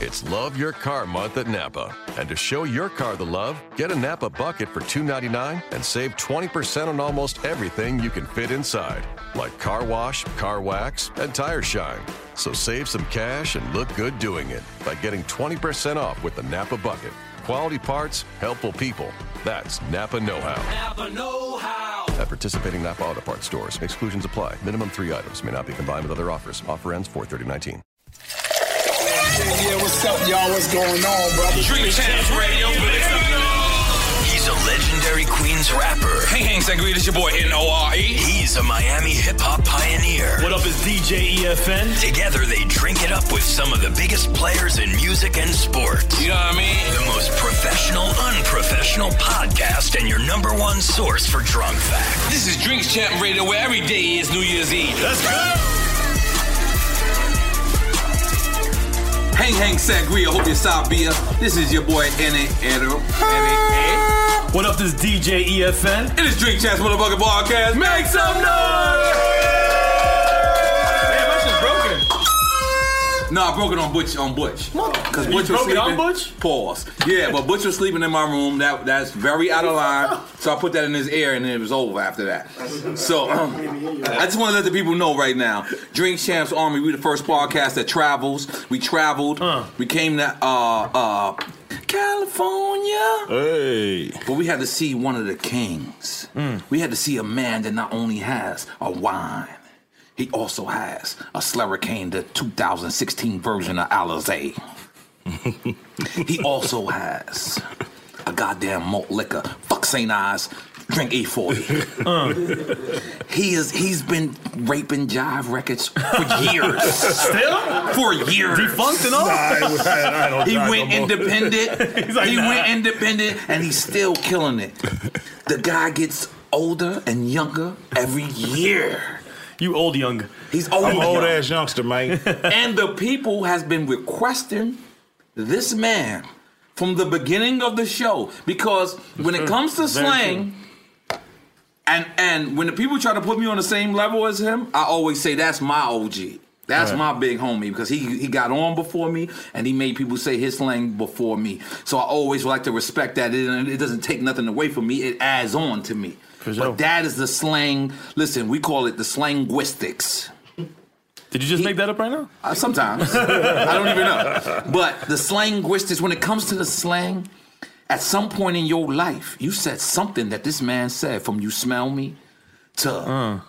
It's Love Your Car Month at Napa. And to show your car the love, get a Napa bucket for $2.99 and save 20% on almost everything you can fit inside, like car wash, car wax, and tire shine. So save some cash and look good doing it by getting 20% off with the Napa bucket. Quality parts, helpful people. That's Napa Know How. Napa Know How. At participating Napa Auto Parts stores, exclusions apply. Minimum three items may not be combined with other offers. Offer ends 43019. Yeah, what's up, y'all? What's going on, brother? He's a legendary Queens rapper. Hey, hey, Sangreed, it's your boy N-O-R-E. He's a Miami hip-hop pioneer. E. What up is DJ EFN? Together, they drink it up with some of the biggest players in music and sports. You know what I mean? The most professional, unprofessional podcast and your number one source for drunk facts. This is Drinks Champ Radio, where every day is New Year's Eve. Let's go! Hey, Hank Sangria, hope you're saw beer. This is your boy, N.A. Edo. N.A. What up, this DJ EFN? It is Drink Chats Motherfucking Podcast. Make some noise! No, I broke it on Butch on Butch. Because You Butch was broke it sleeping. on Butch? Pause. Yeah, but Butch was sleeping in my room. That that's very out of line. So I put that in his ear and then it was over after that. So um, I just want to let the people know right now. Drink Champs Army, we the first podcast that travels. We traveled. We came to uh uh California. Hey. But we had to see one of the kings. We had to see a man that not only has a wine. He also has a Slurricane, the 2016 version of Alizé. he also has a goddamn malt liquor, fuck St. Eyes, drink E40. He is he's been raping jive records for years. Still? For years. Defunct and all? Nah, I- I don't he jive went no more. independent. He's like, he nah. went independent and he's still killing it. The guy gets older and younger every year. You old young. He's old I'm an and old young. ass youngster, Mike. and the people has been requesting this man from the beginning of the show because when it comes to Very slang and and when the people try to put me on the same level as him i always say that's my og that's Right. my big homie because he he got on before me and he made people say his slang before me so i always like to respect that it, it doesn't take nothing away from me it adds on to me but that is the slang listen we call it the slanguistics did you just make that up right now? Uh, sometimes. I don't even know. But the slanguistics, when it comes to the slang, at some point in your life, you said something that this man said from you smell me to I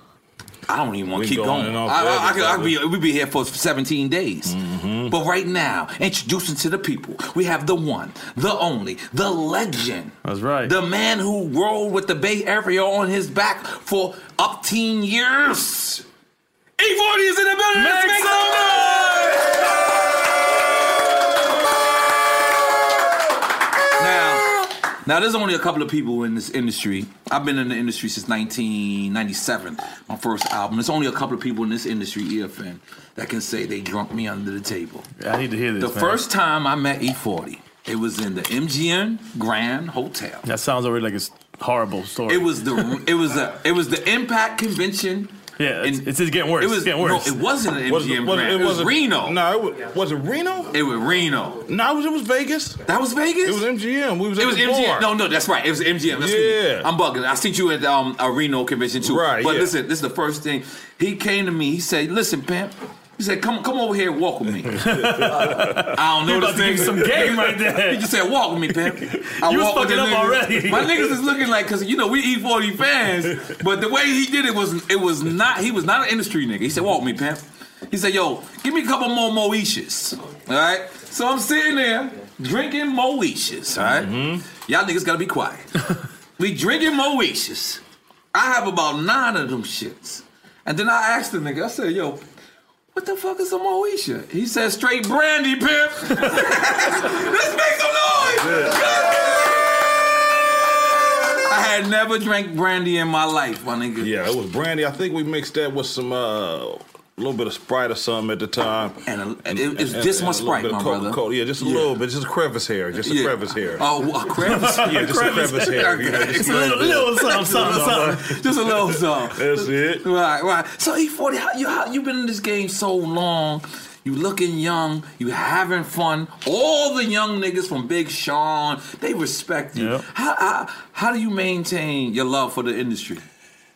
don't even want We to keep going going. Uh. in I, all I, forever, I, could- I could be, we'd be here for 17 days. Mm-hmm. But right now, introducing to the people, we have the one, the only, the legend. That's right. The man who rolled with the Bay Area on his back for up 10 years. E40 is in the building. Let's make some noise! Now, now, there's only a couple of people in this industry. I've been in the industry since 1997, my first album. There's only a couple of people in this industry, EFN, that can say they drunk me under the table. I need to hear this. The man. first time I met E40, it was in the MGM Grand Hotel. That sounds already like it's horrible story. It was the it was the it was the Impact Convention. Yeah, it's, it's just getting worse. It was it's getting worse. No, it wasn't an Was- MGM was- Grand. it It was, wasn't- Reno. no, it was, was it Reno? It was Reno. No, it was, it was Vegas. That was Vegas. It was MGM. We was It was MGM. No, no, that's right. It was MGM. That's yeah. I'm bugging. I seen you at um, a Reno convention too. Right, But yeah. listen, this is the first thing. He came to me. He said, "Listen, pimp." He said, "Come, come over here, and walk with me." I don't You know about to give this nigga. some game right there. He just said, "Walk with me, pimp." You was walked with fucking the up nigga. already. My niggas is looking like because you know we E40 fans, but the way he did it was it was not he was not an industry nigga. He said, "Walk with me, pimp." He said, "Yo, give me a couple more Moesha's." All right, so I'm sitting there drinking Moesha's. All right? Mm-hmm. y'all niggas gotta be quiet. we drinking Moesha's. I have about nine of them shits, and then I asked the nigga. I said, "Yo." What the fuck is a Moesha? He said straight brandy, pimp. Let's make some noise. I had never drank brandy in my life, my nigga. Yeah, it was brandy. I think we mixed that with some uh, little bit of Sprite or something at the time. And, a, it- it's just my a little Sprite, bit of my Coca- brother. Cola. Yeah, just a Yeah. little bit, just a crevice here, just a Yeah. crevice here. Oh, a crevice? yeah, just a crevice here. you know, Okay. just bit. Just a little something. That's it. Right, right. So E40, how, you how, you been in this game so long. You looking young. You having fun. All the young niggas from Big Sean, they respect you. Yep. How, how how do you maintain your love for the industry?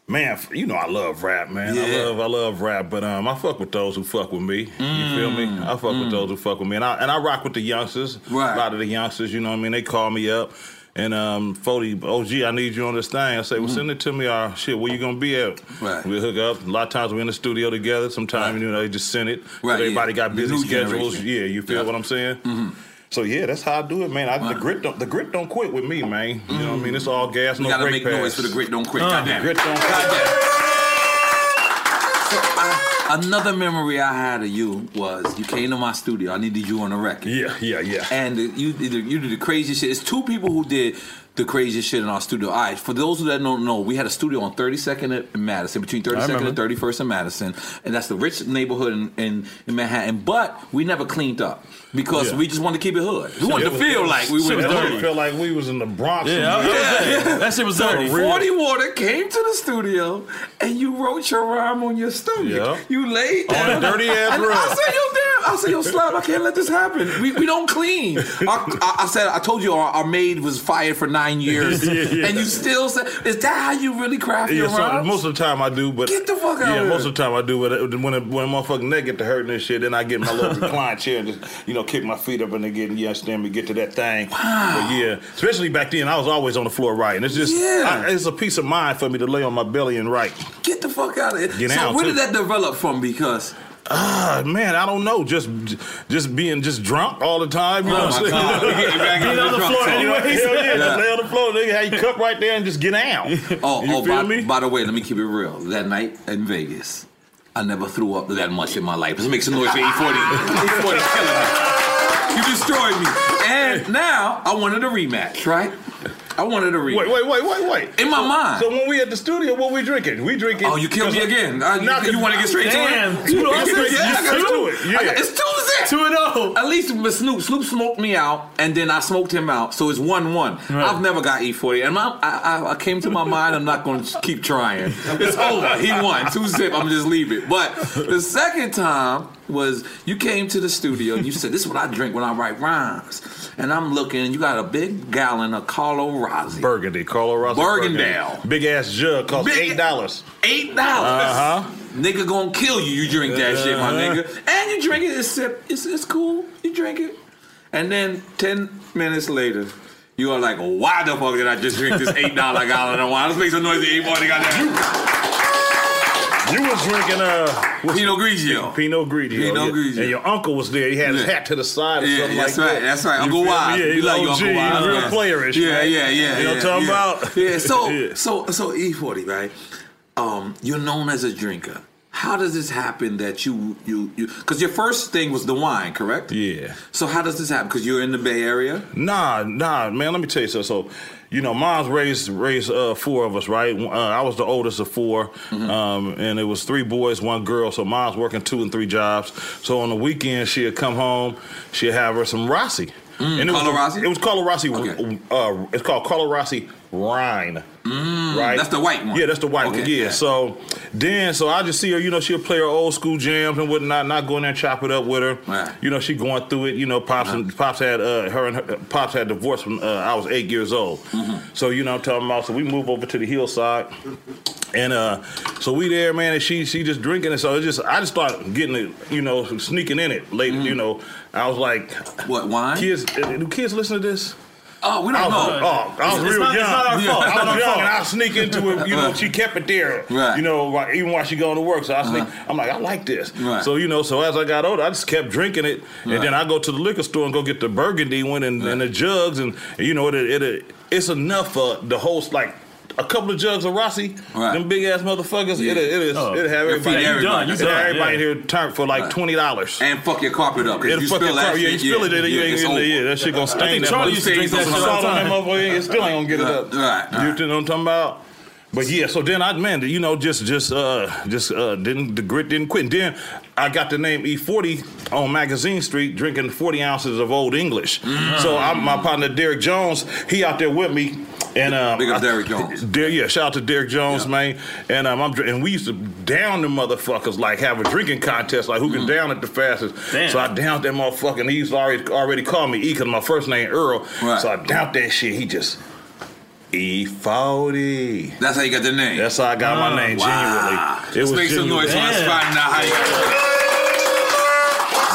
Man, f- you know I love rap, man. I Yeah. love I love rap, but um, I fuck with those who fuck with me. Mm. You feel me? I fuck with those who fuck with me, and I and I rock with the youngsters. Right. A lot of the youngsters, you know what I mean? They call me up. And um, Fody, OG, I need you on this thing. I say, well, Mm. send it to me. Or shit, where you gonna be at? Right. We hook up. A lot of times we in the studio together. Sometimes you know they just send it. Right, yeah. Everybody got The busy new schedules. generation. Yeah, you feel Yeah. what I'm saying? So yeah, that's how I do it, man. I, The grit, don't, the grit don't quit with me, man. You know what I mean? It's all gas, You no gotta brake make noise pads. for the grit don't quit. Uh, Goddamn. Grit don't quit. Another memory I had of you was you came to my studio. I needed you on the record. Yeah, yeah, yeah. And you did the, you did the craziest shit. It's two people who did the craziest shit in our studio. All right, for those who that don't know, we had a studio on 32nd and Madison, between 32nd and remember. 31st and Madison, and that's the rich neighborhood in, in, in Manhattan. But we never cleaned up because Yeah. we just wanted to keep it hood. We wanted It to was- feel like we shit were was dirty. dirty. Felt like we was in the Bronx. Yeah, somewhere. yeah, yeah. That shit was So dirty. 40 Water came to the studio and you wrote your rhyme on your stomach. Yeah. You laid a down. dirty ass And I rug. said, yo, damn. I said, yo, Slab, I can't let this happen. We, we don't clean. I, I, I said, I told you our, our maid was fired for nine years. Yeah, yeah. And you still said, is that how you really craft your Yeah, so rhymes? most of the time I do, but Get the fuck out Yeah, of here. most of the time I do, but it- when a, when a motherfucking neck get to hurting and shit, then I get my little recline chair and just you know kick my feet up and they get you understand me get to that thing. But yeah, especially back then I was always on the floor writing. It's just Yeah. I, it's a peace of mind for me to lay on my belly and write. Get the fuck out of here. Get so out, where too. did that develop from? Because ah, man, I don't know. Just just being just drunk all the time. You know what Oh, I'm my God. saying? Exactly. Being on the Drunk floor talk. anyways. Hell yeah, Yeah. just lay on the floor. Nigga, have your cup right there and just get out. Oh, You oh feel by, by the way, let me keep it real. That night in Vegas, I never threw up that much in my life. Let's make some noise for 840. 840 killing me. You destroyed me. And now I wanted a rematch, right? I wanted a rematch. Wait, wait, wait, wait, wait. In my So- mind. So when we at the studio, what we drinking? We drinking. Oh, you killed me again. Uh, you- you wanna get straight to it? You know, Yeah, I'm straight I got two. to it. I Yeah. got- it's Tuesday. Two and oh. zero. At least with Snoop, Snoop smoked me out, and then I smoked him out. So it's one one. I've never got E forty, and my, I, I, I came to my mind. I'm not going to keep trying. It's over. He won two zip. I'm just leave it. But the second time was you came to the studio and you said, "This is what I drink when I write rhymes," and I'm looking. You got a big gallon of Carlo Rossi. Burgundy, Carlo Rossi. Burgundale. Big ass jug costs Big- eight dollars. Eight dollars. Uh huh. Nigga gonna kill you. You drink that shit, my Uh-huh. nigga. And you drink it. It's sip. It's, it's cool. You drink it. And then ten minutes later, you are like, why the fuck did I just drink this eight dollar gallon of wine? Let's make some noise. The eight body got that. You was drinking uh what's- Pinot Grigio. Pinot Grigio. Pinot yeah. Grigio. And your uncle was there. He had his Yeah. hat to the side or Yeah, something that's like right, that. that's right. You Uncle feel me? Wise. Yeah, We he like your was Uncle OG, Wise, He was real yeah. playerish. Yeah, right? yeah, You yeah, know yeah, what I'm talking yeah. about? Yeah. So, so, so E forty, right? Um, you're known as a drinker. How does this happen that you you you? Because your first thing was the wine, correct? Yeah. So how does this happen? Because you're in the Bay Area. Nah, nah, man. Let me tell you something. So, you know, mom's raised raised uh, four of us, right? Uh, I was the oldest of 4 Mm-hmm. um, and it was three boys, one girl. So, mom's working two and three jobs. So, on the weekend, she'd come home, she'd have her some Rossi. Mm, it Carlo was, Rossi? It was Carlo Rossi. Uh, it's called Carlo Rossi Rhine. right? Mm, that's the white one. Yeah, that's the white Okay, one. Yeah. yeah. So then, so I just see her. You know, she'll play her old school jams and whatnot. Not going there and chop it up with her. You know, she going through it. You know, pops Uh-huh. and pops had uh, her and her, pops had divorced when uh, I was eight years old. Mm-hmm. So you know, I'm talking about. So we move over to the hillside. And uh, so we there, man, and she she just drinking, and so it just I just started getting it, you know, sneaking in it. Late, you know, I was like, Mm-hmm. what wine? Kids, uh, do kids listen to this? Oh, we don't I was, know. Oh, I was It's real not- young. it's not our fault. It's I not our was young, and I fault. sneak into it. You know, Right. she kept it there. Right. Uh-huh. You know, like, even while she going to work, so I sneak. I'm like, I like this. Right. So you know, so as I got older, I just kept drinking it, and then I go to the liquor store and go get the burgundy one and, and the jugs, and you know, it, it, it it's enough for the whole like. A couple of jugs of Rossi, Right. them big ass motherfuckers. Yeah. It it is. Oh. It have You're everybody. feeding everybody. It'd You're have done, everybody yeah. here turn for like Right. twenty dollars. And fuck your carpet up. 'cause It'll you fuck spill your that car- shit. Yeah, you spill it, you ain't it's gonna- over. yeah, that shit gonna stain I think that Charlie motherfucker. used to drink that shit all the Salt on time. that motherfucker, it still ain't gonna get it up. Right, right. You know what I'm talking about? But yeah, so then I man, you know, just just uh just uh didn't the grit didn't quit. And then I got the name E40 on Magazine Street drinking 40 ounces of old English. Mm-hmm. So I, my partner Derek Jones, he out there with me. And um, Big up I- Derek Jones. Der- yeah, shout out to Derek Jones, man. And um, I'm dr- and we used to down the motherfuckers like have a drinking contest, like who can down it the fastest. Mm-hmm. Damn. So I downed that motherfucker, and he's already already called me E because my first name Earl. So I downed that shit. He just E forty. That's how you got the name. That's how I got Oh, my name. wow. Genuinely, Let's make some genuine. noise for our spot now. How you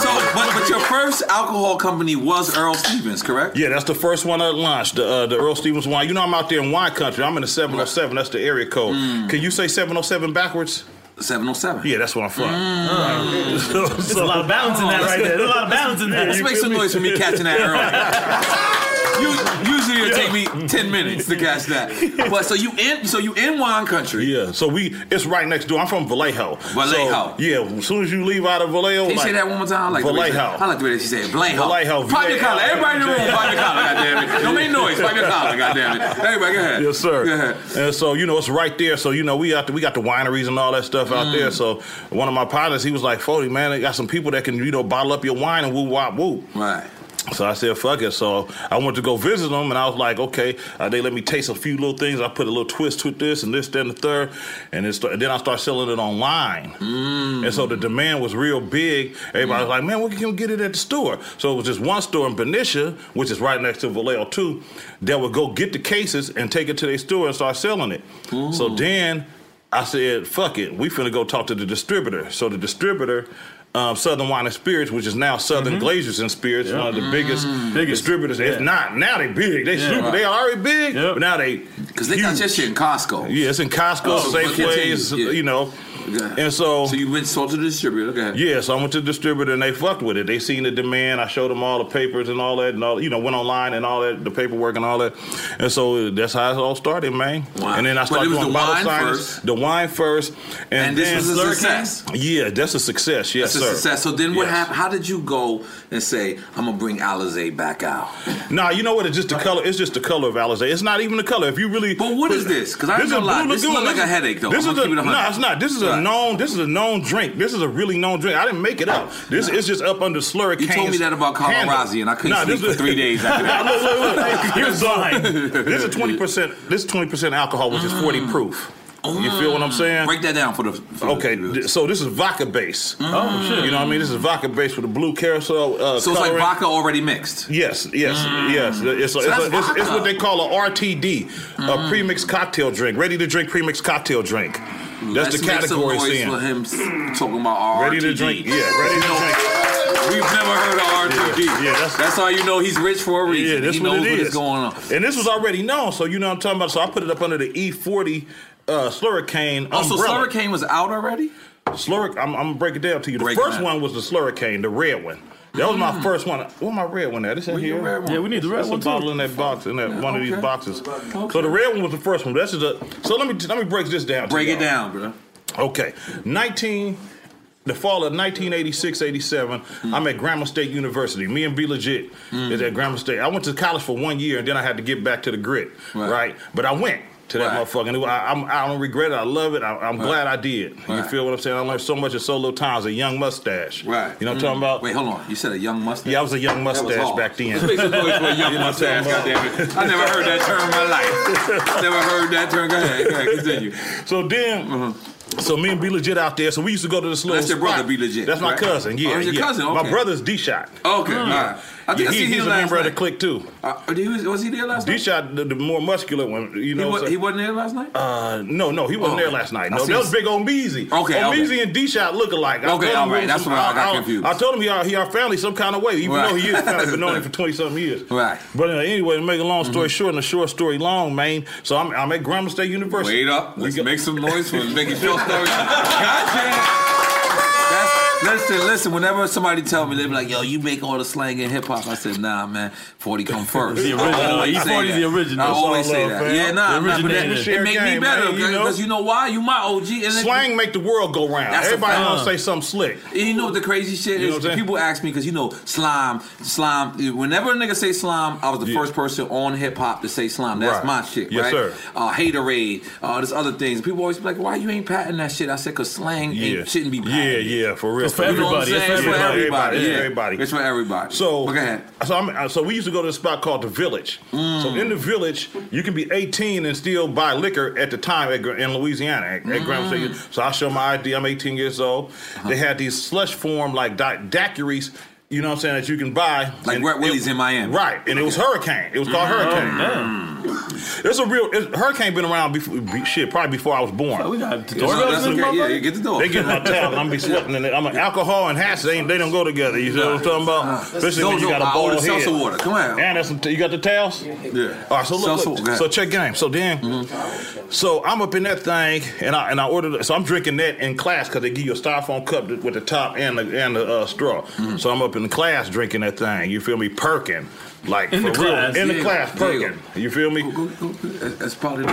So, but, but your first alcohol company was Earl Stevens, correct? Yeah, that's the first one I launched, the uh, the Earl Stevens wine. You know, I'm out there in wine country. I'm in the 707. That's the area code. Mm. Can you say 707 backwards? 707. Yeah, that's where I'm from. Right. Mm. There's a lot of balance in that right there. There's a lot of balance in that. Yeah, Let's you make feel some me? noise for me catching that Earl. You- Usually it'll take me ten minutes to catch that, but so you in so you in wine country. Yeah, so we it's right next door. I'm from Vallejo. Vallejo. So, yeah, as soon as you leave out of Vallejo, Can you like, say that one more time? I like the way Vallejo. she- I like the way that she said it. Vallejo. Vallejo. Pipe your collar. Everybody in the room, pipe your collar, goddammit. goddammit. Don't make noise, pipe your collar, goddammit. Everybody, go ahead. Yes, sir. And so you know it's right there. So you know we out there, we got the wineries and all that stuff out Mm. there. So one of my partners, he was like, "Forty man, they got some people that can you know bottle up your wine and woo wop woo." Right. So I said, "Fuck it." So I went to go visit them, and I was like, "Okay." Uh, they let me taste a few little things. I put a little twist to this and this, that, and the third, and, it start, then I started selling it online. Mm. And Mm-hmm. so the demand was real big. Everybody was like, "Man, we can get it at the store." So it was just one store in Benicia, which is right next to Vallejo too, that would go get the cases and take it to their store and start selling it. So then I said, fuck it, we finna go talk to the distributor. So the distributor, um, Southern Wine and Spirits, which is now Southern Glaziers and Spirits, Mm-hmm. Yeah. Mm-hmm. one of the biggest, distributors. If Yeah. not, now they big. They Yeah. super. Right. They already big. But now they because they got your shit in Costco. Yeah, it's in Costco, Oh, but Safeway, continue, is, yeah. you know. And so, so you went sold to the distributor. Okay. Yeah, so I went to the distributor and they fucked with it. They seen the demand. I showed them all the papers and all that, and all you know, went online and all that, the paperwork and all that. And so that's how it all started, man. Wow. And then I But started it was doing the bottle wine signings, first. the wine first, and, And this then was a success. Yeah, that's a success. Yes, That's a sir. success. So then what Yes. happened? How did you go and say, I'm gonna bring Alizé back out? Nah, you know what? It's just the color. It's just the color of Alizé. It's not even the color. If you really, but what is this? 'Cause I ain't gonna lie, this look like a headache, though. This I'm is gonna a keep it a hundred. no, it's not. This is a Right. known. This is a known drink. This is a really known drink. I didn't make it up. This is just up under slurricane. You told me that about Colin Rozzi, and I couldn't nah, sleep this for three days after that. look, look, look. You're This- blind. This is twenty percent. This twenty percent alcohol, which is forty proof. You feel what I'm saying? Break Mm. that down for the. okay, th- so this is vodka base. Oh shit! You know what I mean? This is vodka base with a blue carousel. Uh, So it's like coloring. vodka already mixed. Yes, yes, yes. It's, So it's, that's a- it's- it's vodka. Mm. what they call a RTD, a premixed cocktail drink, ready to drink premixed cocktail drink. That's Let's the make category some it's noise in. for him s- talking about RTD. Ready to drink, yeah, ready to drink. We've never heard of RTD. Yeah, that's, how you know he's rich for a reason. Yeah, that's he what knows it what is. is going on. And this was already known, so you know what I'm talking about. So I put it up under the E40 uh, Slurricane Oh, so umbrella. Slurricane was out already? Sluric, I'm, I'm gonna break it down to you. The Break it first down. one was the Slurricane, the red one. That was my Mm. first one. Where my red one at? It's in Where here. your red one? Yeah, we need the red That's one, a bottle too. in that box, in that Yeah, one of these okay. boxes. Okay. So the red one was the first one. That's just a. So let me let me break this down. Break to it down, bro. Okay, 19. The fall of 1986, 87, Hmm. I'm at Grambling State University. Me and B Legit is at Grambling State. I went to college for one year and then I had to get back to the grit, right? But I went to that motherfucker. And I, I'm, I don't regret it. I love it. I, I'm glad I did. You Right. feel what I'm saying? I learned so much in so little time. I was a young mustache. Right. You know what I'm Mm. talking about? Wait, hold on. You said a young mustache? Yeah, I was a young That was mustache hard. back then. Let's make some noise for a young You know what I'm mustache, talking about? goddammit. I never heard that term in my life. I never heard that term. Go ahead, go ahead continue. Uh-huh. So then, so me and B Legit out there. So we used to go to this little. That's your brother, spot. B Legit, That's my right? cousin. Yeah, Oh, he's your yeah. cousin, My okay. brother's D Shot. Okay, yeah. all right. I think I Yeah, seen he, him he's a last member of the night. clique too. Uh, he was, was he there last D Shot, the, the more muscular one. You know, he, so- was, he wasn't there last night? Uh, no, no, he wasn't Oh. there last night. I No, see that was his- Big Omeezy. Okay, okay. Omeezy and D Shot look alike. I Okay, told him all right, we was that's some- what I got confused. I told him he our, he our family some kind of way, even Right. though he is family, been knowing him for twenty something years. Right. Mm-hmm. But uh, anyway, to make a long story short and a short story long, man. So I'm, I'm at Grambling State University. Wait up. Let's make some noise for making short stories. Listen, listen. Whenever somebody tell me, they be like, "Yo, you make all the slang in hip hop," I said, "Nah, man, forty come first. The original. I always E40 say is that. the original. I always It's all say love, that. fam. Yeah, nah, The nah, but that, originator. it make me Game, better man, you know? because you, know why? You my OG. And Slang make the world go round. That's a Everybody fact. want to say something slick. And you know what the crazy shit You know what I'm is? saying? People ask me because you know slime, slime. Whenever a nigga say slime, I was the first person on hip hop to say slime. That's Right. my shit, Yes, right? sir. Uh, haterade, uh, there's other things. People always be like, "Why you ain't patenting that shit?" I said, "Cause slang Yeah. ain't, shouldn't be patented." Yeah, yeah, for real. It's for You know what I'm everybody. It's saying? for Yeah, everybody. It's Yeah. for everybody. It's for everybody. So, But go ahead. Mm. so, I'm, uh, so we used to go to a spot called the Village. So in the Village, you can be 18 and still buy liquor at the time at, Gra- in Louisiana at, at Graham State. Mm. So I show my ID. I'm 18 years old. Uh-huh. They had these slush form like da- daiquiris. You know what I'm saying? That you can buy. Like Wet Willie's in Miami. Right. And it was Hurricane. It was called Mm. Hurricane. Oh, damn. It's a real it, Hurricane been around before be, shit, probably before I was born. we got It's the not- doorbells that's in the okay. motherfucker? They get my towel. I'm be sweating in it. I'm an alcohol and hats. They ain't, they don't go together. You know what I'm talking Ah, about? Especially No, when you no, got a I bald ordered head. seltzer water. Come on. And that's some t- you got the towels. Yeah. All right. So look. look. Seltzer water. Go ahead. so check game. So then, so I'm up in that thing, and I and I ordered. So I'm drinking that in class because they give you a styrofoam cup th- with the top and the and the uh, straw. So I'm up in class drinking that thing. You feel me? Perking. Like In for the real, class. in the Yeah. class, Yeah. perking. You feel me? That's probably the.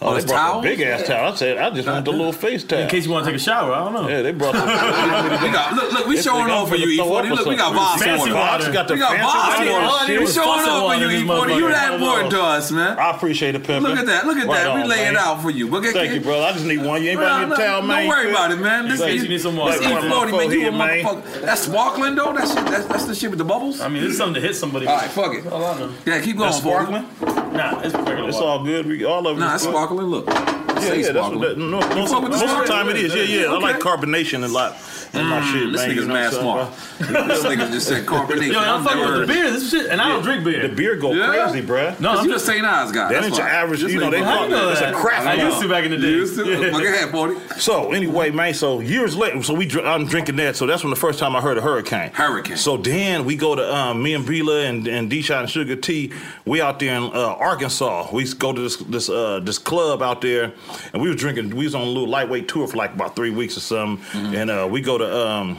Oh, they brought the towels? the big ass towel. I said, I just want the little face towel. In case you want to take a shower, I don't know. Yeah, they brought the. We got- look, look, we This showing nigga, off I'm for finna you, throw E40. up or Look, we got something. Vox Fancy water. water. Got the we got fancy Vox water. water. Shit. We showing Fussing off for water you, in this E40. You motherfucker. that Hold important on. to us, man. I appreciate it, Pimp. Look at that, look at that. We lay it out for you. But get- Thank you, brother. I just need one. Oh, You ain't Nah, buying me nah, a towel, don't man. worry about it, man. This Thank is- you. this E40, man. You a motherfucker. That's sparkling, though. That's, that's, that's the shit with the bubbles. I mean, this is something to hit somebody. All right, fuck it. Yeah, keep going, That's Forty. sparkling? Nah, it's regular It's water. all good. We, all of it Nah, is it's good. sparkling. Look. Yeah, Say yeah, that's sparkling. what that, no, most, fuck with the most of the time it sparkling? is. Yeah, yeah. I Okay. like carbonation a lot in my Mm, shit, this man. nigga's You know mad what I'm smart. saying, This bro? nigga just said carbonation. Yo, I'm fucking with the beer. This shit, and I don't drink beer. The beer go Yeah. crazy, bruh. No, I'm you a just- St. Ives guy. That That's ain't your why. average- Just you know, like- they How call you know it- it's that? a craft I now. used to back in the day. You used to? Yeah. Well, go ahead, Forty. So anyway, man. So years later, so we dr- I'm drinking that. So that's when the first time I heard of hurricane. Hurricane. So then we go to um, me and Bila and and D Shot and Sugar T. We out there in uh, Arkansas. We s- go to this this uh, this club out there and we was drinking. We was on a little lightweight tour for like about three weeks or something, Mm-hmm. and uh, we go to. Um,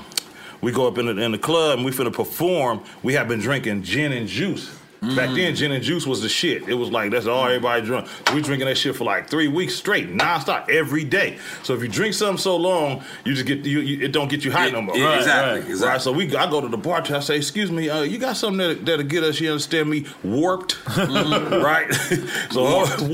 we go up in the, in the club and we finna perform. We have been drinking gin and juice. Back then, gin and juice was the shit. It was like that's all everybody drunk. We drinking that shit for like three weeks straight, nonstop, every day. So if you drink something so long, you just get you, you it don't get you high no more. yeah, Right, exactly, Right, Right, so we I go to the bartender. I say, "Excuse me, uh, you got something that, that'll get us? You understand me? Warped, right? so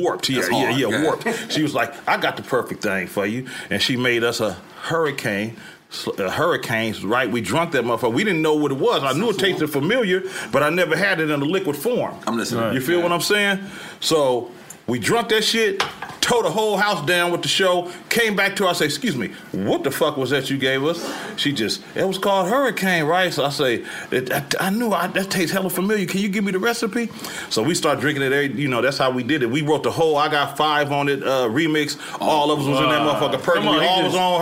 warped, Yeah, Mm-hmm. yeah, That's hard, yeah, yeah. warped. She was like, "I got the perfect thing for you," and she made us a hurricane. sl- uh, Hurricanes, right? We drunk that motherfucker. We didn't know what it was. I knew it tasted familiar, but I never had it in a liquid form. I'm listening. You feel what I'm saying? So we drunk that shit, tore the whole house down with the show, came back to her, I say, excuse me, what the fuck was that you gave us? She just, it was called Hurricane, right? So I say, "It- I, I knew I, that tastes hella familiar. Can you give me the recipe? So we start drinking it. every- You know, that's how we did it. We wrote the whole I Got Five on it uh, remix. All of us was in that Wow. motherfucker. Perfect. Come on, we he all was just- on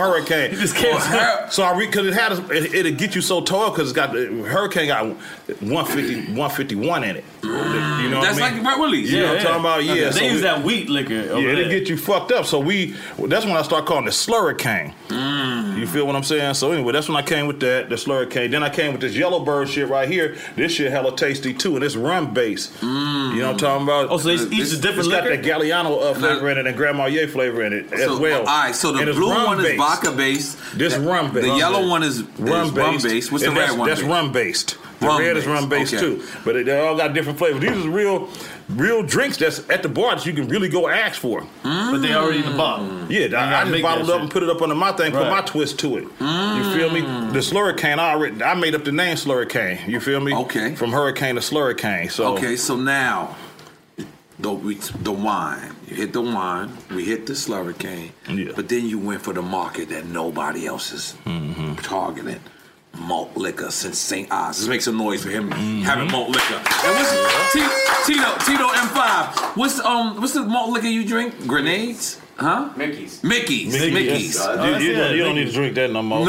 Hurricane. he just can't stop. So I because it had a, it, it'll get you so tore because it's got the Hurricane got 150, 151 in it. You know That's what I mean? like Brett Willie's. You know Yeah, what I'm talking yeah. about? Yeah. They use that wheat liquor. over yeah, there. it get you fucked up. So we well, that's when I start calling it slurricane. Mm. You feel what I'm saying? So anyway, that's when I came with that, the slurricane. Then I came with this yellow bird shit right here. This shit hella tasty too, and it's rum based. You Mm. know what I'm talking about? Oh, so it's- each is different It's got liquor? that Galliano uh, flavor in it and Grand Marnier flavor in it as So, well. All right, so the And it's blue one is rum-based. vodka based. This rum based. The yellow one is rum based. based. What's the And that's, red one? That's based? rum based. The Rum red is based, rum based okay. too. But it- they all got different flavors. These are real, real drinks that's at the bar that you can really go ask for. But they already in the bottle. Yeah, You gotta I, I make that just bottled up shit. and put it up under my thing, put Right. my twist to it. You feel me? The slurricane, I already, I made up the name slurricane. You feel me? Okay. From hurricane to slurricane. So Okay, so now the we, the wine. You hit the wine. We hit the slurricane. But then you went for the market that nobody else is Mm-hmm. targeting. Malt liquor since St. Oz. Let's make some noise for him Mm-hmm. having malt liquor. And what's T, Tito Tito M5? What's um what's the malt liquor you drink? Grenades? Huh? Mickey's. Mickey's. Mickey's. Uh, You, you don't, you don't need to drink that no more.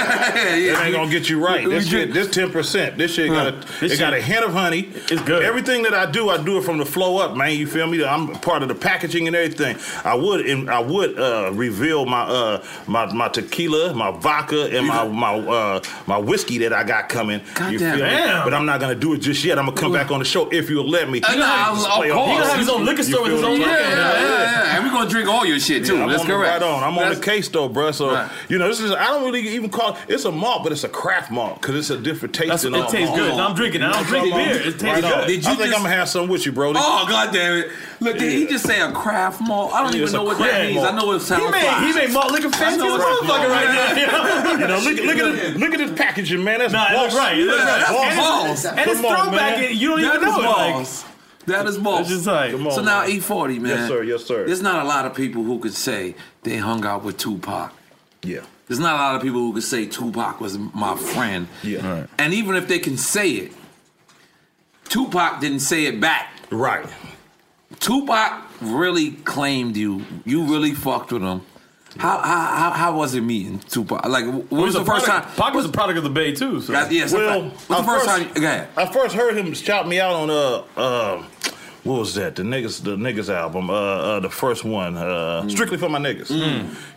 It ain't gonna get you right. This shit, this ten percent. This shit got a, This it got a shit- hint of honey. It's good. Everything that I do, I do it from the flow up, man. You feel me? I'm part of the packaging and everything. I would, and I would uh, reveal my uh, my my tequila, my vodka, and my my uh, my whiskey that I got coming. you Goddamn. feel Damn. me? But I'm not gonna do it just yet. I'm gonna come back on the show if you'll let me. Uh, nah, Just of play on course. this. He gonna have his own liquor You store with feel his own what I'm liquor. saying? Yeah, yeah, yeah. And we gonna drink all your shit, too. I'm That's on the- correct. Right on. I'm on That's- the case though, bruh. So you know, this is I don't really even call it, it's a malt, but it's a craft malt because it's a different taste. That's- than it all tastes malt. good. I'm drinking it. I don't Right drink on. beer. It tastes Right good. on. Did you I think just- I'm gonna have some with you, Brody. Oh god damn it! Look, did he Yeah. just say a craft malt? I don't Yeah, even it's know a what that craft means. malt. I know it sounds. He made- fly. he made malt liquor fancy I know as a it's motherfucker craft right malt. now. you know, look, look at the, look at this packaging, man. That's Nah, it boss. look right. It look right. That's And it's- boss. and it's Come on, throwback, man. and you don't even That know is it, like- balls. that is balls. Come so on, now man. E forty man. Yes, sir. Yes, sir. There's not a lot of people who could say they hung out with Tupac. Yeah. There's not a lot of people who could say Tupac was my friend. Yeah. And even if they can say it, Tupac didn't say it back. Right. Tupac really claimed you. You really fucked with him. How how how, how was it meeting Tupac? Like, what He was, the a first product- time? Pac was a product of the Bay too. So. That- yes, well, that's right. What's the I first time you- okay. I first heard him shout me out on uh uh what was that? The niggas the niggas album, uh, uh the first one, uh Mm. strictly for my niggas.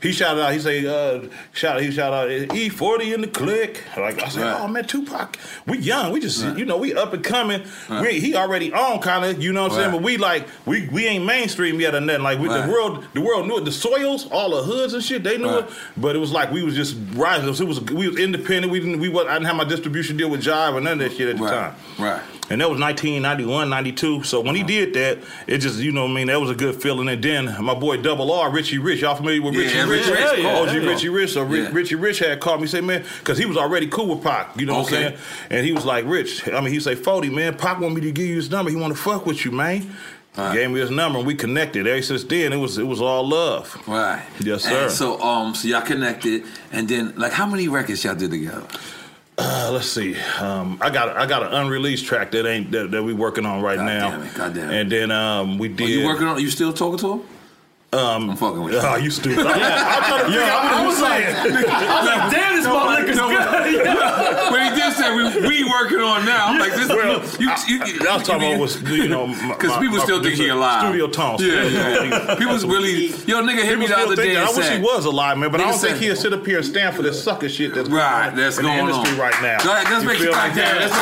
He shouted out, he say uh shout he shout out E forty in the click. Like I said, Right. oh man, Tupac, we young, we just you know, we up and coming. We he already on kinda, you know what I'm saying? Right. But we like we we ain't mainstream yet or nothing. Like we, Right. the world the world knew it. The soils, all the hoods and shit, they knew it. But it was like we was just rising. It was we was independent. We didn't we was, I didn't have my distribution deal with Jive or none of that shit at the time. Right. And that was 1991, 92. So when he did that, it just, you know what I mean, that was a good feeling. And then my boy Double R, Richie Rich, y'all familiar with Yeah, Richie yeah, Rich? Richie Rich, yeah, OG yeah. Richie Rich. So Ri- Yeah. Richie Rich had called me, say, man, because he was already cool with Pac, you know what I'm Okay. saying? And he was like, Rich, I mean, he say, 40, man, Pac want me to give you his number. He want to fuck with you, man. Gave me his number and we connected. Ever since then, it was it was all love. Right. Yes, sir. And so um, so y'all connected, and then like, how many records y'all did together? Uh, let's see. Um, I got I got an unreleased track that ain't that, that we working on right now. Damn it, God damn it. And then um, we did. You working on? You still talking to him? Um, I'm fucking with you. Oh, you stupid. I, I, I, Yeah, I was like- I was like, damn, this malt liquor's good. But But he did say, that we, we working on now. I'm like, this Well, you, you, you, I was talking about was you know Because people still think he alive. Studio Tom. Yeah, yeah. People's really. Yo, nigga hit me the other day. and I wish said- he was alive, man. But I Nigga don't think said- he'll sit up here and stand for this sucker shit that's Right, going on that's in going the industry on. right now. Go ahead, let's You make feel some me? like that. Let's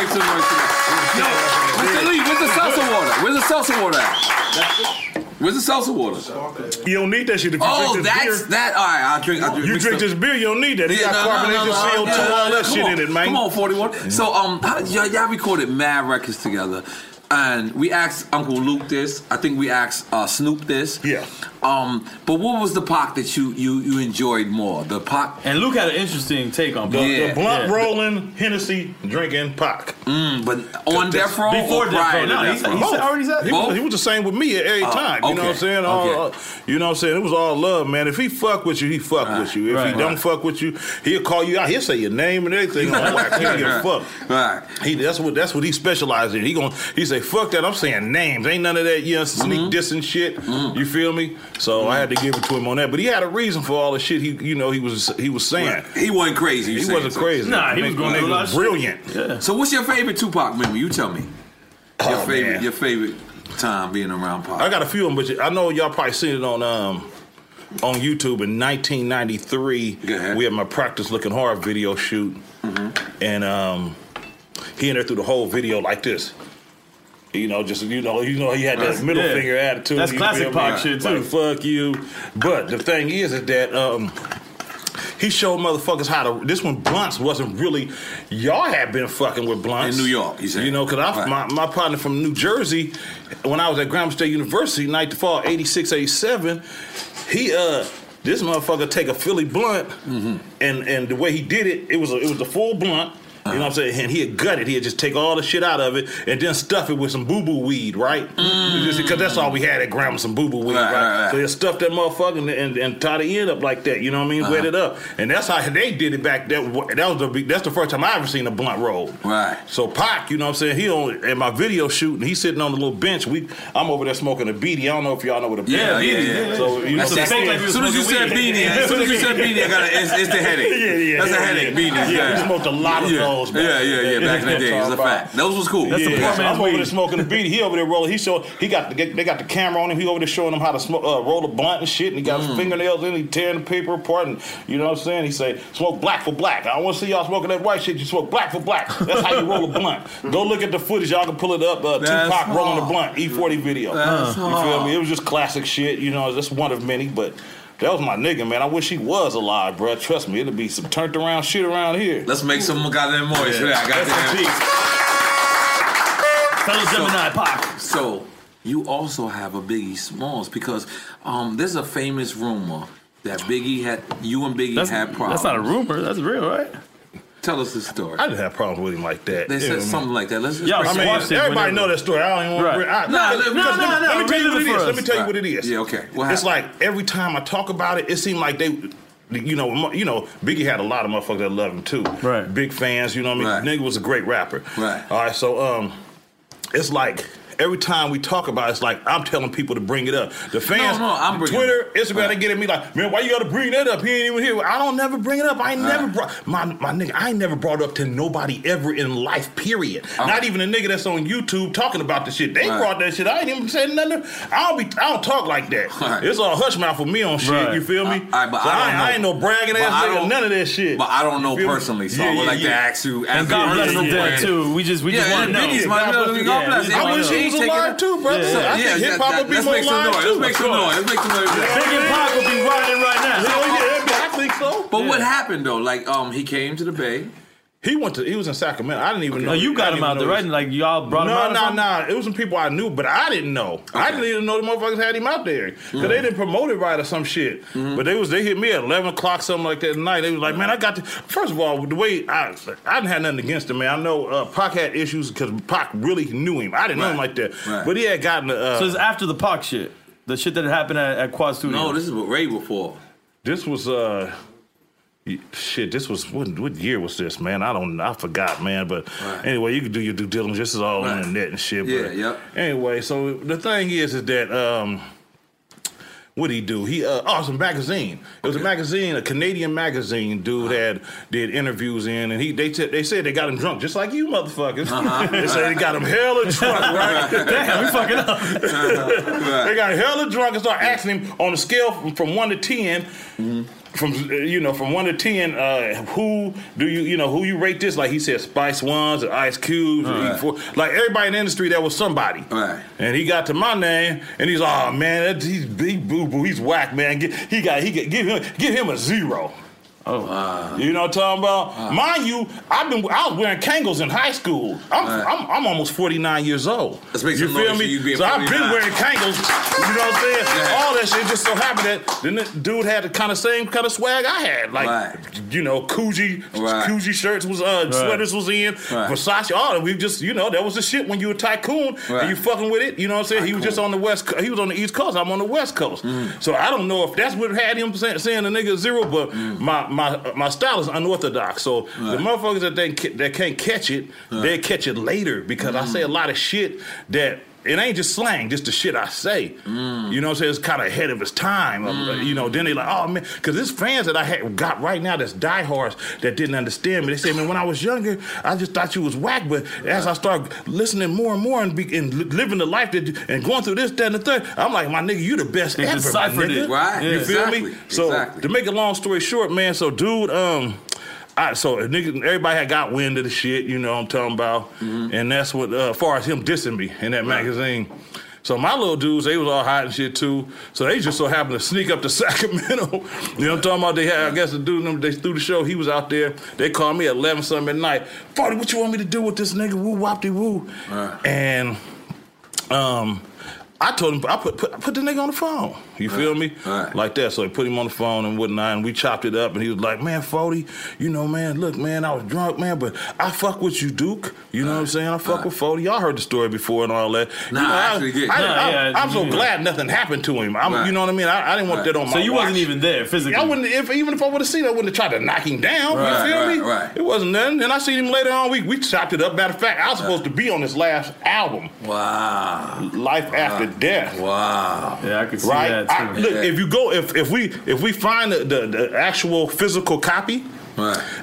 make some noise. Yo, Mr. Lee, where's the salsa water? Where's the salsa water at? Where's the salsa water? You don't need that shit if you oh, drink this that's beer. that. All right, I'll drink. I'll drink You mixed drink up. this beer, you don't need that. It Yeah, got carbonation, CO2, all that come shit on. in it, man. Mm. Come on, 41. So, um, how- y'all, y'all recorded mad records together. And we asked Uncle Luke this. I think we asked uh, Snoop this. Yeah. Um, but what was the Pac that you you you enjoyed more? The Pac And Luke had an interesting take on The- Pac. the blunt rolling, Hennessy drinking, Pac. Mm, but on That's- death row before or death prior row. No, to he- death row? he said- already said- he was- Both? he was the same with me at every Oh, time. You know what I'm okay, saying? All- okay. all- you know what I'm saying? It was all love, man. If he fuck with you, he fuck with you. If right, he right. don't fuck with you, he'll call you out. He'll say your name and everything. I'm like, I can't give a fuck. Right. He that's what that's what he specializes in. He going he say fuck that. I'm saying names. Ain't none of that you know, sneak Mm-hmm. dissing shit. You feel me? So I had to give it to him on that. But he had a reason for all the shit he you know he was he was saying. Right. He wasn't crazy. you He saying wasn't so. crazy. Nigga- nigga was Brilliant. Yeah. So, what's your favorite Tupac memory? You tell me. Your Oh, favorite. man. Your favorite time being around Pac. I got a few of them, but I know y'all probably seen it on um on YouTube in 1993. We had my practice looking hard video shoot, Mm-hmm. and um he and her through the whole video like this. You know, just you know, you know, he had that That's- middle yeah. finger attitude. That's you classic feel me? Pac shit, too. Like, fuck you. But the thing is, is that um, he showed motherfuckers how to. This one blunts wasn't really. Y'all had been fucking with blunts In New York, you said. You know, because Right. my, my partner from New Jersey, when I was at Grambling State University, night to fall '86, '87, he uh. This motherfucker take a Philly blunt, and and the way he did it, it was a, it was the full blunt. You know what I'm saying? And he'd gut it. He'd just take all the shit out of it and then stuff it with some boo boo weed, right? Because that's all we had at Grandma, some boo boo weed, Mm. Right, right? right, right. So they stuff that motherfucker and, and, and tie the end up like that. You know what I mean? Wet Uh-huh. it up, and that's how they did it back. That wa- that was the big- that's the first time I ever seen a blunt roll. Right. So Pac, you know what I'm saying? He on at my video shooting. He's sitting on the little bench. We I'm over there smoking a beanie. I don't know if y'all know what a beanie. Yeah, is. yeah, yeah, yeah. So you That's know, that- as soon as you said beanie, as soon as you said beanie, I got a- it's- it's the headache. Yeah, yeah, That's a yeah, headache, yeah. beanie, Yeah, yeah. we smoked a lot of Yeah. those. back Yeah, yeah, yeah, then. back in the That's what I'm day, it's a talking fact. about. Those was cool. That's the Yeah. poor man's I'm over weed. there smoking a beanie. He over there rolling. He showed. He got the, they got the camera on him. He over there showing them how to smoke, uh, roll a blunt and shit. And he got Mm. his fingernails in. He tearing the paper apart. And you know what I'm saying? He say, smoke black for black. I don't want to see y'all smoking that white shit. You smoke black for black. That's how you roll a blunt. Go look at the footage. Y'all can pull it up. Uh, That's Tupac rolling a hard. blunt. E40 video. That's you hard. feel me? It was just classic shit. You know, that's one of many, but. That was my nigga, man. I wish he was alive, bruh. Trust me, it'll be some turned around shit around here. Let's make some goddamn noise for that. That's a G. Goddamn. Fellow Gemini Pac. So you also have a Biggie Smalls because um, there's a famous rumor that Biggie had you and Biggie That's- had problems. that's not a rumor. That's real, right? Tell us the story. I didn't have problems with him like that. They You know said what I mean? something like that. Let's. I mean, everybody know that story. I don't even want Right. to. Nah, let- no, no, no, Let me tell read you it what it for is. us. Let me tell you Right. what it is. Yeah, okay. What It's like every time I talk about it, it seemed like they. You know, mo- you know, Biggie had a lot of motherfuckers that loved him too. Right. Big fans. You know what I mean? Nigga was a great rapper. Right. All right. So, um, it's like. Every time we talk about it, it's like I'm telling people to bring it up. The fans, no, I'm bringing Twitter, it up. Instagram, they get at me like, man, why you gotta bring that up? He ain't even here. I don't never bring it up. I ain't Right. never brought my my nigga. I ain't never brought up to nobody ever in life. Period. All Not right. even a nigga that's on YouTube talking about this shit. They Uh-huh. Right. brought that shit. I ain't even said nothing. I don't be. I don't talk like that. All right. It's all hush mouth for me on shit. Right. You feel me? All right, but So I, don't ain't- know. I ain't no bragging But I ass nigga. don't- None of that shit. But I don't know You feel me? personally, so Yeah, I would yeah, like to yeah. ask you. as And God a bless personal his dad, friend. too. We just- we yeah, just wanna and know. Biggie's Yeah, my God God bless his dad. bless. I wish he was alive, too, brother. I think hip-hop would be let's more make some alive, noise. too. Let's make some noise. Let's make some noise. Yeah. Biggie and Pac would be riding right now. Oh, Yeah, yeah, I think so. But what Yeah. happened though? Like, um, he came to the Bay. He went to. He was in Sacramento. I didn't even No, know. Oh, you I got didn't him even out there, know right? this- Like y'all brought him no, out. or no, something? no. It was some people I knew, but I didn't know. I didn't even know the motherfuckers had him out there because Mm-hmm. they didn't promote it right or some shit. But they was they hit me at eleven o'clock something like that at night. They was like, man, I got to. First of all, the way I I didn't have nothing against him, man. I know uh, Pac had issues because Pac really knew him. I didn't know him like that, but he had gotten. Uh, So it's after the Pac shit, the shit that happened at, at Quad Studio. No, this is what Ray before. This was uh y- shit, this was what what year was this, man? I don't I forgot, man. But anyway, you can do your due diligence. This is all on the net and shit. Yeah, but yep. anyway, so the thing is is that um what he do? He uh, oh, it's a magazine. It was a magazine, a Canadian magazine. Uh-huh. Dude had did interviews in, and he they t- they said they got him drunk, just like you motherfuckers. Uh-huh. they said they got him hella drunk, right? Damn, we fucking up. they got hella drunk and started asking him on a scale from, from one to 10 From uh, you know, from one to ten, uh, who do you you know who you rate this? Like he said, Spice Ones or Ice Cubes, or Right. E4. like everybody in the industry, that was somebody. Right. And he got to my name, and he's oh man, that, he's big boo boo, he's whack man. Get, he got he got, give him give him a zero. Oh, you know what I'm talking about? Wow. Mind you, I've been I was wearing Kangles in high school. I'm I'm, I'm almost 49 years old. Let's make you some feel noise me? for you being so I've been 49. wearing Kangles. You know what I'm saying? All that shit just so happened that then the dude had the kind of same kind of swag I had, like you know, Coogee, Right. Coogee shirts was uh, Right. sweaters was in, Right. Versace. All that we just you know that was the shit when you were tycoon Right. and you fucking with it. You know what I'm saying? He was just on the west. Co- He was on the east coast. I'm on the west coast. So I don't know if that's what had him saying, saying the nigga zero, but my my my style is unorthodox. So the motherfuckers that they ca- that can't catch it, they catch it later because I say a lot of shit that. It ain't just slang, just the shit I say. Mm. You know what I'm saying? It's kind of ahead of its time. Um, You know, then they like, oh man, because there's fans that I had got right now that's diehards that didn't understand me. They say, man, when I was younger, I just thought you was whack, but as I start listening more and more and, be, and li- living the life that and going through this, that, and the third, I'm like, my nigga, you the best They ever, my deciphered nigga. it, right? You Yeah. feel me? Exactly, So exactly. to make a long story short, man, so dude, um, I, so a nigga, everybody had got wind of the shit, you know what I'm talking about, Mm-hmm. and that's what uh, as far as him dissing me in that magazine. So my little dudes, they was all hot and shit too. So they just so happened to sneak up to Sacramento. you know what I'm talking about? They had, I guess, the dude them they threw the show. He was out there. They called me at eleven something at night. Farty, what you want me to do with this nigga? Woo wopty woo. And um, I told him I put, put I put the nigga on the phone. You feel me? Like that. So I put him on the phone and whatnot, and we chopped it up. And he was like, "Man, Forty, you know, man, look, man, I was drunk, man, but I fuck with you, Duke. You know what I'm saying? I fuck with Forty. Y'all heard the story before and all that. you Nah, know, I I, actually get- I, Nah, I, yeah, am so yeah. glad nothing happened to him. I'm, Right. You know what I mean? I, I didn't want that on Right. my. So you wasn't watch. even there physically? I wouldn't. If, even if I would have seen, it, I wouldn't have tried to knock him down. Right, you feel right, me? right. It wasn't nothing. And I seen him later on. We we chopped it up. Matter of fact, I was supposed to be on his last album. Wow. Life after death. Wow. Yeah, I could see right? that I- too. look, if you go, if if we if we find the, the, the actual physical copy,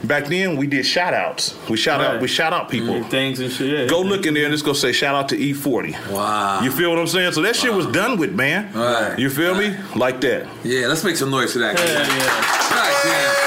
back then we did shout outs. We shout out, we shout out people, things and shit. go look in there and it's gonna say shout out to E40. Wow. You feel what I'm saying? So that shit was done with, man. Right. You feel me? Like that. Yeah, let's make some noise for that. kid. God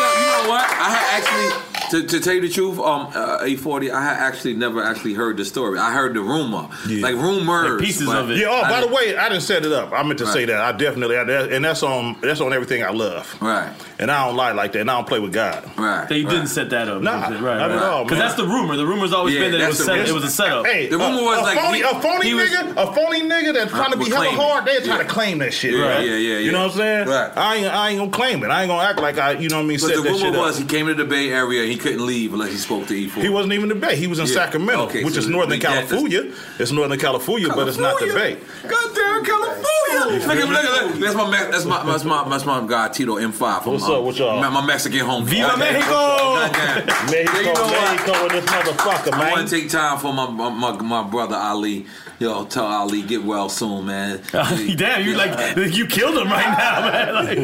damn. Yo, you know what? I had actually, to, to tell you the truth, um, uh, A40, I had actually never actually heard the story. I heard the rumor, like rumors, but Yeah. Oh, I by the didn't- way, I didn't set it up. I meant to say Right. that. I definitely, I, that- and that's on that's on everything I love. Right. And I don't lie like that. And I don't play with God. Right. They didn't set that up. Nah, right, not at all, Because man. that's the rumor. The rumor's always been that it was, set, it was a setup. Hey, a- a phony, a phony nigga, a phony nigga that's trying to be was hella claiming. hard. They're Yeah. trying to claim that shit. Yeah, right? yeah, You yeah, yeah. know what I'm saying? Right. I ain't, I ain't gonna claim it. I ain't gonna act like I, you know what I mean. But set the that shit rumor up. was he came to the Bay Area and he couldn't leave unless he spoke to E40. He wasn't even in the Bay. He was in Yeah. Sacramento, Okay, which so is we- Northern we got this- California. It's Northern California, but it's not the Bay. California. Goddamn California! Look at me, look at look. That's my Mex- that's my that's my that's my guy Tito M5 from What's um, up, what y'all? My, my Mexican home. Viva Mexico! Mexico, you know what? Mexico with this motherfucker, I man. want to take time for my, my my my brother Ali. Yo, tell Ali get well soon, man. Damn, you like you killed him right now, man. Like,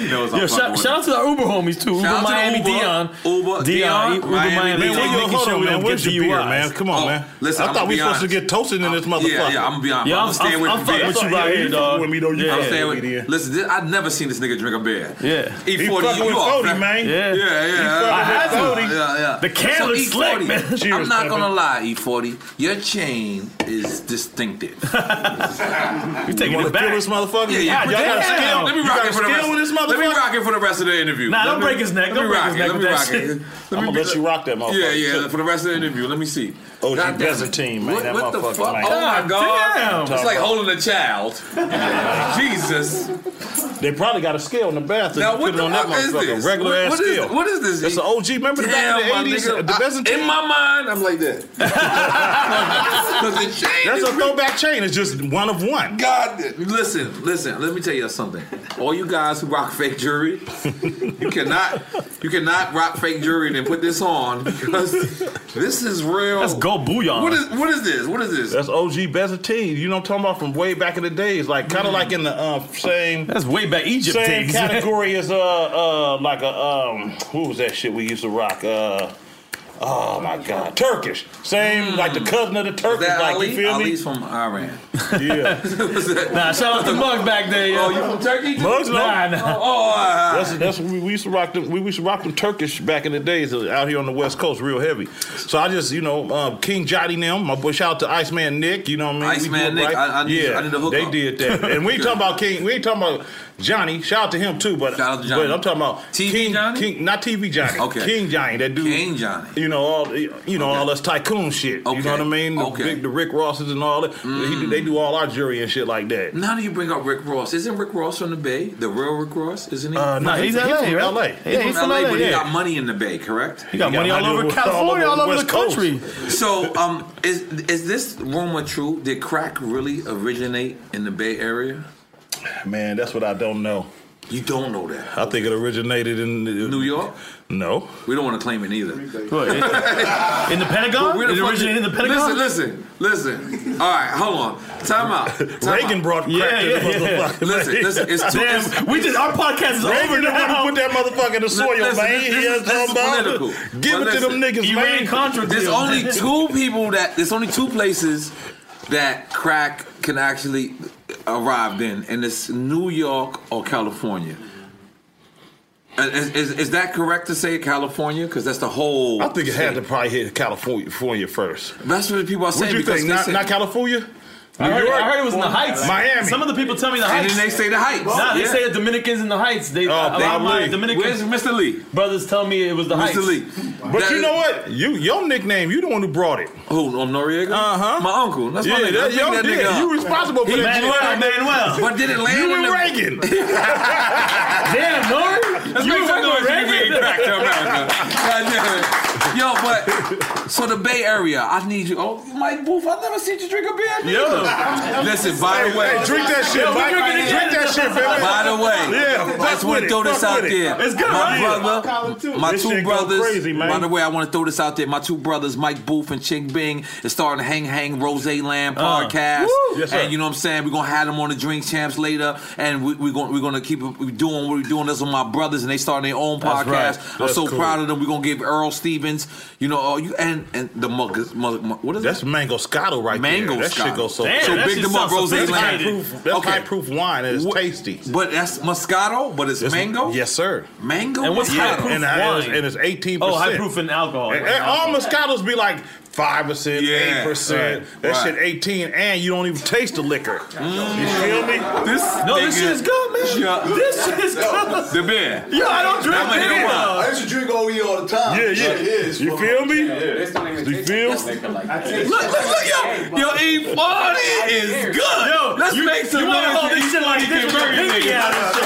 He knows I'm yo, fucking shout, with shout out to our Uber homies too. Uber Shout out to the Miami Uber, Dion, Uber, Dion, Uber Miami Miami. Dion. Dion. Man, making Hold sure on, we man. don't get Where's your beer, DUIs. man? Come on, man. Oh, listen, I I'ma thought we be supposed to honest. get toasted in this motherfucker. yeah, yeah, I'ma be honest. Yeah, I'ma I'm- stay I'm- with I'm the fucking beer. with you right Yeah, here, you dog. fucking with me, though. You Yeah. I'm staying with. Listen, this, I've never seen this nigga drink a beer. Yeah. E40, He you fucking with off, 40, man. Yeah, yeah, He fucking yeah. with I had to. 40. Yeah, yeah. The can So, looks E40, slick, man. I'm Cheers, not gonna Kevin. lie, E40. Your chain is distinctive. You taking wanna it back? feel this motherfucker? Yeah, God, yeah. y'all got a damn. skill. Let me You rock got it a for the skill rest. with this Let me motherfucker? rock it for the rest of the interview. Nah, Let don't me- break his neck. let Don't me break rock his it. neck Let with me that rock shit. it. Let I'ma me- let you rock that motherfucker, Yeah, yeah. too. For the rest of the interview, let me see. OG God damn Desert it. Team, man. What, That what the motherfucker, fuck? man. Oh God my god! damn. It's like holding a child. Jesus. They probably got a scale in the bathroom. Now You what put it the on that fuck is motherfucker, this? Regular What- ass what is- scale. what is this, It's an an OG. Remember the back Damn, in my the eighties, nigga. the I- Byzantine. in my mind, I'm like that. That's a throwback chain. It's just one of one. God, listen, listen. Let me tell you something. All you guys who rock fake jewelry, you cannot, you cannot rock fake jewelry and then put this on because this is real. Let's go booyah. What is what is this? What is this? That's OG Byzantine. You know what I'm talking about from way back in the days. Like Mm. kind of like in the um, same. That's way back Egypt Same days. category as uh uh like a um what was that shit we used to rock uh. Oh my God, Turkish. Same like the cousin of the Turkish. Mm. that Like Ali? you feel Ali's me? from Iran. Yeah. Nah, shout out to Mug back there. yo. Oh, you from Turkey? too? Oh, uh, Mugs, no. Nah, nah. that's that's what we, we used to rock them. We used to rock them Turkish back in the days uh, out here on the West Coast, real heavy. So I just you know um, King Jotty and them. My boy, shout out to Iceman Nick. You know what I mean? We Iceman do it Nick, I- I need- yeah, I need a hook they up. did that. And we ain't talking about King. We ain't talking about Johnny. Shout out to him too. But, Shout out to Johnny. but I'm talking about TV King, Johnny? King, not TV Johnny. Okay. King Johnny. That dude. King Johnny. You know all you know all this tycoon shit. You know what I mean? The, Okay. Mm. big, the Rick Rosses and all that. He do- they do all our jury and shit like that. Now that you bring up Rick Ross, isn't Rick Ross from the Bay? The real Rick Ross, isn't he? Uh, no, he's LA, from right? LA. Yeah, he's, he's from from LA, LA, but he yeah. got money in the Bay, correct? He got money all over California, all over the country. So, um, is is this rumor true? Did crack really originate in the Bay Area? Man, that's what I don't know. You don't know that. I think it originated in uh, New York? No. We don't want to claim it either. In the Pentagon? Where the It fuck originated did- in the Pentagon? Listen, listen, listen. All right, hold on. Time out. Time Reagan out. brought crack Yeah, to the yeah, yeah. motherfucker. Listen, listen. It's too. Damn, it's- we just our podcast is Reagan over the one now. who put that motherfucker in the soil, Listen, man. this- He this- is this talking is about political. Give But it to them listen, niggas, Iran man. Contra There's deal. only two people that there's only two places that crack can actually arrived in, and it's New York or California. And Is, is, is that correct to say California? Because that's the whole. I think it had to probably hit California, California first. That's what the people are What saying. you because think? they Not, say- not California? I heard, I heard it was in the Heights. Miami. Some of the people tell me the And Heights. then they say the Heights. Nah, they Yeah. say the Dominicans in the Heights. They, a Oh, lot of my probably. Where's Dominican Mr. Lee? brothers tell me it was the Heights. Mr. Lee. But That you is- know what? You your nickname. You the one who brought it. Who? Um, Noriega? Uh Uh-huh. My uncle. That's my yeah, nigga. that, Bring yo, that nigga yeah, up. you responsible for He that. Manuel, shit. Manuel. But did it land You in and the- Reagan. Damn, Nori. Let's You make some was noise if we ain't Reagan. cracked up, America. God damn it. Yo, but so the Bay Area, I need you. Oh, Mike Booth, I've never seen you drink a beer. Yo. nigga. Listen, by the way, Hey, drink that shit, Yo, we Mike. drinking Drink it that again. shit, baby. By the way, Yeah, I fuck just with want to it, throw this fuck out with it. there. It's good, my right? brother, my This two shit go brothers. crazy, man. By the way, I want to throw this out there. My two brothers, Mike Booth and Ching Bing, is starting the Hang Hang Rose Land Uh, podcast. Woo. Yes, sir. and you know what I'm saying? We're gonna have them on the Drink Champs later, and we, we're gonna we're gonna keep doing what we're doing. This with my brothers, and they starting their own podcast. That's right. I'm That's so cool. proud of them. We're gonna give Earl Stevens, you know, all you and and the mug, mug, mug- what is That's it? mango scotto right Mango there. That Scotto. shit goes so. Damn, so that big shit them up, sounds Rose That's high Land. sophisticated. proof. That's high proof wine and it's Wh- tasty. But that's Moscato, but it's, It's- mango. Yes, sir. Mango. And what's Moscato? high proof and, that is- wine? and it's eighteen Oh, percent. high proof in alcohol. And, and all Moscatos be like five percent, Yeah, eight percent. right, That right. shit eighteen, and you don't even taste the liquor. You feel me? This No, this shit is good, man. Yeah. This shit is good. The beer. Yo, I don't drink I'm gonna beer. go out. I used to drink OE all the time. Yeah, yeah. you feel me? You feel? Look, look, look, yo, yo, E forty is good. Yo, let's you, make some You want to noise hold for E this shit like this with my Burger pinky niggas. out and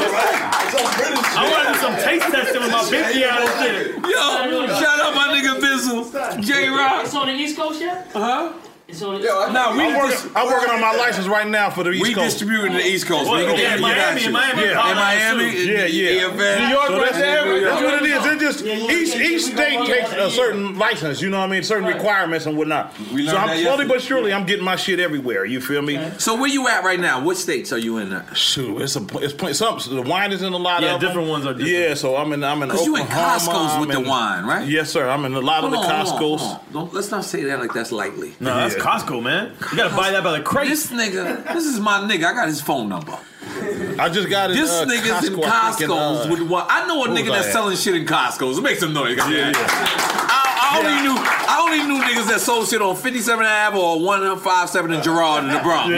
shit. I want to do some taste testing with my pinky out and shit. Yo, shout out my nigga Bizzle, J Rock. It's on the East Coast yet? Huh? It's on the Nah, we I'm just. working, I'm working on my license right now for the East We Coast. distributing the East Coast. Well, nigga. yeah, We got Miami, you. Miami, in Colorado, Miami, Yeah, yeah. EFN. New York So right that's, there. that's what it Yeah. is. It just Yeah, yeah, each yeah, each yeah, we state got takes one. a certain license. You know what I mean? Certain requirements and whatnot. We learned So I'm that slowly yesterday. but surely I'm getting my shit everywhere. You feel me? So where you at right now? What states are you in? Now? Shoot, it's a it's pl- some the wine is in a lot Yeah, of 'em. different ones are different. Yeah, so I'm in I'm in 'Cause you in Oklahoma, Costco's I'm with the in- wine, right? Yes, sir. I'm in a lot of Hold the on, hold on, Costco's. hold on. Don't let's not say that like that's lightly. No, that's Yeah. Costco, man. You gotta buy that by the crate. This nigga, this is my nigga. I got his phone number. I just got in, This uh, nigga's in Costco, I think in, Costco's uh, with one. I know a who was nigga I that's at? selling shit in Costco's. Make some noise. Yeah, yeah. I, I only knew I only knew niggas that sold shit on 57 Ave or 157 in Gerard in the Bronx.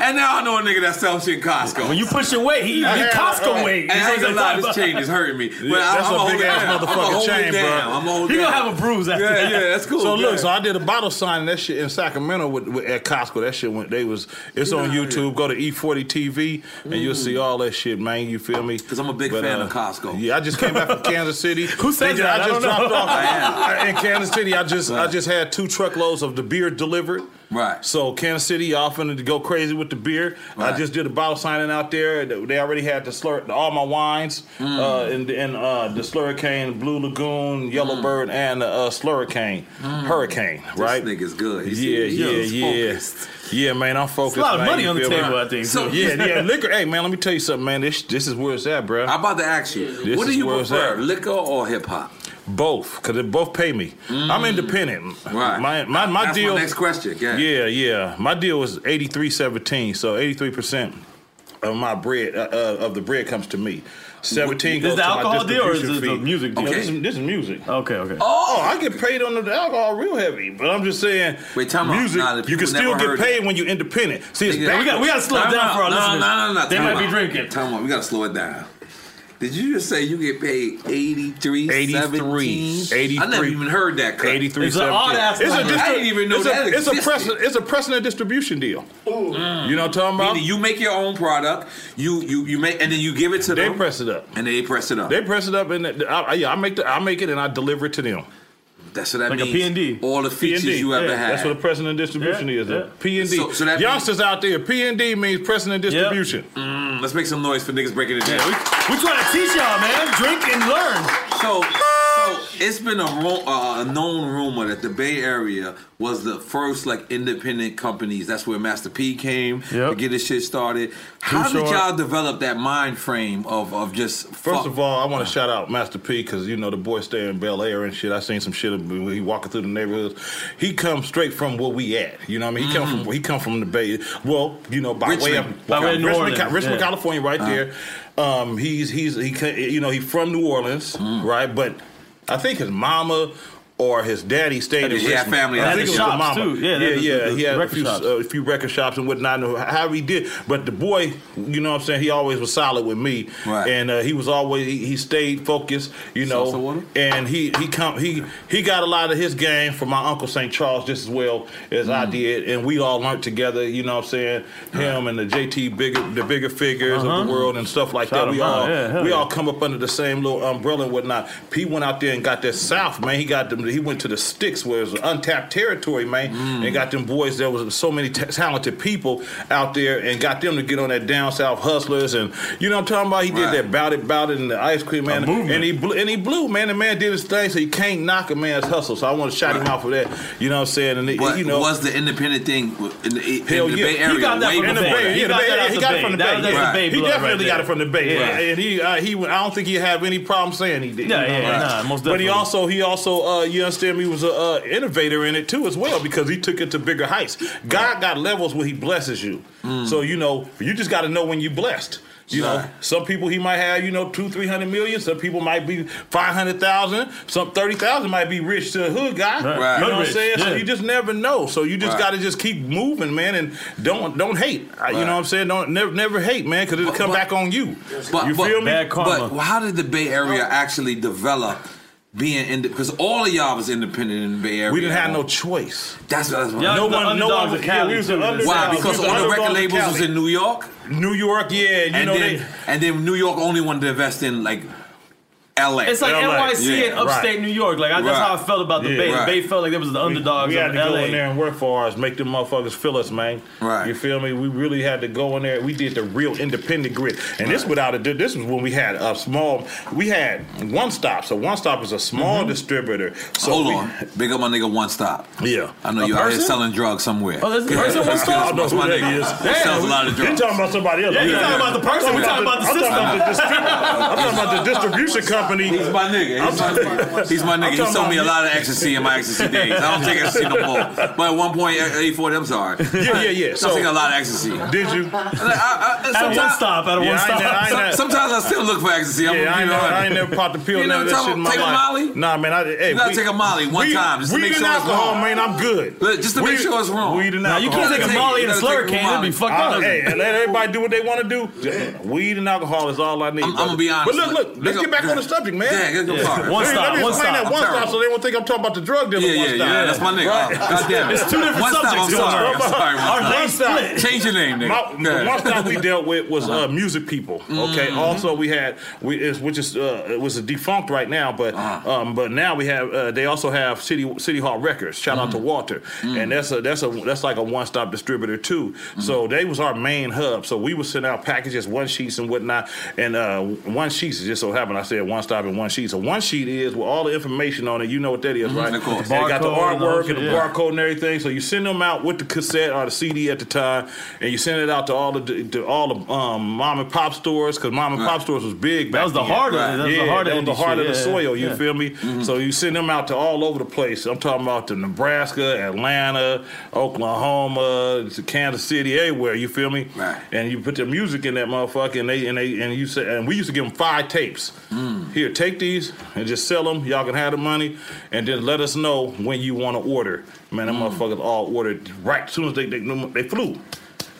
And now I know a nigga that sells shit in Costco. When you push your weight, he- he Costco weight. And I ain't He's gonna lie, like- this chain is hurting me. But I, that's am a big ass motherfucking chain, bro. I'm gonna hold he down. gonna have a bruise after yeah, that. Yeah, that's cool. So yeah. look, so I did a bottle signing that shit in Sacramento with, with at Costco. That shit went. They was it's on YouTube. Go to E E40 TV and you'll see all that shit, man. You feel me? Because Mm. I'm a big fan of Costco. Yeah, I just came back from Kansas City. Who said that? I I just don't know. dropped off I in Kansas City. I just I just had two truckloads of the beer delivered. Right. So Kansas City y'all finna to go crazy with the beer. I just did a bottle signing out there. They already had the slur all my wines uh, and, and uh, the Slurricane, Blue Lagoon, Yellowbird, and the uh, Slurricane, Mm-hmm. Hurricane. Right. Mm. This nigga's good. He's- Yeah, he's yeah, yeah, yeah, man. I'm focused. It's a lot of man. money You on the feel table, me? I think, So too. yeah, yeah, liquor. Hey, man, let me tell you something, man. This this is where it's at, bro. I'm about to ask you, This what do is you where it's prefer, at. liquor or hip hop? Both, because they both pay me. Mm. I'm independent. Right. My my, my That's my deal. next question, yeah. Yeah, yeah. My deal was 83.17, so 83 percent of my bread uh, uh, of the bread comes to me. Seventeen Is goes the to my alcohol deal or is distribution this the fee. music deal? No, this, is, this is music. Okay, okay. Oh, I get paid on the alcohol real heavy, but I'm just saying. Wait, time out. music, Nah, the you people can still never get heard paid when you're independent. See, it's Nigga, backwards. Time out. no, No, no, no, They time might be out. drinking. Time on, we gotta slow it down. Did you just say you get paid 83 83, 83 I never even heard that. Cut. 83 It's a distri- I didn't even know it's that a, it's a existed. Mm. press it's a precedent distribution deal you know what I'm talking about Meaning you make your own product, you you you make, and then you give it to them. They press it up, and they press it up. they press it up and I, I, yeah, I make the, I make it and I deliver it to them That's what that Like a means. P&D. All the features P&D, you ever yeah, had. that's what a precedent distribution Yeah, is yeah. P and D So- so that youngsters out there P and D means precedent distribution Mm, let's make some noise for niggas breaking it down. We trying to teach y'all, man. Drink and learn. So, so it's been a, ru- uh, a known rumor that the Bay Area was the first like independent companies. That's where Master P came to get this shit started. How True did story. y'all develop that mind frame of of just First of all, I want to shout out Master P because you know the boy stay in Bel Air and shit. I seen some shit when he walking through the neighborhoods. He come straight from where we at. You know what I mean? He come from he come from the Bay. Well, you know by way Mm-hmm. Richmond. of By way of New Richmond, Orleans, Ca- Richmond, yeah. California, right Uh-huh. Mm. there. Um, he's he's he ca- you know he from New Orleans, right? But I think his mama. Or his daddy stayed in He had Richmond. family I out think it was there. the Shops, mama. too. Yeah, yeah, the- the- yeah. the he had a record few, uh, shops. a few record shops and whatnot, and however he did. But the boy, you know what I'm saying, he always was solid with me. Right. And uh, he was always, he, he stayed focused, you know. Salsa water? And he he come he he got a lot of his game from my uncle St. Charles just as well as I Mm. did. And we all learned together, you know what I'm saying, him and the JT bigger the bigger figures Uh-huh. of the world and stuff like Shout that. We him out, all yeah, hell we yeah. all come up under the same little umbrella and whatnot. P went out there and got that South, man. He got them. He went to the sticks, where it was untapped territory, man, Mm. and got them boys. There was so many t- talented people out there, and got them to get on that down south hustlers, and you know what I'm talking about. He did that bout it, bout it, and the ice cream man, and he blew, and he blew, man. The man did his thing, so you can't knock a man's hustle. So I want to shout him out for that. You know what I'm saying? And it- But you know, was the independent thing in the, in Hell the yeah. Bay Area? way In the before Bay. that? Yeah, the Bay Area. He got it from the Bay. Yeah. He definitely blood right got there. it from the Bay. Yeah. Yeah. And he, uh, he, I don't think he have any problem saying he did. Yeah, You know, yeah, right. nah, most But he definitely. also, he also, uh, you understand me, was an uh, innovator in it too as well because he took it to bigger heights. God got levels where he blesses you. Mm. So, you know, you just got to know when you blessed. You know, Right. some people he might have, you know, two, three hundred million. Some people might be five hundred thousand. Some thirty thousand might be rich to a hood guy. Right. You know what Rich, I'm saying? So yeah. you just never know. So you just Right. got to just keep moving, man, and don't don't hate. Uh, You Right. know what I'm saying? Don't never never hate, man, because it'll come back on you. you feel me? But how did the Bay Area actually develop being independent? Because all of y'all was independent in the Bay Area. We didn't have no choice. That's, that's Y'all was the underdogs of Cali, too. Why? We Because was the all the record underdogs of labels was Cali. in New York. New York, yeah. You and know then, they- and then New York only wanted to invest in like L.A. It's like NYC and Yeah, upstate right. New York. Like I, that's Right. how I felt about the Yeah, Bay. The right. Bay felt like there was the underdogs We, we had of to LA. go in there and work for ours, make them motherfuckers feel us, man. Right. You feel me? We really had to go in there. We did the real independent grit, and this without a this was when we had a small. We had one stop, so one stop is a small distributor. So Mm-hmm. Hold we- on, big up my nigga One Stop. Yeah, I know A you out here person? selling drugs somewhere. Oh, there's a person, One That's Stop? my- That's my I don't know who nigga. that is. He sells a Damn. lot of You drugs. talking about somebody else. Yeah, you talking about the person, we talking about the I'm system. talking about the, distri- I'm talking about the distribution company. He's my nigga. He's my nigga. He's my nigga. I'm He talking sold me a about- lot of ecstasy in my ecstasy days. I don't take ecstasy no more. But at one point, eight four, I'm sorry. Yeah, yeah, yeah. I'm So- taking a lot of ecstasy. Did you? I, At one stop, at one I ain't stop. never- I ain't never- sometimes I still look for ecstasy. I'm yeah, I ain't, gonna keep it never, I 100. ain't never popped a pill. You none never of that tell- shit in my take a life. Molly? Nah, man. I, hey, You gotta weed- take a Molly one weed- time just to weed make sure and it's alcohol, wrong. man. I'm good. Look, just to make Weed- sure it's wrong. Weed and Nah, alcohol. you can't take a Molly and a Slurricane. It'd be fucked I- up. Hey, and let everybody do what they want to do. Just Weed and alcohol is all I need. I'm- I'm gonna be brother. honest. But look, look. Let's Nigga, get back yeah. on the subject, man. Yeah, good, good, sorry. One Let me- stop, Let me one explain that stop. one I'm stop terrible. so they won't think I'm talking about the drug dealer. Yeah, yeah, one stop. yeah, that's my nigga. Right. Oh, God damn it. It's two different One stop, subjects I'm going sorry, on. I'm sorry, one Our stop. names split. Change your name, nigga. Uh-huh. My- Yeah. The one stop we dealt with was uh, music people. Okay. Mhm. Also, we had we is which is uh, it was defunct right now, but Uh-huh. um, but now we have uh, they also have city City Hall Records. Shout out to Mm-hmm. Walter, and that's a that's a that's like a one stop distributor too. Mm-hmm. So they was our main hub. So we would send out packages, one sheets and whatnot, and uh, one sheets is just so happened I said one stop and one sheet. So one sheet is with all the information on it. You know what that is, right? Of course. They got the Barcode and all artwork shit, and the yeah. barcode barcode and everything. So you send them out with the cassette or the CD at the time, and you send it out to all the to all the um, mom and pop stores because mom and pop stores was big. Back That was the then. heart of it. That was yeah, the heart that of was the industry. heart of the Yeah, soil. You yeah. feel me? Mm-hmm. So you send them out to all over the place. I'm talking about to Nebraska, Atlanta, Oklahoma, to Kansas City, everywhere. You feel me? Right. And you put the music in that motherfucker, and they and they and you said, and we used to give them five tapes. Mm. Here, take these and just sell them. Y'all can have the money, and then let us know when you want to order. Man, them motherfuckers all ordered right as soon as they they, they flew.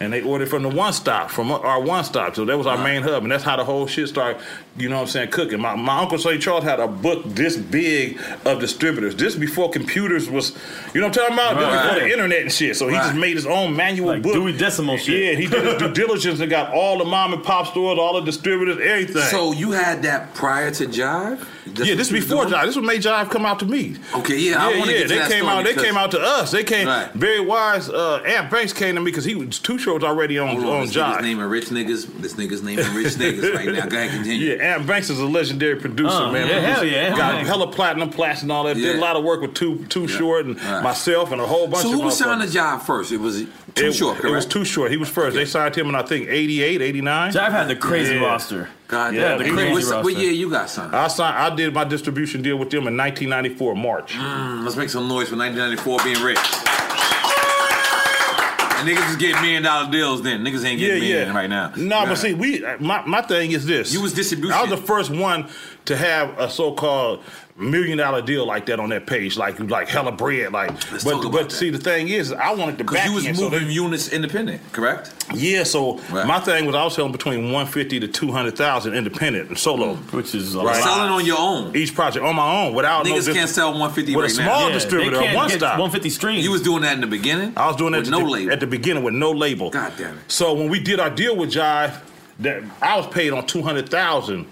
And they ordered from the one stop, from our one stop. So that was our main hub. And that's how the whole shit started, you know what I'm saying, cooking. My, my uncle St. Charles had a book this big of distributors. This before computers was, you know what I'm talking about? This Right. before the internet and shit. So he just Right. made his own manual book. Dewey Decimal shit. Yeah, he did his due diligence and got all the mom and pop stores, all the distributors, everything. So you had that prior to Jive? yeah, this before Jive. This was made Jive come out to me. Okay, yeah, I wanna get to they that came story out. They because- came out to us. They came. Right. Very wise. Uh, Amp Banks came to me because he was two shows already on Hold on this Jive. nigga's naming rich niggas. This nigga's naming rich niggas right now. Go ahead, continue. Yeah, Ant Banks is a legendary producer, Uh, man. yeah, Producer. hell yeah, Ant Got Banks. hella platinum, plats and all that. Did a Yeah. lot of work with Too Too Short and myself and a whole bunch So of who was signed motherfuckers. to Jive first? It was Too it, Short, it was correct? Too Short. He was first. They signed him in, I think, 88, 89. Jive had the crazy roster. God Yeah, damn. the What- crazy what's- What roster. year you got signed? I signed. I did my distribution deal with them in 1994, March. Mm, let's make some noise for 1994 being rich. And niggas is getting million dollar deals then. Niggas ain't getting million right now. No, nah, but see, we uh, my, my thing is this. You was distribution. I was the first one to have a so called million dollar deal like that on that page, like like hella bread, like. but but see, the thing is, I wanted to back Because you was end, so moving units independent, correct? Yeah, so my thing was I was selling between one fifty to two hundred thousand independent and solo, Hmm. which is uh, Selling on your own. Each project on my own without no Niggas dis- can't sell 150 with right a small now. distributor, a one stop, streams. You was doing that in the beginning. I was doing that With at no the, label. at the beginning with no label. God damn it! So when we did our deal with Jive, that I was paid on two hundred thousand.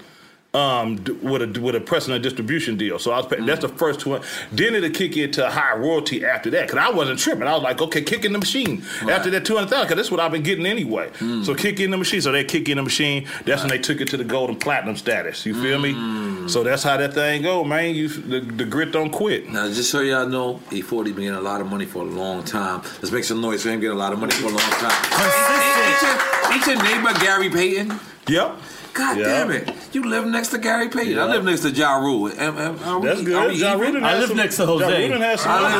Um, d- with a with a pressing and distribution deal, so I was paid, that's the first one. Then it'll kick into a high royalty after that, cause I wasn't tripping. I was like, okay, kick in the machine after that two hundred thousand, cause that's what I've been getting anyway. So kick in the machine, so they kick in the machine. That's when they took it to the gold and platinum status. You feel me? So that's how that thing go, man. You the, the grit don't quit. Now, just so y'all know, E40 been getting a lot of money for a long time. Let's make some noise for him getting a lot of money for a long time. Ain't your, ain't your neighbor Gary Payton? Yep. God Yep. damn it. You live next to Gary Payton. I Yep. live next to Ja Rule. Am- am- are we- That's good. are we Ja even? Rule done had some- Ja Rule done had some I live-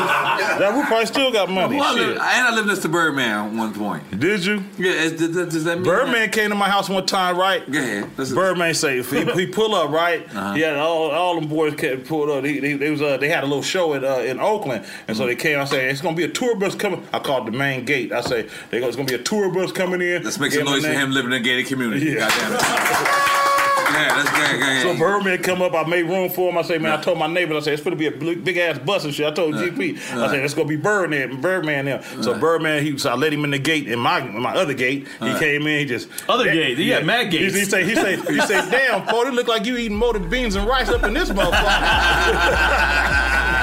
money. Ja Rule probably still got money. Well, I Shit. live- and I lived next to Birdman at one point. Did you? Yeah. is- does, that- does that mean Birdman came to my house one time, right? Go ahead. Birdman say he, he pull up, right? Uh-huh. He had all all them boys kept pulled up. He, they, they was uh, they had a little show in uh, in Oakland, and so they came. I say it's gonna be a tour bus coming. I called the main gate. I say they go, it's gonna be a tour bus coming in. Let's make some Gave my noise for name. him living in a gated community. Yeah. God damn it. yeah, let's go ahead, go ahead. So Birdman come up, I made room for him. I say, man, I told my neighbors, I say it's gonna be a big, big ass bus and shit. I told GP, I say Right. it's gonna be Birdman, Birdman there. So Birdman, he, so I let him in the gate in my in my other gate. He Right. came in, he just Other gate, yeah, mad He, gates. he say, he say, he say, damn, Ford, it look like you eating molded beans and rice up in this motherfucker.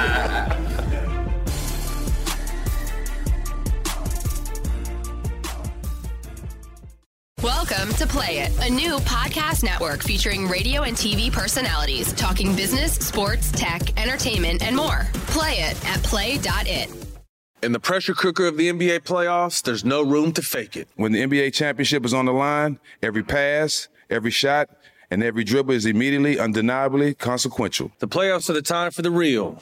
Welcome to Play It, a new podcast network featuring radio and TV personalities talking business, sports, tech, entertainment, and more. Play it at play.it. In the pressure cooker of the NBA playoffs, there's no room to fake it. When the NBA championship is on the line, every pass, every shot, and every dribble is immediately, undeniably consequential. The playoffs are the time for the real.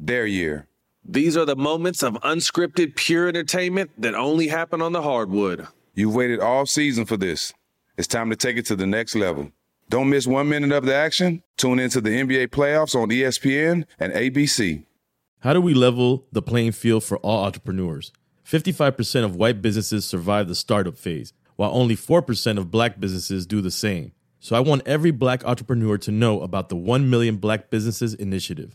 their year? These are the moments of unscripted, pure entertainment that only happen on the hardwood. You've waited all season for this. It's time to take it to the next level. Don't miss one minute of the action. Tune into the NBA playoffs on E ESPN and ABC. How do we level the playing field for all entrepreneurs? 55% of white businesses survive the startup phase, while only 4% of black businesses do the same. So I want every black entrepreneur to know about the 1 Million Black Businesses Initiative.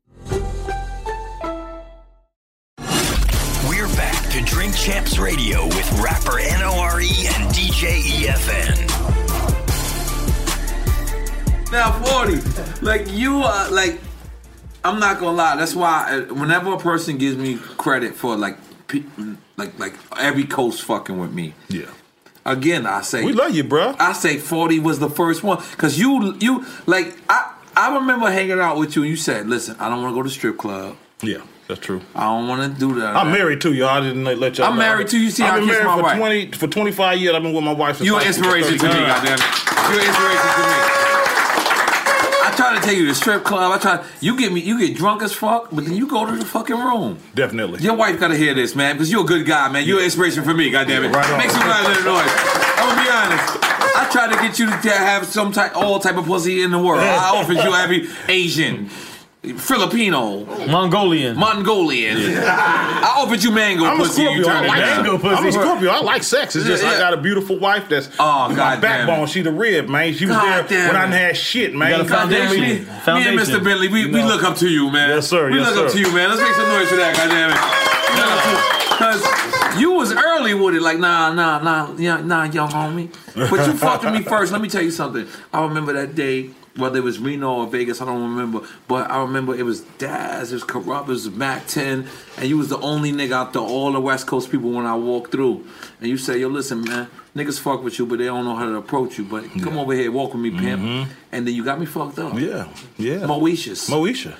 We're back to Drink Champs Radio with rapper NORE E and E DJ EFN. Now, 40, like you are, like, I'm not gonna lie. That's why uh, whenever a person gives me credit for, like, pe- like, like every coach fucking with me. Yeah. Again, I say we love you, bro. I say 40 was the first one because you, you like, I, I remember hanging out with you and you said, "Listen, I don't want to go to strip club. Yeah, that's true. I don't want to do that." I'm married to you. I didn't let let y'all. I'm know. married to you. See, I've I been kissed married my for wife. twenty for twenty five years. I've been with my wife. Since You I an was inspiration to me, 39. goddamn it. You're an inspiration to me. I try to take you to strip club. I try. You get me. You get drunk as fuck, but then you go to the fucking room. Definitely. Your wife gotta hear this, man, because you're a good guy, man. You're an inspiration for me. Goddamn it. Right on. Make some loud little noise. I'm gonna be honest. I try to get you to have some type, all type of pussy in the world. I offered you every Asian, Filipino, Mongolian, Mongolian. I offered you mango I'm a pussy. Scorpio. you I turned it like down. mango pussy. I'm a Scorpio. I like sex. It's just Yeah, I yeah. got a beautiful wife that's oh, my God damn backbone. She the rib, man. She was God there damn when I it. didn't have shit, man. You got a God damn foundation. it. Me and Mr. Bentley, we, we look up to you, man. Yes, sir. We Yes, look up sir. to you, man. Let's make some noise for that, goddammit. Because you was early with it, like, nah, nah, nah, yeah, nah, young homie. But you fucked with me first. Let me tell you something. I remember that day, whether it was Reno or Vegas, I don't remember. But I remember it was Daz, it was Corrupt, it was Mac 10. And you was the only nigga out there, all the West Coast people, when I walked through. And you said, yo, listen, man, niggas fuck with you, but they don't know how to approach you. But come over here, walk with me, pimp. And then you got me fucked up. Mm-hmm. Yeah, yeah. Mauritius. Moesha.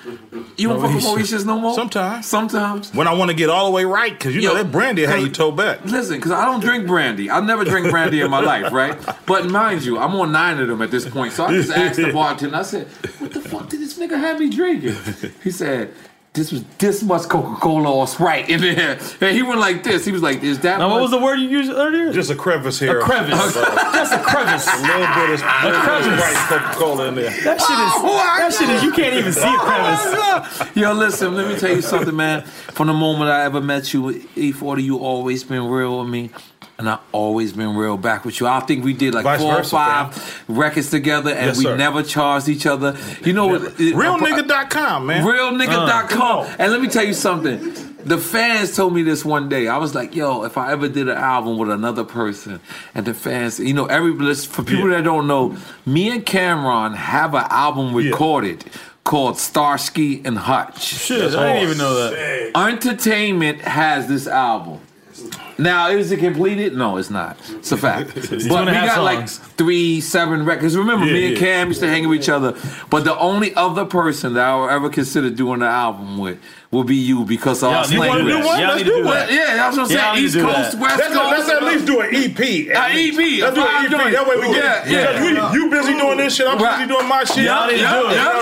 You don't fuck with Mauritius no more? Sometimes. Sometimes. When I want to get all the way right, because you know Yo, that brandy how you toe back. Listen, because I don't drink brandy. I've never drank brandy in my life, right? But mind you, I'm on nine of them at this point. So I just asked the bartender, I said, what the fuck did this nigga have me drinking? He said, this was this much Coca Cola or Sprite in there. And he went like this. He was like, is that Now, what much- was the word you used earlier? Just a crevice Uh, here. A crevice. Just a crevice. A little bit of A crevice. Coca Cola in there. That shit is. Oh, that shit is. You can't even see a crevice. Yo, listen, let me tell you something, man. From the moment I ever met you, E40, you always been real with me. And I always been real back with you. I think we did like Vice four or versa, five records together and Yes, we sir. never charged each other. You know what? Realnigga.com, man. Realnigga.com. Uh. and let me tell you something. The fans told me this one day. I was like, yo, if I ever did an album with another person, and the fans, you know, every listen- for people that don't know, me and Cameron have an album recorded called Starsky and Hutch. Shit, I didn't even know that. Entertainment has this album. Now, is it completed? No, it's not. It's a fact. but we two and a half got like songs. three, seven records. Remember, Yeah, me and yeah. Cam used to hang with each other. But the only other person that I will ever consider doing an album with will be you because of Y'all us need to do language. that. Y'all Y'all need to do that. Yeah, that's what I'm Y'all saying. need East to do Coast, that. West Let's, Coast. let's at least do an EP. at An least. EP, Let's do five an EP. joints. That way we Yeah, get. yeah. because we- you busy doing this shit. I'm Right. busy doing my shit. Y'all didn't do You it. know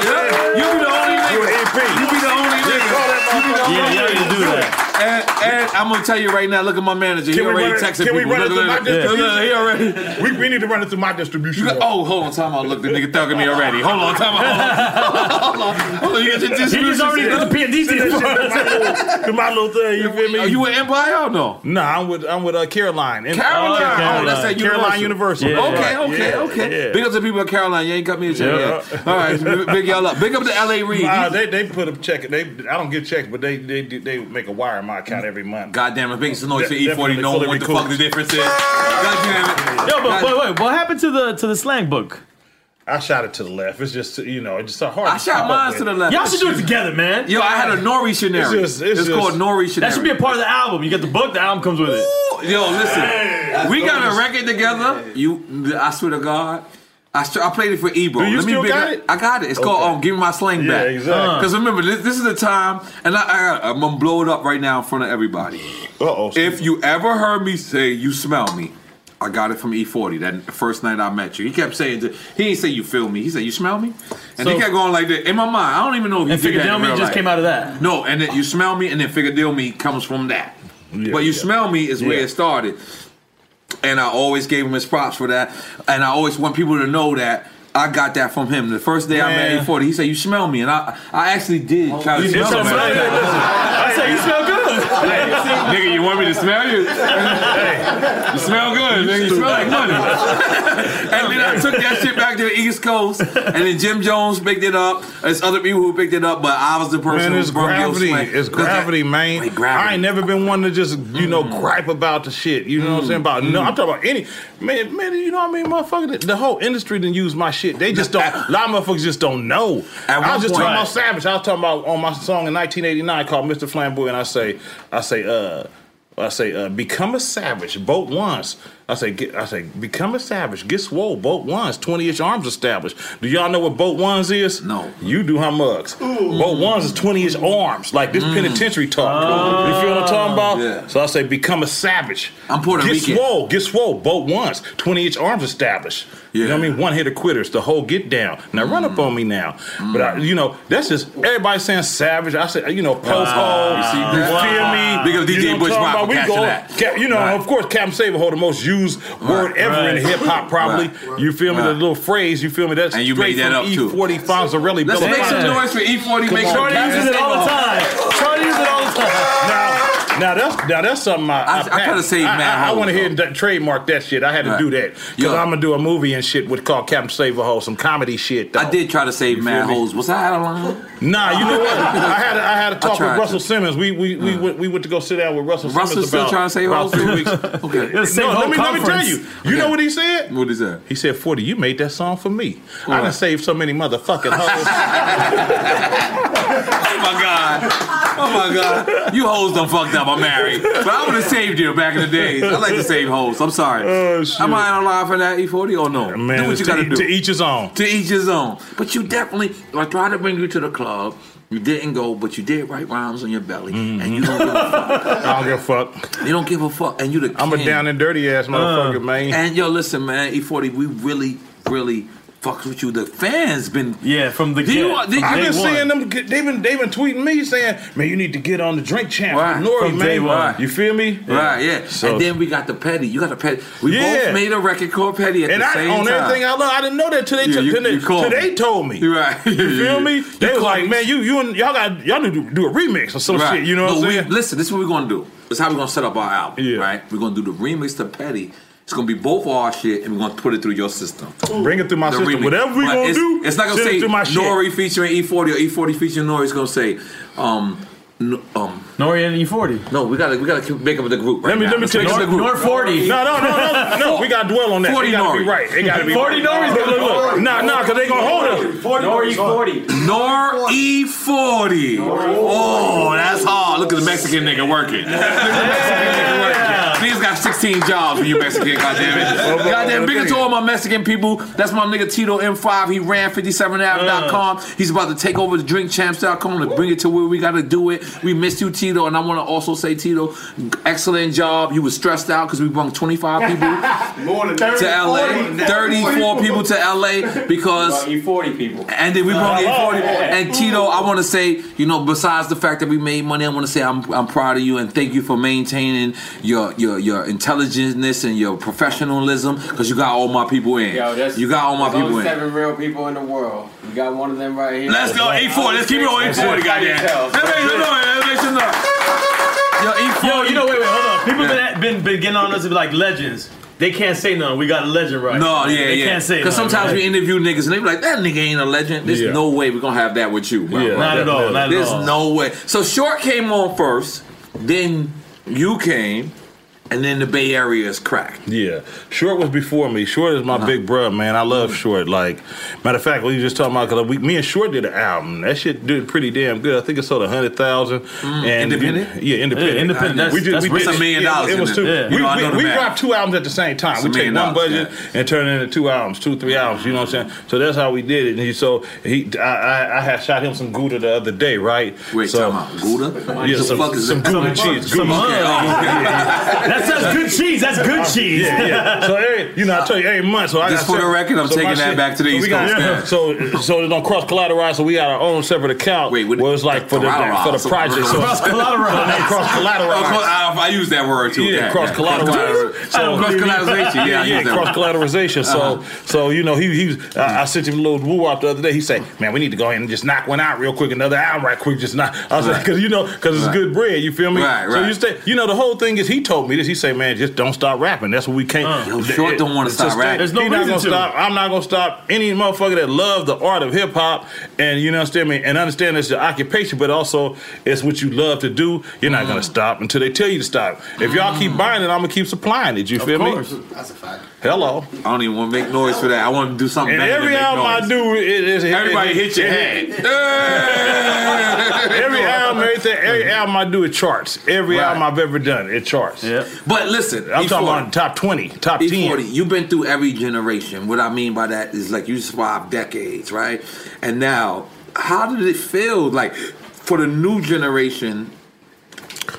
what I'm Yep, saying? yep. You You an EP. be the only nigga. You be the only Just nigga. call that You be the motherfucker. only nigga. And, and I'm gonna tell you right now. Look at my manager. He Can we already run it- texted can we people. run it Look, through my look, look, distribution? look, he already. We, we need to run it through my distribution. You got- oh, hold on, time out. Look, the nigga thugging me already. Hold on, time out. Hold on, hold on. Hold on. You got your He just distribution. already set. got the PND Send to that my shit to my little- to my little thing. You feel me? Are you an Empire or no? Nah, I'm with I'm with uh, Caroline. And- Caroline. Oh, Oh, that's that Caroline Universal. okay, okay, okay. Big up to the people at Caroline. You ain't cut me a check Yeah. yet. All right, big- big y'all up. Big up to LA Reid. Nah, they they put a check. They I don't get checks, but they they do- they make a wire in my account every month. Goddamn, it makes a noise for E De- E40 definitely knowing fully what the fuck the recouped. difference is. Goddamn it. Yo, but wait, wait. What happened to the to the slang book? I shot it to the left. It's just you know, it's just so hard. I shot mine to the left. Y'all should do it together, man. Yo, I had a Nori scenario. It's just- it's It's called just- Nori scenario. That should be a part of the album. You get the book, the album comes with it. Yo, listen, we got a record together. You, I swear to God. I, st- I played it for Ebro. Do you Let me still big got up- it? I got it. It's called Okay. um, "Give Me My Slang Yeah, Back." exactly. Because remember, this, this is the time, and I, I, I'm gonna blow it up right now in front of everybody. Uh-oh. If you ever heard me say "You smell me," I got it from E40 that first night I met you. He kept saying, to- "He didn't say you feel me." He said, "You smell me," and he So- kept going like that. In my mind, I don't even know if he And did that. Figure in real Me just life. came out of that. No, and then you smell me, and then figure me comes from that. but you smell me is where Yeah. it started, and I always gave him his props for that, and I always want people to know that. I got that from him. The first day I met Man. A40, he said, "You smell me," and I, I actually Oh, did try to You smell smell him. me. Hey, listen. I said, "You smell good." nigga, you want me to smell you? You smell good, nigga. You smell like money. and then I took that shit back to the East Coast, and then Jim Jones picked it up. There's other people who picked it up, but I was the person Man, who it's brought Gil gravity. Swank. It's gravity, man. I ain't never been one to just, you know, gripe about the shit. You know what I'm saying? About Mm. no, Mm. I'm talking about any man, man, you know what I mean, motherfucker? The, the whole industry didn't use my shit. They just don't a lot of motherfuckers just don't know. I At one was just point- talking about Savage. I was talking about on my song in nineteen eighty nine called Mr. Flamboyant. I say, I say, uh, I say, uh, become a savage, vote once. I say, get, I say, become a savage, get swole, vote once. Twenty inch arms established. Do y'all know what vote ones is? No. You do, huh, mugs? Vote ones is twenty inch arms, like this penitentiary talk. You feel what I'm talking about? So I say, become a savage. I'm Puerto get Rican. swole, get swole, vote once. Twenty inch arms established. You know what I mean? One hitter quitters, the whole get down. Now run Mm. up on me now. But I, you know, that's just everybody saying savage. I say, you know, post hole. You see You that? feel me? Big up DJ you know what Bush I'm Rock talking for about? We catching go, that. Cap- you know, Right. of course, Captain Saber hold the most used used word ever right. in hip hop, probably. Right. You feel me? Right. The little phrase, you feel me? That's And you straight made that from up, too. E40 Fonzarelli. Let's Bella make some Fonte. noise for E40. Come Make on, sure Captain. uses it all the time. Shorty uses it all the time. Now, now that's now that's something I I- I patent. kinda saved I, Mad I, I Hoes, went ahead and d- trademarked that shit. I had to Right. do that because Yeah. I'm gonna do a movie and shit with called Captain Save a Hole, some comedy shit. I did try to save Mad Hoes. Was I out of line? Nah, you know what? I had a, I had a I talk with tried Russell Simmons. We we we, went, we went to go sit down with Russell. Russell's Simmons still about, trying to save about hoes? three weeks. Okay. no, Save let whole me let me tell conference. you. You know what he said? What is that? He said, "40, you made that song for me. I What? done saved so many motherfucking hoes." Oh my god. Oh my god. You hoes done fucked up. I'm married. But I would have saved you back in the days. I like to save hoes. I'm sorry. Am I out of line for that E40 or no? Oh, Man, do what you to gotta each- do. to each his own. To each his own. But you definitely, I tried to bring you to the club. You didn't go, but you did write rhymes on your belly, and you don't give a fuck. Mm-hmm. I don't give a fuck. You don't give a fuck, and you the I'm a king. Uh, down and dirty ass motherfucker, man. And yo, listen, man, E40, we really, really fucks with you. The fans been yeah from the you, I've did- been seeing them. get- They've been they been tweeting me saying, "Man, you need to get on the drink champ, Right. Nori, From man. day one. You feel me? Right, yeah. So- and then we got the petty. You got the petty. We Yeah. both made a record called petty at and the I same on time. everything I love. I didn't know that till they Yeah, took, you- till they, you called till me. they told me. Right. You feel me? You They was called like, me. man, you you and y'all got y'all need to do a remix or some shit. You know No, what I'm we- saying? Listen, this is what we're gonna do. This is how we're gonna set up our album. Right? We're gonna do the remix to petty. It's gonna be both our shit, and we're gonna put it through your system. Bring it through my The system. remix. Whatever we Right, gonna it's, do, it's not gonna send it say through my shit. Nori featuring E40 or E40 featuring Nori. It's gonna say, um, n- um, Nori and E E40. No, we gotta we gotta keep- make up the group. Right Let me now. let me Let's tell you. make up the group. No, no, no, no, no. We gotta dwell on that. 40 it gotta be Nori. right. It gotta be 40 right. Nori's Look, gonna look, look. be- Nah, nah, cause they gonna hold us. Nori 40. Nor E40. Oh, that's hard. Look at the Mexican nigga working. Look at the Mexican nigga working. Niggas got 16 jobs when you Mexican, goddammit. Goddamn, bigger to all my Mexican people. That's my nigga Tito M5. He ran 57ave.com. Mm. He's about to take over the drinkchamps.com to bring it to where we got to do it. We miss you, Tito. And I want to also say, Tito, excellent job. You was stressed out because we brung 25 people More than to LA, 34 people to LA because you 40 people. and then we Uh, brought in hello. 40. And Tito, I want to say, you know, besides the fact that we made money, I want to say I'm, I'm proud of you and thank you for maintaining your your your intelligentness and your professionalism because you got all my people in. Yo, that's, you got all my there's only people in. Seven real people in the world. You got one of them right here. Let's go, E40. Let's keep it on E40, goddamn. Yourself. Let's make some noise. Let's make some noise. Yo, E E40. Yo, you know, wait, wait, hold on. People that been, been getting on us and be like legends. They can't say nothing. We got a legend right. No, yeah, they yeah. can't say Because nothing, sometimes right? we interview niggas and they be like, that nigga ain't a legend. There's Yeah. no way we're gonna have that with you. bro. Yeah, Not at all, not at There's all. no way. So Short came on first, then you came, and then the Bay Area is cracked. Uh-huh. Yeah, Short was before me. Short is my big brother, man. I love Short. Like, matter of fact, we were just talking about because me and Short did an album. That shit did pretty damn good. I think it sold a hundred thousand. and Mm. independent? yeah, independent, Yeah, independent. That's- that's worth a million yeah, dollars It was in it. two. Yeah. We, You know, I we- know the we math. dropped two albums at the same time. That's we a take one million dollars, budget and turn it into two albums, two, three albums. You know what I'm saying? So that's how we did it. And he, so he, I, I, I had shot him some Gouda the other day, right? Wait, so, time out, Gouda? Yeah, The some, fuck is some that? Gouda Some- cheese. some Gouda. honey. That sounds good cheese. That's good cheese. Yeah, yeah. So every, you know, I tell you every month. So I got Just for the separate- record, I'm so my taking that back to the so East we got- Coast, yeah. So so it don't cross collateralize. So we got our own separate account. Wait, what? it's like for the collateralize. for the project. So Cross collateralize. Cross Oh, cro- collateralize. I, I use that word too. Yeah, cross collateralization. So, cross collateralization. Yeah, I yeah, use that cross word. collateralization. So, Uh-huh. so you know, he he was. I, I sent him a little woo wop the other day. He said, "Man, we need to go ahead and just knock one out real quick, another album right quick, just knock." I was like, Right. "Cause you know, cause it's Right. good bread." You feel me? Right, So right. you stay. You know, the whole thing is he told me this. He said, "Man, just don't stop rapping. That's what we can't." Yo, Short don't wanna It's stop just- rapping. There's no he not reason gonna to. stop. I'm not gonna stop any motherfucker that love the art of hip hop and you know understand me and understand it's the occupation, but also it's what you love to do. You're not Mm. gonna stop until they tell you to stop. If y'all keep buying it, I'm gonna keep supplying it. You feel me? That's a fact. Hello. I don't even want to make noise for that. I want to do something. And better than every make album I noise. do, it is Everybody hit your head. every album, everything, every album I do, it charts. Every Right. album I've ever done, it charts. Yeah. But listen, E I'm talking E40. about top twenty, top ten. E40, you've been through every generation. What I mean by that is like you survived decades, right? And now, how did it feel like for the new generation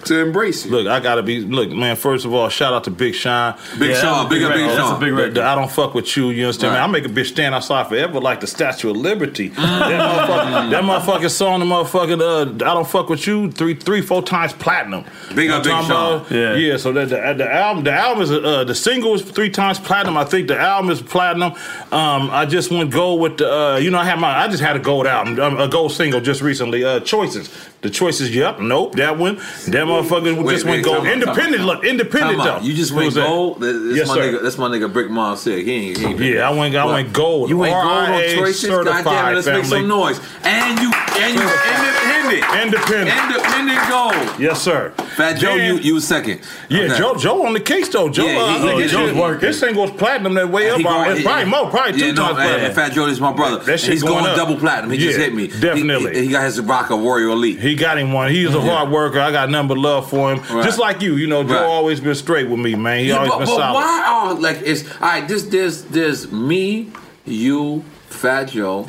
to embrace it. Look, I gotta be. Look, man. First of all, shout out to Big Sean. Big Yeah, Sean, that's a big big up Big record. Sean. That's a big The- record. the I don't fuck with you. You understand? Right. Man, I make a bitch stand outside forever like the Statue of Liberty. Mm. that, motherfucker, that motherfucking song, the motherfucking uh, I don't fuck with you. Three, three, four times platinum. Big You know up, what I'm Big talking Sean. about? Yeah. Yeah. So that the, the album, the album is uh, the single is three times platinum. I think the album is platinum. Um, I just went gold with the. Uh, you know, I had my. I just had a gold album, um, a gold single just recently. Uh, Choices. The choices. Yep. Nope. That one. That motherfucker Wait, just went wait, gold. time out, time out. Independent. Look, independent Time though. out. You just What went was that? gold. That- That's Yes, my sir. nigga. That's my nigga. Brick Mom said he ain't. He ain't Yeah, I went. I What? went gold. You went gold on RIA choices. God damn it, certified, let's make some family. noise. And you, and you, independent, independent, independent gold. Yes, sir. Fat Joe, Then- you you was second. Yeah, Okay. Joe. Joe on the case though. Joe. Yeah, uh, he- look, he- his Joe's shit- working. His single's platinum that way And up. he already. going- It's probably more. Probably two Yeah, no, times and- platinum. and Fat Joe this is my brother. That shit he's going, going up. double platinum. He just Yeah, hit me. definitely. He, he, he got his Rock of Warrior Elite. He got him one. He's a Yeah. hard worker. I got nothing but love for him. Right. Just like you, you know, Joe Right. always been straight with me, man. He Yeah, always but, been but solid. why are like it's all right? This there's there's me, you, Fat Joe.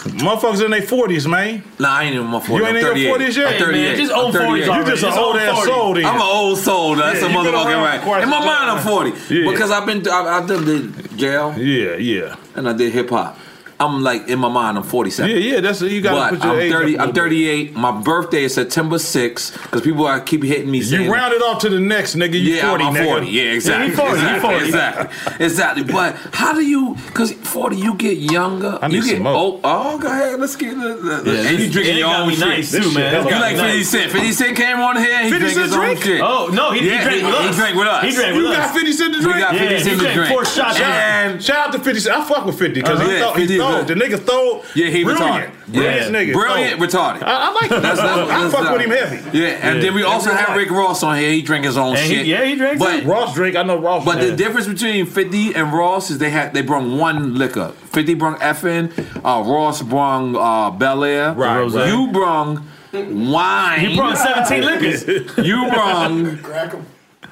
Motherfuckers in their forties, man. Nah, I ain't in my forties. You ain't in your 40s yet? I'm Hey, man, 38. just I'm old 40s 38. already. You just Just an old old ass 40s. soul then. I'm an old soul. That's Yeah, a you been motherfucking around quite right. some In my mind, I'm time. 40 Yeah. because I've been I, I done did jail. Yeah, yeah. And I did hip hop. I'm like in my mind, I'm 47. Yeah, yeah, that's- you gotta But put your I'm age up a I'm little bit. 38. My birthday is September 6th because people are keep hitting me. Saying, You round it off to the next, nigga. You yeah, 40, I'm a nigga. 40. Yeah, exactly. exactly, Exactly. exactly. But how do you? Because 40, you get younger. I need you get some more. Oh, oh, go ahead. Let's get. Let, let, Yeah, and this- you drinking it your gotta own be shit. nice, too, man. It's You gotta like be 50 nice. Cent. 50 Cent came on here. He 50 drank Cent his own drink? shit. Oh, no, he- he yeah, drank he, with he us. drank with us. He drank with You us. got 50 Cent to We drink? got 50 Yeah, Cent he to drank drink. four shots. And Shout out to 50 Cent. I fuck with 50 because Uh-huh. he Yeah, thought he 50 is thought- the good. nigga thought Yeah, he brilliant. retarded. Yeah. Brilliant nigga. Brilliant, Thought. retarded. I, I like him. That's- that's- I that's fuck not- with him heavy. Yeah, and then we also have Rick Ross on here. He drank his own And he- shit. yeah, he drinks it. Ross drink. I know Ross. But the drink. difference between Fifty and Ross is they had they brung one liquor. Fifty brung effin. Uh, Ross brung uh, Bel Air. Right, Rose. right. You brung wine. He brung 17 liquors. you brung.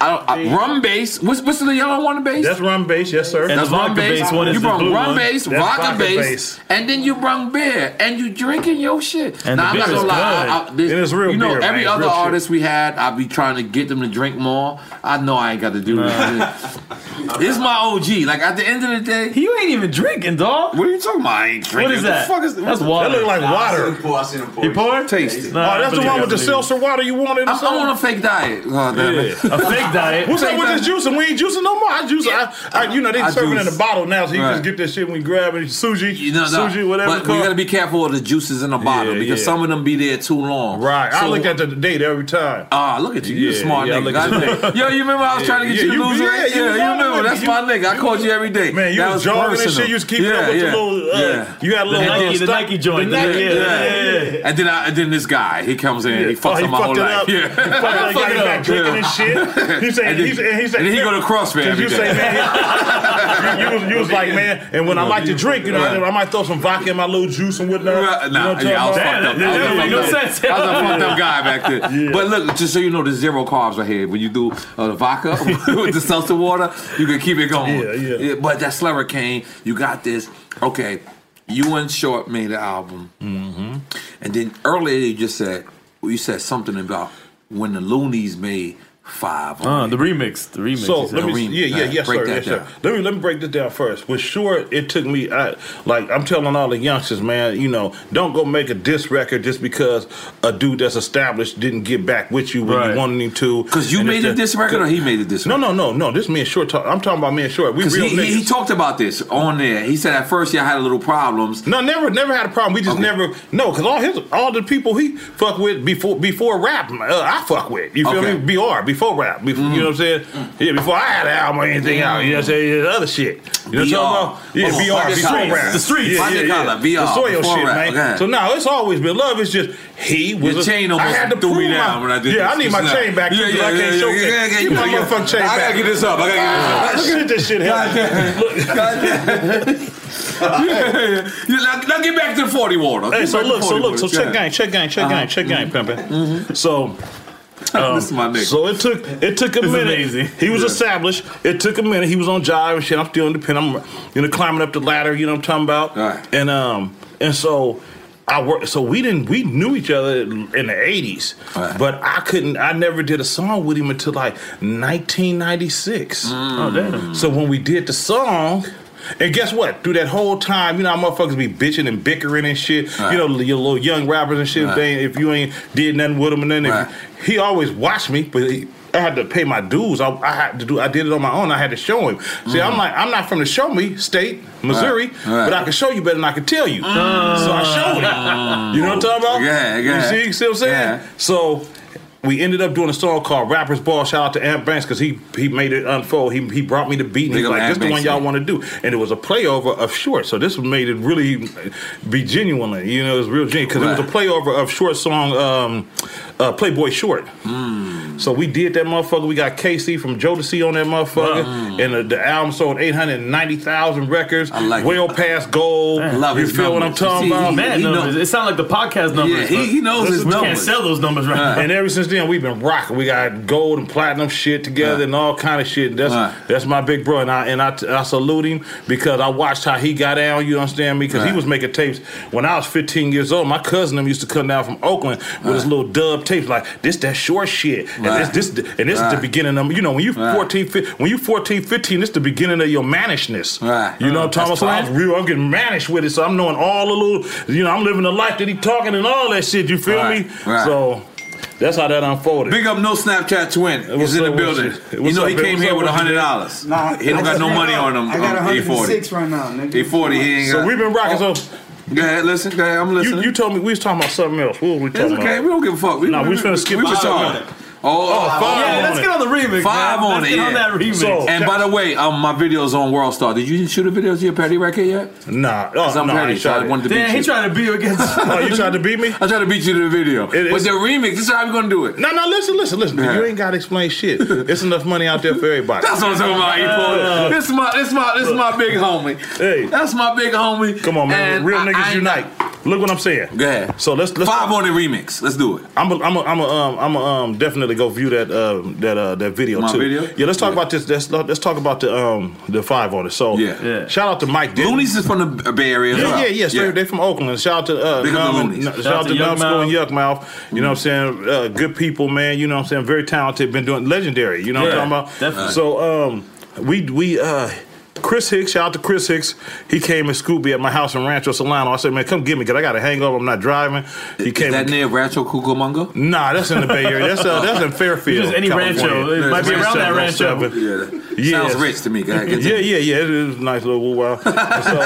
I don't, I, rum base. What's, what's the yellow one base? That's rum base, yes sir. That's rum base. you brung rum base, That's vodka vodka base, base. and then you brung beer, and you drinking your shit. And the now I'm not beer gonna is lie, good. I, I, this, And it's real You know, beer, every man. other Real shit. artist we had, I be trying to get them to drink more. I know I ain't got to do this. this is my OG. Like at the end of the day, you ain't even drinking, dog. What are you talking about? I ain't drinking. What is The that? fuck is- That's what- water. That look like Nah, I water. seen him pour, I seen him pour. You pour? Taste it. Nah, oh, that's the one with the unbelievable. seltzer water you wanted. I'm, I'm on a fake diet. Oh, God Oh, damn Yeah. it. A fake diet. What's up with this juicing? We ain't juicing no more. I juice. I, I, you know, they I serving juice. in a bottle now, so you Right. just get that shit when you grab it. Suji, You know, no, suji, whatever. But it's we called. gotta be careful of the juices in the bottle Yeah, because yeah. some of them be there too long. Right. I look at the date every time. Ah, look at you. You a Yeah, smart yeah, I nigga. look at Goddamn. you. Yo, you remember I was Yeah, trying to get yeah, you to you- lose yeah, weight? you Yeah, was you remember. following That's me. my nigga. I called you every day. Man, you That was jogging and personal. shit. You was keeping yeah, up with yeah, your little. Uh, yeah. You had a little. And then- little stuff. The Nike, Yeah, yeah, yeah. And then I, and then this guy, he comes in, he Oh, fucks he up my whole fucked it life. up. He Yeah, fucked it up. He came back drinking and shit. He said- and then, he said- he said- and then he go to CrossFit Cause every you day. say, man, you, you was, you was like, man, and when I like to drink, you know, Right. I, I might throw some vodka in my little juice and whatnot. Right, nah, you know yeah, I was fucked up. I was a fucked up- I was a fucked up guy back then. Yeah. But look, just so you know, there's zero carbs right here. When you do uh, the vodka with the seltzer water, you can keep it going. Yeah, yeah. but that Slurricane, you got this. Okay, you and Short made the album, mm-hmm. and then earlier you just said you said something about when the Loonies made five. Uh, the remix, the remix. So you said. let me, The yeah, yeah, remix. yes, Break sir, that yes, down. sir. Let me let me break this down first. With sure, it took me. I like I'm telling all the youngsters, man. You know, don't go make a diss record just because a dude that's established didn't get back with you when Right. you wanted him to. Because you And made it's a diss record or he made a diss No, no, no, no. This me and short talk. I'm talking about me and short. We Because real he, he, niggas. he talked about this on there. He said at first y'all had a little problems. No, never, never had a problem. We just never no, because all his, all the people he fuck with before before rap, uh, I fuck with. You feel Okay. Mm. me? Br before rap, before, you know what I'm saying? Yeah, before I had an album or anything out, you know what I'm saying? Yeah, other shit. You know what I'm talking about? BR. Yeah, Oh, br before Project Collar. rap, The streets. yeah, yeah, Project yeah. Collar, BR, the soil before shit, rap, man. okay. So now it's always been love. It's just he was Your a- chain I almost had to threw me prove down my- when I did Yeah, this. I need my It's chain not- back. Yeah, too, 'cause yeah, I yeah, can't show yeah, yeah, yeah, that. Give yeah, my yeah. motherfucking chain I back. Ah, gotta get this up. I gotta get this up. Shit, this shit happened. Look. yeah, yeah. Now, now get back to the 40 water. Hey, Get so back to look, so 40 look, so water. check Yeah. gang, check gang, check Uh-huh. Mm-hmm. gang, check gang, pimpin'. So. um, This is my nigga. So it took it took a This is minute. amazing. He was Yeah. established. It took a minute. He was on job and shit. I'm still independent. I'm you know climbing up the ladder. You know what I'm talking about. And um and so I worked. So we didn't. We knew each other in the '80s, but I couldn't. I never did a song with him until like 1996. Mm. Oh, damn. So when we did the song. And guess what? Through that whole time, you know how motherfuckers be bitching and bickering and shit. You know your little young rappers and shit. Right. They, if you ain't did nothing with them, and then if- he always watched me, but he, I had to pay my dues. I, I had to do. I did it on my own. I had to show him. See, Mhm. I'm like, I'm not from the show me state, Missouri, Right. Right. but I can show you better than I can tell you. So I showed Mm. him. You know what I'm talking about? Yeah, yeah. You see, you see what I'm saying? Yeah. So we ended up doing a song called Rapper's Ball. Shout out to Amp Banks because he he made it unfold. He he brought me the beat and Big he's up like, Amp this the one Banks, y'all man. want to do. And it was a playover of short. So this made it really be genuine. You know, it was real genuine because it was a playover of short song um, uh, Playboy Short. Hmm. Mm. So we did that motherfucker. We got KC from Jodeci on that motherfucker, and the, the album sold eight hundred ninety thousand records. I like well past gold. you feel what I'm talking about? Mad numbers. It sounds like the podcast numbers. but we Can't sell those numbers right now. And ever since then, we've been rocking. We got gold and platinum shit together and all kind of shit. That's Right. that's my big bro, and I and I, I salute him because I watched how he got down. You understand me? Because he was making tapes when I was 15 years old. My cousin him used to come down from Oakland with his little dub tapes, like this that short shit, and Right. this this and this is the Right. beginning of you know when you 14 fif- when you 14 15, this is the beginning of your mannishness. Right. You know, Thomas. So I was real. I'm getting mannish with it, so I'm knowing all the little. You know, I'm living the life that he talking and all that shit. You feel Right. me? Right. So. That's how that unfolded. Big up, no Snapchat twin. He's in the building. You know he came here with hundred dollars. Nah, he don't got no money on him. I got on A40. 106 right now, nigga. He 40, he ain't So got- Oh. we've been rocking. So go ahead, listen. Go ahead, I'm listening. You, you told me we was talking about something else. What were we It's talking okay. about? We don't give a fuck. We- nah, we, we- was finna we- skip we to was something on it. else. Oh, oh, five five on on it. it. Five on it. yeah. So- and by the way, um, my video's on World Star. Did you shoot a video to your petty record yet? Nah, Cause oh, I'm nah, I petty, ain't so tried I it. wanted to Damn, beat he you. tried to beat you against. oh, you tried to beat me. I tried to beat you to the video, but it's- the remix. This is how we gonna do it. No, no, listen, listen, listen. Yeah. You ain't gotta explain shit. It's enough money out there for everybody. That's what I'm talking about. Uh, E40. This my this my this my big homie. Hey, that's my big homie. Come on, man. And Real I- niggas I ain't unite. Look what I'm saying. Go ahead. So let's, let's five on the remix. Let's do it. I'm a, I'm a, I'm a, um, I'm a, um, definitely go view that uh, that uh, that video My too. video? Yeah, let's talk about this. Let's, let's talk about the um the five on it. So Yeah. shout out to Mike. Denton. Looney's is from the Bay Area. as Yeah, well. yeah, yeah. Straight, Yeah. They from Oakland. Shout out to uh, Big up the Numb- Loonies. N- shout, out to Numb School and Yuck Mouth. You know what I'm saying? Uh, good people, man. You know what I'm saying? Very talented. Been doing legendary. You know Yeah, what I'm talking about? definitely. So um, we we uh. Chris Hicks, shout out to Chris Hicks. He came and scooped me at my house in Rancho Solano. I said, "Man, come get me, cause I got a hangover. I'm not driving." He came. that near Rancho Cucamonga? Nah, that's in the Bay Area. That's uh, that's in Fairfield. Just any California. rancho. It Yeah, might be around that Rancho. rancho. Seven. Yeah. Sounds rich to me, guy. Good to Yeah, yeah, yeah. It is a nice little woo wow. So,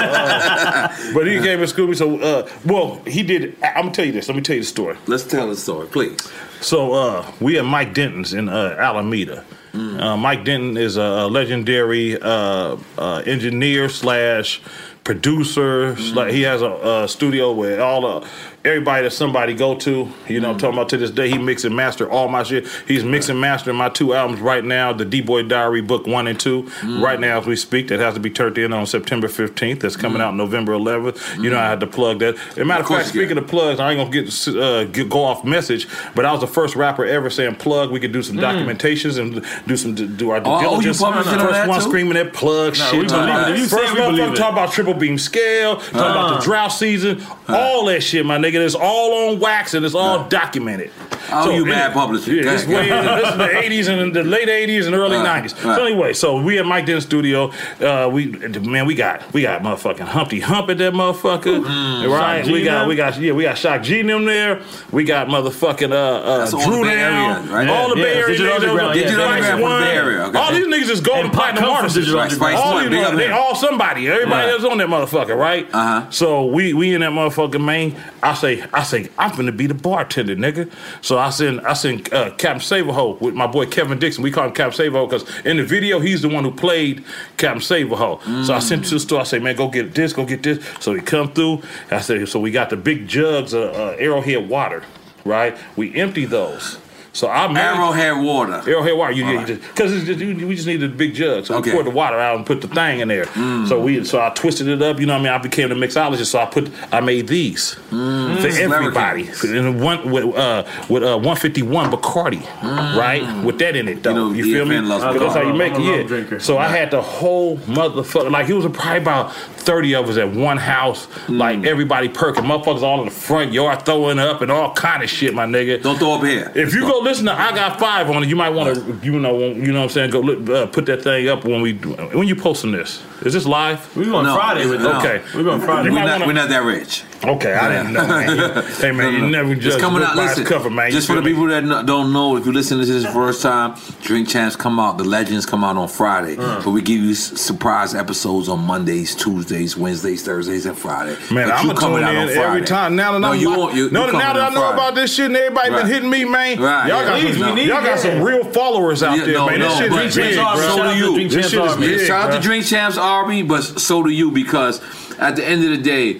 uh, but he came and school me. So, uh, well, he did. I- I'm gonna tell you this. Let me tell you the story. Let's tell the story, please. So, uh, we at Mike Denton's in uh, Alameda. Mm. Uh, Mike Denton is a legendary uh, uh, engineer slash Mm. producer. Sla- he has a, uh studio where all the everybody that somebody go to, you Mm. know, I'm talking about to this day, he mix and master all my shit. He's mixing mastering my two albums right now, the D Boy Diary Book One and Two, Mm. right now as we speak. That has to be turned in on September 15th. That's Mm-hmm. coming out November 11th. You know, I had to plug that. As a matter of, fact, speaking of plugs, I ain't gonna get, uh, get go off message, but I was the first rapper ever saying plug. We could do some Mm. documentations and do some do our due Oh, oh, you diligence. publishing on first that one too? screaming that plug No, shit. we talking believe about- it. You First said we believe motherfucker it. talk about triple beam scale, talk about Uh. the drought season, Uh-huh. all that shit, my nigga. It's all on wax and it's all documented. Oh, you bad publisher. Yeah, this, Go way, ahead, go this is the ahead. 80s and the late 80s and early Uh, 90s. uh. So anyway, so we at Mike Denton's studio. Uh, we man, we got we got motherfucking Humpty Hump at that motherfucker. right? Mm-hmm. Shock G We got them? we got yeah, we got Shock G and them there. We got motherfucking uh, uh That's all Drew the Bay down. Area, right? All the Yeah, Bay Area. Digital niggas. Underground, yeah, Digital Spice Underground from One. Bay Area, okay. All these niggas is And golden Pop platinum comes from artists. Digital Underground. All Spice these One, big up motherfuckers, they there. all somebody. Everybody Right. that's on that motherfucker, right? Uh-huh. So we we in that motherfucking main. I say I say I'm finna be the bartender, nigga. So I send I send uh, Captain Saverho with my boy Kevin Dixon. We call him Captain Saverho because in the video he's the one who played Captain Saverho. So I sent him to the store. I say, man, go get this, go get this. So he come through. I say, so we got the big jugs of uh, Arrowhead water, right? We empty those. So I'm Arrowhead water. Arrowhead water. You because we just needed a big jug, so Okay. we poured the water out and put the thing in there. So we so I twisted it up. You know what I mean? I became the mixologist. So I put I made these Mm. for Mm. everybody. And one with uh, with uh, 151 Bacardi, Mm. right? With that in it though. You, the feel me? event loves But that's how you Bacardi. make I'm it. a rum Yeah. drinker. So I had the whole motherfucker. Like it was probably about 30 of us at one house. Mm. Like everybody perking, motherfuckers all in the front yard throwing up and all kind of shit, my nigga. Don't throw up here. If you go listen to I Got Five on it, you might want to, you know, you know what I'm saying. Go look, uh, put that thing up when we when you posting this. Is this live? We No, no. Okay, You We're might not, wanna- Oh, we're not that rich. Okay, I didn't know. Man. hey man, you never It's judge a coming book out. by its Listen, cover, man. You Just for feel the me? people that no- don't know, if you listen to this first time, Drink Champs come out. The Legends come out on Friday, Mm. but we give you s- surprise episodes on Mondays, Tuesdays, Wednesdays, Thursdays, and Friday. Man, But you I'm coming coming out on in Friday. every time. Now that no, I'm you about- won't. You, no, now you coming that I on know Friday. about this shit, and everybody Right. been hitting me, man. Right, Y'all yeah, got please, some, we need y'all got it. some real followers out Yeah, there, man. This shit but is big, so bro. do you. This shit is big. Shout out bro. to Drink Champs RB, but so do you because at the end of the day,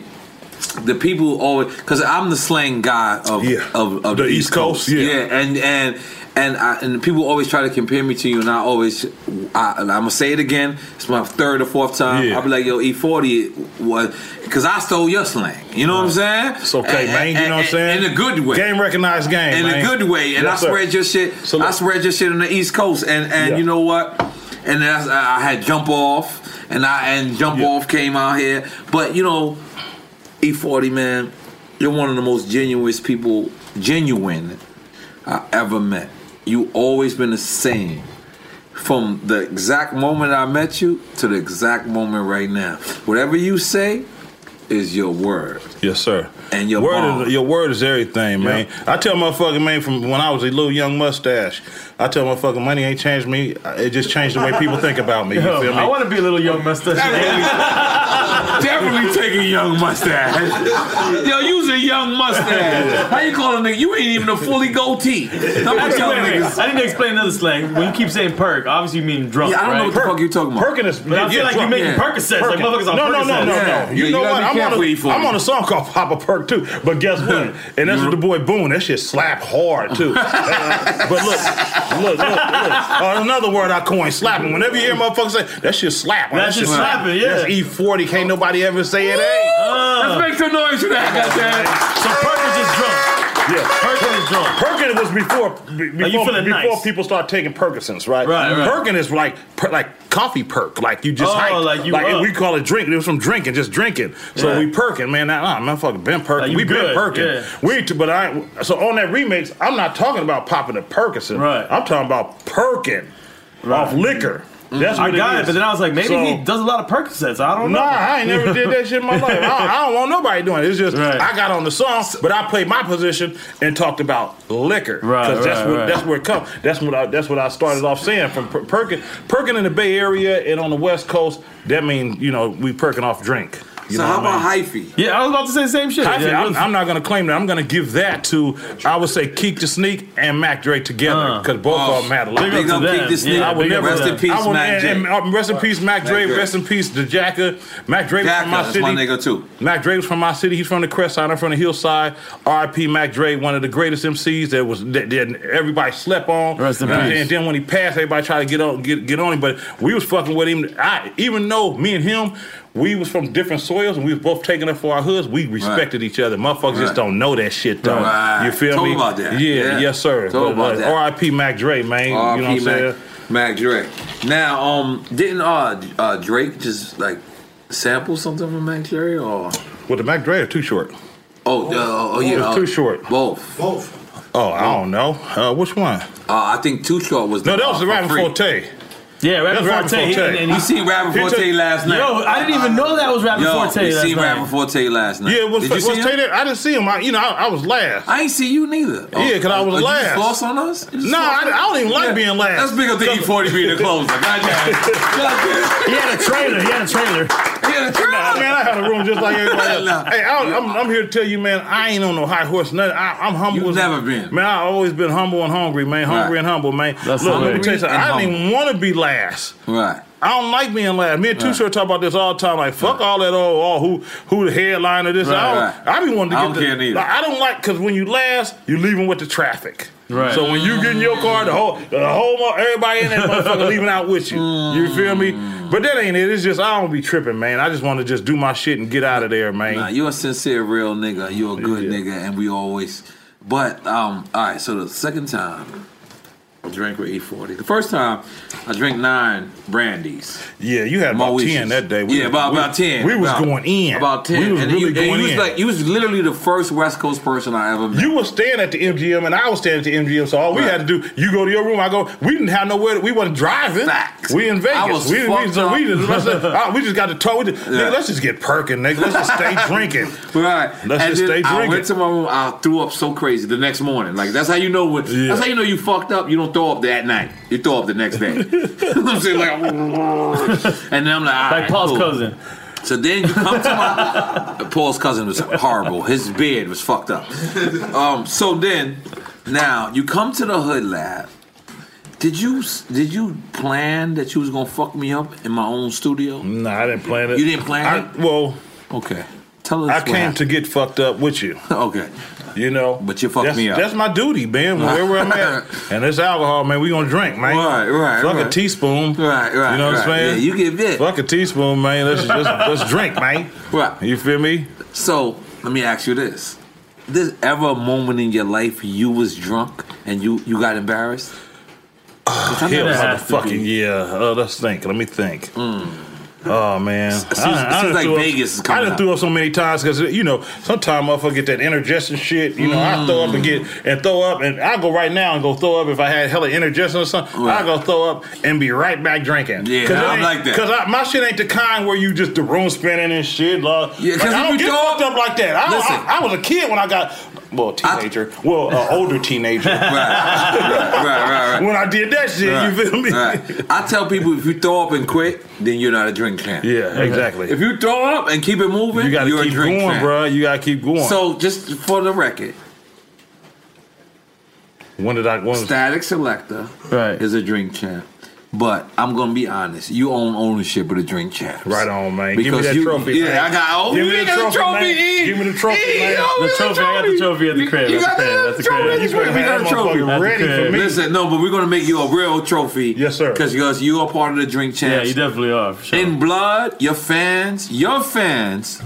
the people always because I'm the slang guy of of, of the, East Coast, Yeah. and and and I, and people always try to compare me to you, and I always I, and I'm gonna say it again. It's my third or fourth time. Yeah. I'll be like, yo, E E40 was because I stole your slang. You know what I'm saying? It's okay, man. You know what I'm saying? In a good way. Game recognized game. In man. a good way, and Yes, I sir. spread your shit. I spread your shit on the East Coast, and and Yeah. you know what? And that's, I I had jump off, and I and jump off came out here. But you know, E forty man, you're one of the most genuine people, genuine I ever met. You always been the same from the exact moment I met you to the exact moment right now. Whatever you say is your word. Yes, sir. And your word bond. is, your word is everything, man. I tell motherfucking man from when I was a little young mustache, I tell motherfucking money ain't changed me. It just changed the way people think about me. You Yo, feel me? I want to be a little young mustache. Definitely taking young mustache. Yo, you's a young mustache. How you call a nigga? You ain't even a fully goatee. How much Actually, y'all wait, wait, niggas? I need to explain another slang. When you keep saying perk, obviously you mean drunk. Yeah, I don't know right? what the fuck you talking about. Perking is- But I feel yeah, like drunk, you're making yeah. Percocets. Like Perking. motherfuckers on No, no, no, no, Percocets. no. You know what? I'm on, a, I'm on a song called Papa Perk too. But guess what? And that's with the boy Boone. That shit slap hard too. Uh, but look, look, look, look. Uh, another word I coined, slapping. Whenever you hear motherfuckers say that shit slap, That shit slapping, yeah. That's E40. Can't nobody ever say it ain't. Ah. Uh. Let's make some noise for that, goddamn. So Perkins is drunk. Yeah, Perkins is drunk. Perkins was before be- Are you before, feeling before nice? people start taking Percocets, right? Right, right. Perkin is like per, like coffee perk, like you just Oh, hyped. like you and up. we call it drink. It was from drinking, just drinking. So Yeah. we perking, man. Nah, nah, man, fucking been perking. Like, you we been good, perking. yeah. We ain't- but I ain't- so on that remix, I'm not talking about popping a Percocet. Right. I'm talking about perking off liquor. That's Mm-hmm. I what got it, is. but then I was like, maybe So- he does a lot of Percocets. I don't know. Nah, I ain't never did that shit in my life. I, I don't want nobody doing it. It's just I got on the song, but I played my position and talked about liquor. Right, that's right, what right. that's where it comes. That's what I that's what I started off saying from per- perking perking in the Bay Area and on the West Coast. That means you know we perking off drink. You So know how what I about mean? hyphy? Yeah, I was about to say the same shit. I feel- Yeah, I'm, I'm not going to claim that. I'm going to give that to, I would say, Keek the Sneak and Mac Drake Uh. together because both Oh, of them had a lot. big up Big up to Keek them. the Sneak. I would Big up never. to them. Rest in I peace, would- Mac and- and, Drake. uh, Rest in peace, Mac Mac Drake. Drake. Rest in peace, the Jacker. Mac Drake was Jacka, from my that's city. my nigga, too. Mac Drake was from my city. He's from the Crest Side. I'm from the Hillside. R.I.P. Mac Drake, one of the greatest MCs that was that, that everybody slept on. Rest in and peace. then- then when he passed, everybody tried to get on get, get on him, but we was fucking with him. I even though me and him, we was from different soils and we was both taking up for our hoods. We respected each other. Motherfuckers just Right. don't know that shit though. Right. You feel Talk me? about that. Yeah, Yeah. yes sir. Talk But, about uh, that. R.I.P. Mac Dre, man. you know what I'm R.P. saying? Mac, Mac Drake. Now, um, didn't uh, uh Drake just like sample something from Mac Dre or? Well, the Mac Dre are too short. Oh, uh, oh yeah, It was uh, too short. Both. Both. Oh, I don't know. Uh, which one? Uh, I think Too Short was. No, the, that was uh, the for Rapping free. Forte. Yeah, Rapping That's Forte. Rapping He- And, and You seen Rapping He took- Forte last night? Yo, I didn't even know that was Rapping Yo, Forte You last seen night. Rapping Forte last night? Yeah, was, Did you was see him? Tay there? I didn't see him. I, you know, I, I was last. I ain't see you neither. Oh, yeah, because I was oh, you last. just lost on us? You just No, lost I, on- I don't even like Yeah. being last. That's big up to E40 being the closer. Goddamn. He had a trailer. He had a trailer. Yeah, Nah, man, I have a room just like everybody else. Nah. Hey, I, I'm, I'm here to tell you, man, I ain't on no high horse. Nothing. I, I'm humble. You've as- never been. Man, I always been humble and hungry, man. Hungry Right. and humble, man. That's Look, humble let me tell you and something. I didn't humble. even want to be last. Right. I don't like being last. Me and Two Short talk about this all the time. Like, fuck all that old, all who who the headline of this. Right, I don't. right. I be wanting to I get. don't the, care neither. Like, I don't like because when you last, you leaving with the traffic. Right. So when you get in your car, the whole the whole mo- everybody in that motherfucker leaving out with you. You feel me? Mm. But that ain't it. It's just I don't be tripping, man. I just want to just do my shit and get out of there, man. Nah, you're a sincere, real nigga. You're a good nigga, and we always. But um, all right. So the second time, I drank with 840. The first time, I drank nine brandies. Yeah, you had about 10 that day. We- yeah, about we- about ten. we was About- going in. About ten. We was and really you, and going you was in. like you was literally the first West Coast person I ever met. You were staying at the MGM and I was staying at the MGM, so all we had to do, you go to your room, I go. We didn't have nowhere. To, we wasn't driving. We in Vegas. I was we, we, fucked so we up. just let's, uh, we just got the tow. We just, Yeah. nigga, let's just get perking, nigga. Let's just stay drinking. Right. Let's and just stay then I drinking. went to my room. I threw up so crazy the next morning. Like that's how you know what. That's how you know you fucked up. You don't throw up that night. You throw up the next day. I'm saying like, and then I'm like, Like all right, Paul's cool. cousin. So then you come to my Paul's cousin was horrible. His beard was fucked up. Um, so then, now you come to the hood lab. Did you did you plan that you was gonna fuck me up in my own studio? No, I didn't plan it. You didn't plan I- it. Well, okay. Tell us. I what came happened. to get fucked up with you. okay. You know, but you fucked that's, me up. That's my duty, man. Wherever I'm at, and it's alcohol, man. We gonna drink, man. Right, right, Fuck a right. teaspoon. Right, right. you know what I'm right. saying? Yeah, you get bit. Fuck a teaspoon, man. Let's just let's drink, man. Right. You feel me? So let me ask you this: This ever a moment in your life you was drunk and you you got embarrassed? Hell, motherfucking yeah. Uh, let's think. Let me think. Oh man, Mm. Seems- seems done like threw up- Vegas is I coming done up. threw up so many times because you know sometimes motherfucker get that indigestion shit. You know I throw up and get and throw up and I go right now and go throw up if I had hella indigestion or something. I go throw up and be right back drinking. Yeah, I'm like that. Because my shit ain't the kind where you just the room spinning and shit. Love. Yeah, 'cause Like, if I don't you get throw fucked up like that. I, Listen. I, I was a kid when I got well teenager, well uh, older teenager. right, right, right. When I did that shit, you feel me? Right. I tell people if you throw up and quit, then you're not a drink champ. Yeah, exactly. If you throw up and keep it moving, You gotta are keep a drink going, champ. bro. You gotta keep going. So just for the record, when did I? When Static Selector Right. is a drink champ. But I'm gonna be honest. You own ownership of the drink champs. Right on, man. Because Give me that you, trophy. Yeah, man. I got. Oh, Give you me the got trophy, man. E. Give me the trophy, E, man. oh, The trophy, I got the trophy at the crib. You That's got the crib. That's the crib. trophy. You better We have got that a trophy. motherfucker ready for me. Listen, no, but we're gonna make you a real trophy. Yes, sir. Because you are part of the drink champs. Yeah, you definitely are. For sure. In blood, your fans, your fans.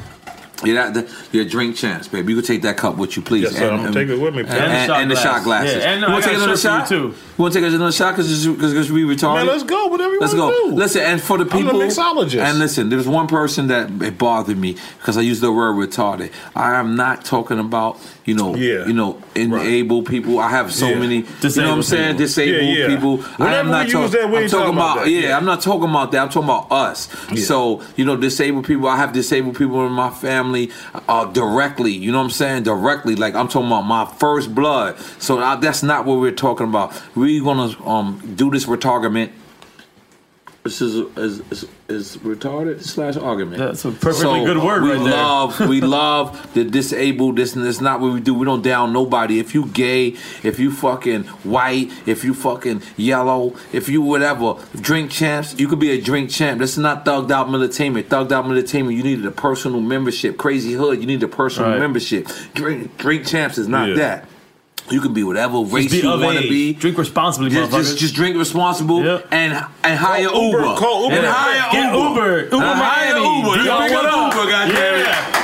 You're not the, your drink champs, baby. You can take that cup with you, please. Yes, sir. I'm gonna take it with me, and, please. and, and the shot glasses. Yeah, and, uh, you I want to got take a another shirt shot? for you, You want to take another shot because we retarded? Man, let's go. Whatever you Let's wanna go. do. Listen, and for the I'm people, a mixologist. and listen, there's one person that it bothered me because I used the word retarded. I am not talking about you know, Yeah. you know, enabled people. I have so Yeah. many, you know what I'm Disabled saying, people. disabled Yeah, yeah. people. I Whenever am we not use talk- that, we I'm ain't talking talking about about that. yeah, Yeah. I'm not talking about that. I'm talking about us. Yeah. So you know, disabled people. I have disabled people in my family uh, directly. You know what I'm saying? Directly, like I'm talking about my first blood. So I, that's not what we're talking about. We're gonna um, do this retargament. This is is, is, is retarded slash argument. That's a perfectly So, good word we right there. love, we love the disabled. This and this not what we do. We don't down nobody. If you gay, if you fucking white, if you fucking yellow, if you whatever, drink champs. You could be a drink champ. This is not thugged out militainment. Thugged out militainment. You needed a personal membership. Crazy hood. You need a personal Right. membership. Drink, drink champs is not Yeah. that. You can be whatever race be you of want to age. be. Drink responsibly, Just, just, motherfuckers. just drink responsible and and hire Call Uber. Uber. Call Uber. And hire Get Uber. Uber. Uber And hire Miami. Uber. Do Let's y'all pick want up Uber? Uber, goddamn it.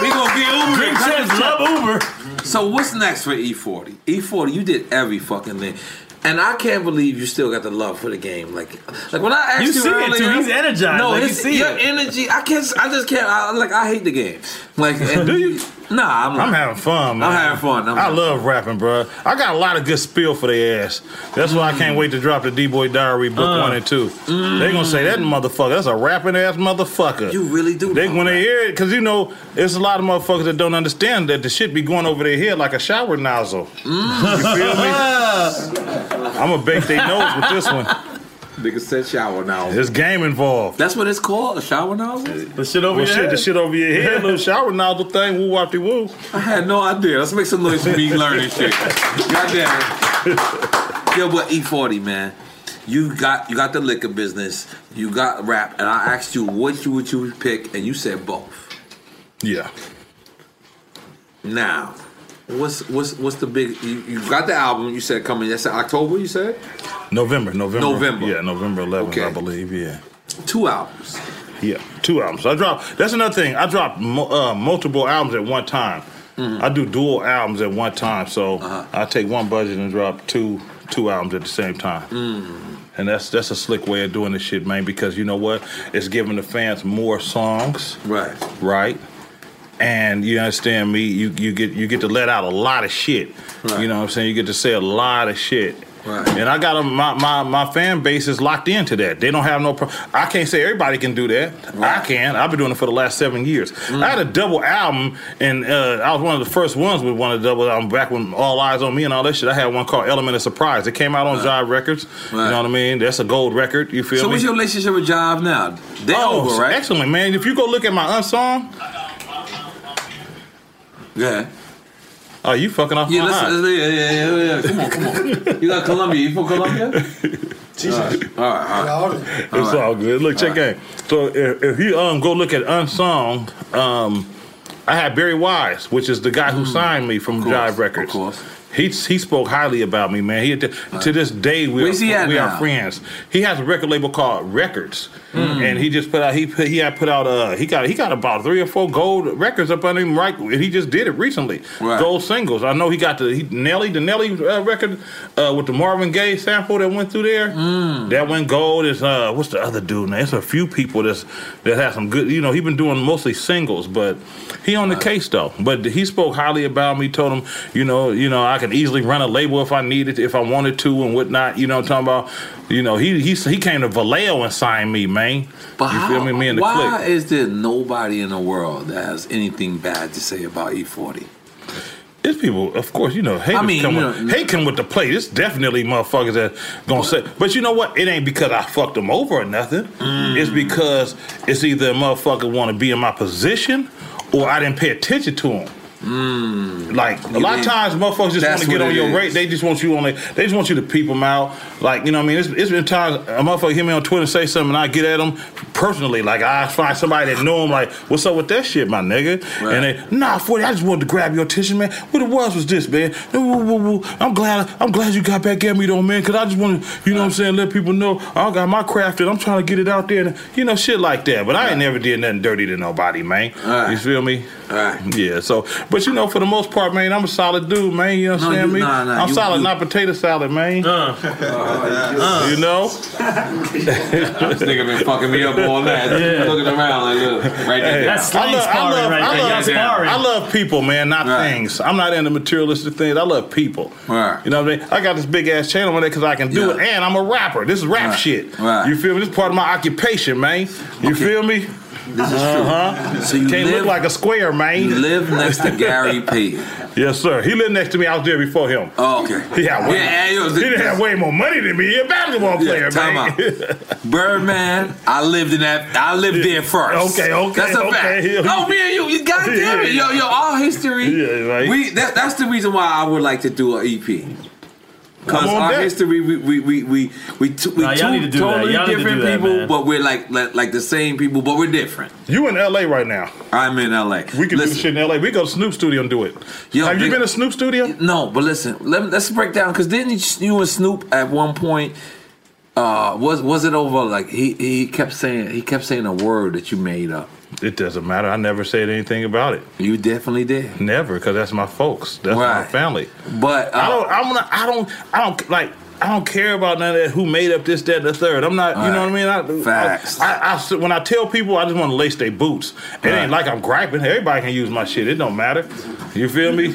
We gonna get Uber. Drink champs love Uber. So what's next for E E40? E40, you did every fucking thing. And I can't believe you still got the love for the game. Like, like when I asked You you, see it, earlier, too. He's energized. No, Like, you his- see your it. energy. I can't. I just can't. I, like I hate the game. Like, do you? Nah, I'm. I'm having fun, man. I'm having fun. I'm I having love rapping, bro. I got a lot of good spill for their ass. That's why I can't wait to drop the D Boy Diary book Uh. one and two. They gonna say that motherfucker. That's a rapping ass motherfucker. You really do. They when they hear it, cause you know it's a lot of motherfuckers that don't understand that the shit be going over their head like a shower nozzle. Mm. You feel me? I'm gonna bake their nose with this one. Nigga said shower now. There's game involved. That's what it's called, a shower nozzle. The shit Well, shit, The shit over your head, little shower nozzle thing. Woo wop de woo. I had no idea. Let's make some noise for me learning shit. God damn it. Yo, but E40, E man. you got you got the liquor business, you got rap, and I asked you what you would you pick, and you said both. Yeah. Now, what's what's what's the big? You, you got the album. You said coming. That's October. You said November, November, November. Yeah, November 11th, I Okay. believe. Yeah, two albums. Yeah, two albums. I drop. That's another thing. I drop mo- uh, multiple albums at one time. I do dual albums at one time, so Uh-huh. I take one budget and drop two two albums at the same time. And that's that's a slick way of doing this shit, man. Because you know what? It's giving the fans more songs. Right. Right. And you understand me, you, you get you get to let out a lot of shit. You know what I'm saying? You get to say a lot of shit. Right. And I got a, my, my my fan base is locked into that. They don't have no. Pro- I can't say everybody can do that. I can. I've been doing it for the last seven years. I had a Mm. double album, and uh, I was one of the first ones with one of the double album back when All Eyes on Me and all that shit. I had one called Element of Surprise. It came out on Jive Records. You know what I mean? That's a gold record. You feel me? So what's your relationship with Job now? They oh, over, right? Excellent, man. If you go look at my unsung. Yeah. Oh, you fucking off Yeah, my let's, high. let's- yeah, yeah, yeah, yeah. Come on, come on. You got Columbia. You from Columbia? Jesus. All right, all right. All right. It's all good. Look, check out. So if, if you um go look at Unsung, um, I had Barry Wise, which is the guy Hmm. who signed me from Jive Records. Of course. He, he spoke highly about me, man. He to, to this day we Where's are, he at we now? are friends. He has a record label called Records, Mm. and he just put out he put, he had put out uh he got he got about three or four gold records up under him right. and He just did it recently, gold singles. I know he got the he, Nelly the Nelly uh, record uh, with the Marvin Gaye sample that went through there. Mm. That went gold. Is uh what's the other dude? Now it's a few people that's that have some good. You know he been doing mostly singles, but he on the case though. But he spoke highly about me. Told him you know you know I can easily run a label if I needed if I wanted to and whatnot. You know what I'm talking about. You know he he he came to Vallejo and signed me, man. But you how, feel me? Me and the why clique. is there nobody in the world that has anything bad to say about E40? It's people, of course, you know, hate I mean, come you with, hate come with the plate. It's definitely motherfuckers that gonna say, but you know what? It ain't because I fucked them over or nothing. Mm. It's because it's either a motherfucker want to be in my position or I didn't pay attention to them. Like a Mm. You lot of mean- times, motherfuckers just want That's to get what on it your is. rate. They just want you on. They, they just want you to peep them out. Like you know, what I mean, it's, it's been times a motherfucker hit me on Twitter and say something, and I get at them personally. Like I find somebody that know him. Like what's up with that shit, my nigga? And they nah, forty. I just wanted to grab your attention, man. What it was was this, man. Woo, woo, woo, woo. I'm glad. I'm glad you got back at me though, man. Cause I just want to, you know, what I'm saying, let people know I got my craft and I'm trying to get it out there. And, you know, shit like that. But I ain't never did nothing dirty to nobody, man. You feel me? Yeah. So, but you know, for the most part, man, I'm a solid dude, man. You know what I'm No, saying? you- me? nah, nah, I'm you- solid, you- not potato salad, man. Uh. You know? This nigga been fucking me up all night. Yeah. Looking around like, look, right there. Hey, I love, I love, I love, I love people, man, not things. I'm not into materialistic things. I love people. Right. You know what I mean? I got this big ass channel on there because I can do Yeah. it, and I'm a rapper. This is rap Right. shit. Right. You feel me? This is part of my occupation, man. You feel me? This is true. uh-huh. So you Can't live- look like a square, man. You live next to Gary P. Yes, sir. He lived next to me. I was there before him. Oh, okay. He had way, Yeah, and it was- he didn't have way more money than me. He a basketball player, time man. out. Birdman, I lived in that. I lived there first. Okay, okay, That's a fact. okay. Oh, me and you, you goddamn it, yo, yo, all history. Yeah, right. We that, that's the reason why I would like to do an EP. Cause I'm on our that. history, we we we we we, t- we Nah, y'all need two to do that. totally Y'all need to do different that, people, man. but we're like, like like the same people, but we're different. You in L.A. right now? I'm in L.A. We can do shit in L.A. We go to Snoop Studio and do it. Have you been to Snoop Studio? No, but listen, let, us break down because didn't you- you and Snoop at one point? Uh, was was it over? Like he he kept saying he kept saying a word that you made up. It doesn't matter. I never said anything about it. You definitely did. Never, because that's my folks. That's my Right. family. But I don't. I'm not. I don't. I don't like. I don't care about none of that. Who made up this, that, and the third? I'm not. You know what I mean? I, Facts. I, I, I- when I tell people, I just want to lace their boots. It ain't like I'm griping. Everybody can use my shit. It don't matter. You feel me?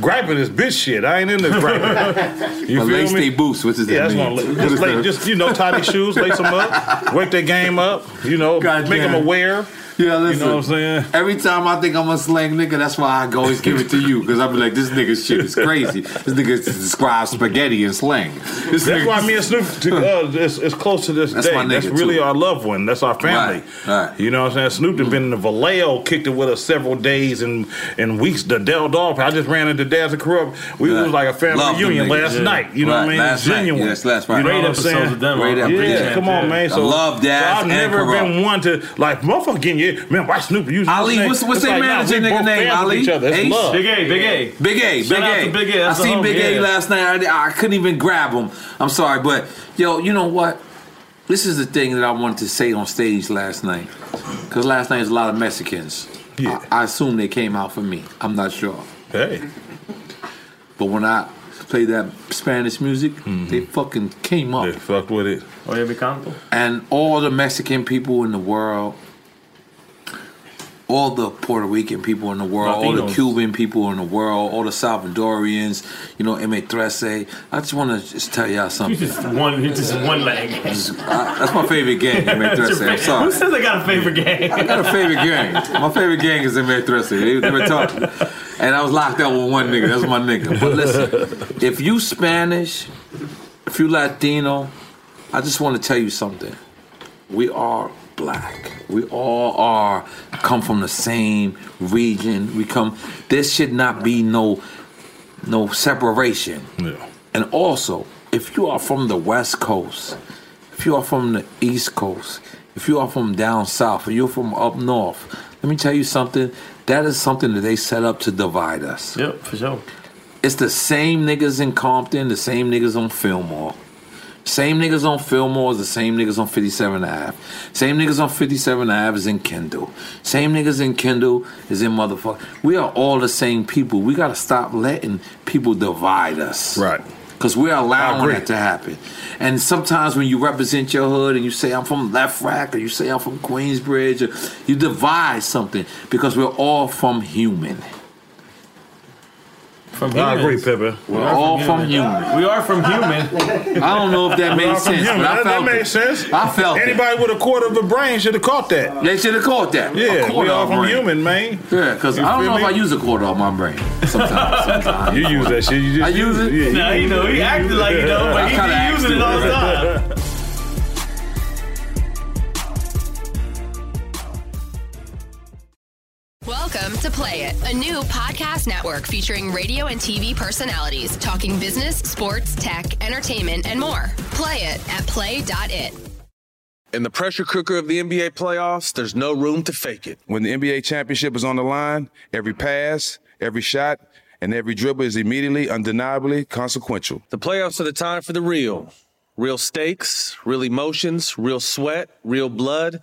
griping is bitch shit. I ain't into griping. you feel But lace me? they boots, what does that yeah, that's mean? what I'm- just, la- just you know, tie their shoes, lace them up, wake their game up. You know, make them aware. Yeah, listen. You know what I'm saying? Every time I think I'm a slang nigga, that's why I always give it to you because I be like, this nigga shit is crazy. This nigga describes spaghetti in slang. That's This nigga- why me and Snoop to, uh, is, is close to this That's day. my nigga, That's really too. our loved one. That's our family. You know what I'm saying? Snoop done been in the Vallejo, kicked it with us several days and, and weeks. The Del Dolphin. I just ran into Dad's and Corrupt. We was like a family Love them reunion niggas. last Yeah. night. You know what I Right, mean? last night. Genuine. Yes, that's right. You know Great what I'm episodes saying? of them, Great huh? episodes. Yeah, come on, man. I So love Dad's so I've and never been Corrupt. one to like motherfucker getting you. Man, why Snoop use Ali, what's, what's their manager nigga name? Ali, Each other. It's Ace? love. Big A, Big Shout out A. to Big A. That's the I seen homie, Big A yeah. last night. I, I couldn't even grab him. I'm sorry, but yo, you know what? This is the thing that I wanted to say on stage last night, because last night was a lot of Mexicans. Yeah. I, I assume they came out for me. I'm not sure. Hey. But when I played that Spanish music, they fucking came up. They fucked Mm-hmm. with it. Oh, yeah, And all the Mexican people in the world, all the Puerto Rican people in the world, all the Latinos. Cuban people in the world, all the Salvadorians, you know, M. Trece. I just want to just tell y'all You something. just one, you just one leg. I- that's my favorite gang, M. Trece. I'm sorry. Who says I got a favorite gang? I got a favorite gang. My favorite gang is in Manthresser. They, they were talking. And I was locked up with one nigga. That's my nigga. But listen, if you Spanish, if you Latino, I just want to tell you something. We are black. We all are come from the same region. We come there should not be no no separation. And also, if you are from the West Coast, if you are from the East Coast, if you are from down south, or you're from up north, let me tell you something. That is something that they set up to divide us. Yep, for sure. It's the same niggas in Compton, the same niggas on Fillmore. Same niggas on Fillmore is the same niggas on 57 Ave. Same niggas on 57 Ave is in Kendall. Same niggas in Kendall is in motherfucker. We are all the same people. We gotta stop letting people divide us. Right. Cause we're allowing agree. that to happen. And sometimes when you represent your hood and you say I'm from Left Rack or you say I'm from Queensbridge, or you divide something because we're all from human. From I agree, Pepper. We're all from human. We are from human. I don't know if that We made are from sense, human. but I That- felt that made it. sense. I felt it. Anybody with a quarter of a brain should have caught that. They should have caught that. A Yeah, quarter we all of a from brain. human, man. Yeah, because You I don't feel know if I me? use a quarter of my brain. Sometimes, sometimes. You use that shit. You just I use it. Yeah, Nah, you he use know it. he acted like he know, but I he kinda be using it acted. all the time. Welcome to Play It, a new podcast network featuring radio and TV personalities talking business, sports, tech, entertainment, and more. Play it at play.it. In the pressure cooker of the NBA playoffs, there's no room to fake it. When the NBA championship is on the line, every pass, every shot, and every dribble is immediately, undeniably consequential. The playoffs are the time for the real. Real stakes, real emotions, real sweat, real blood,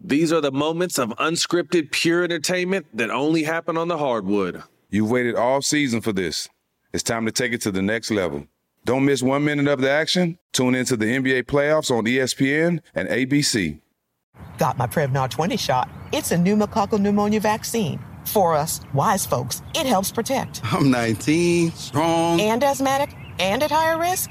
These are the moments of unscripted, pure entertainment that only happen on the hardwood. You've waited all season for this. It's time to take it to the next level. Don't miss one minute of the action. Tune into the NBA playoffs on E ESPN and ABC. Got my Prevnar 20 shot. It's a pneumococcal pneumonia vaccine. For us, wise folks, it helps protect. I'm 19, strong. And asthmatic and at higher risk?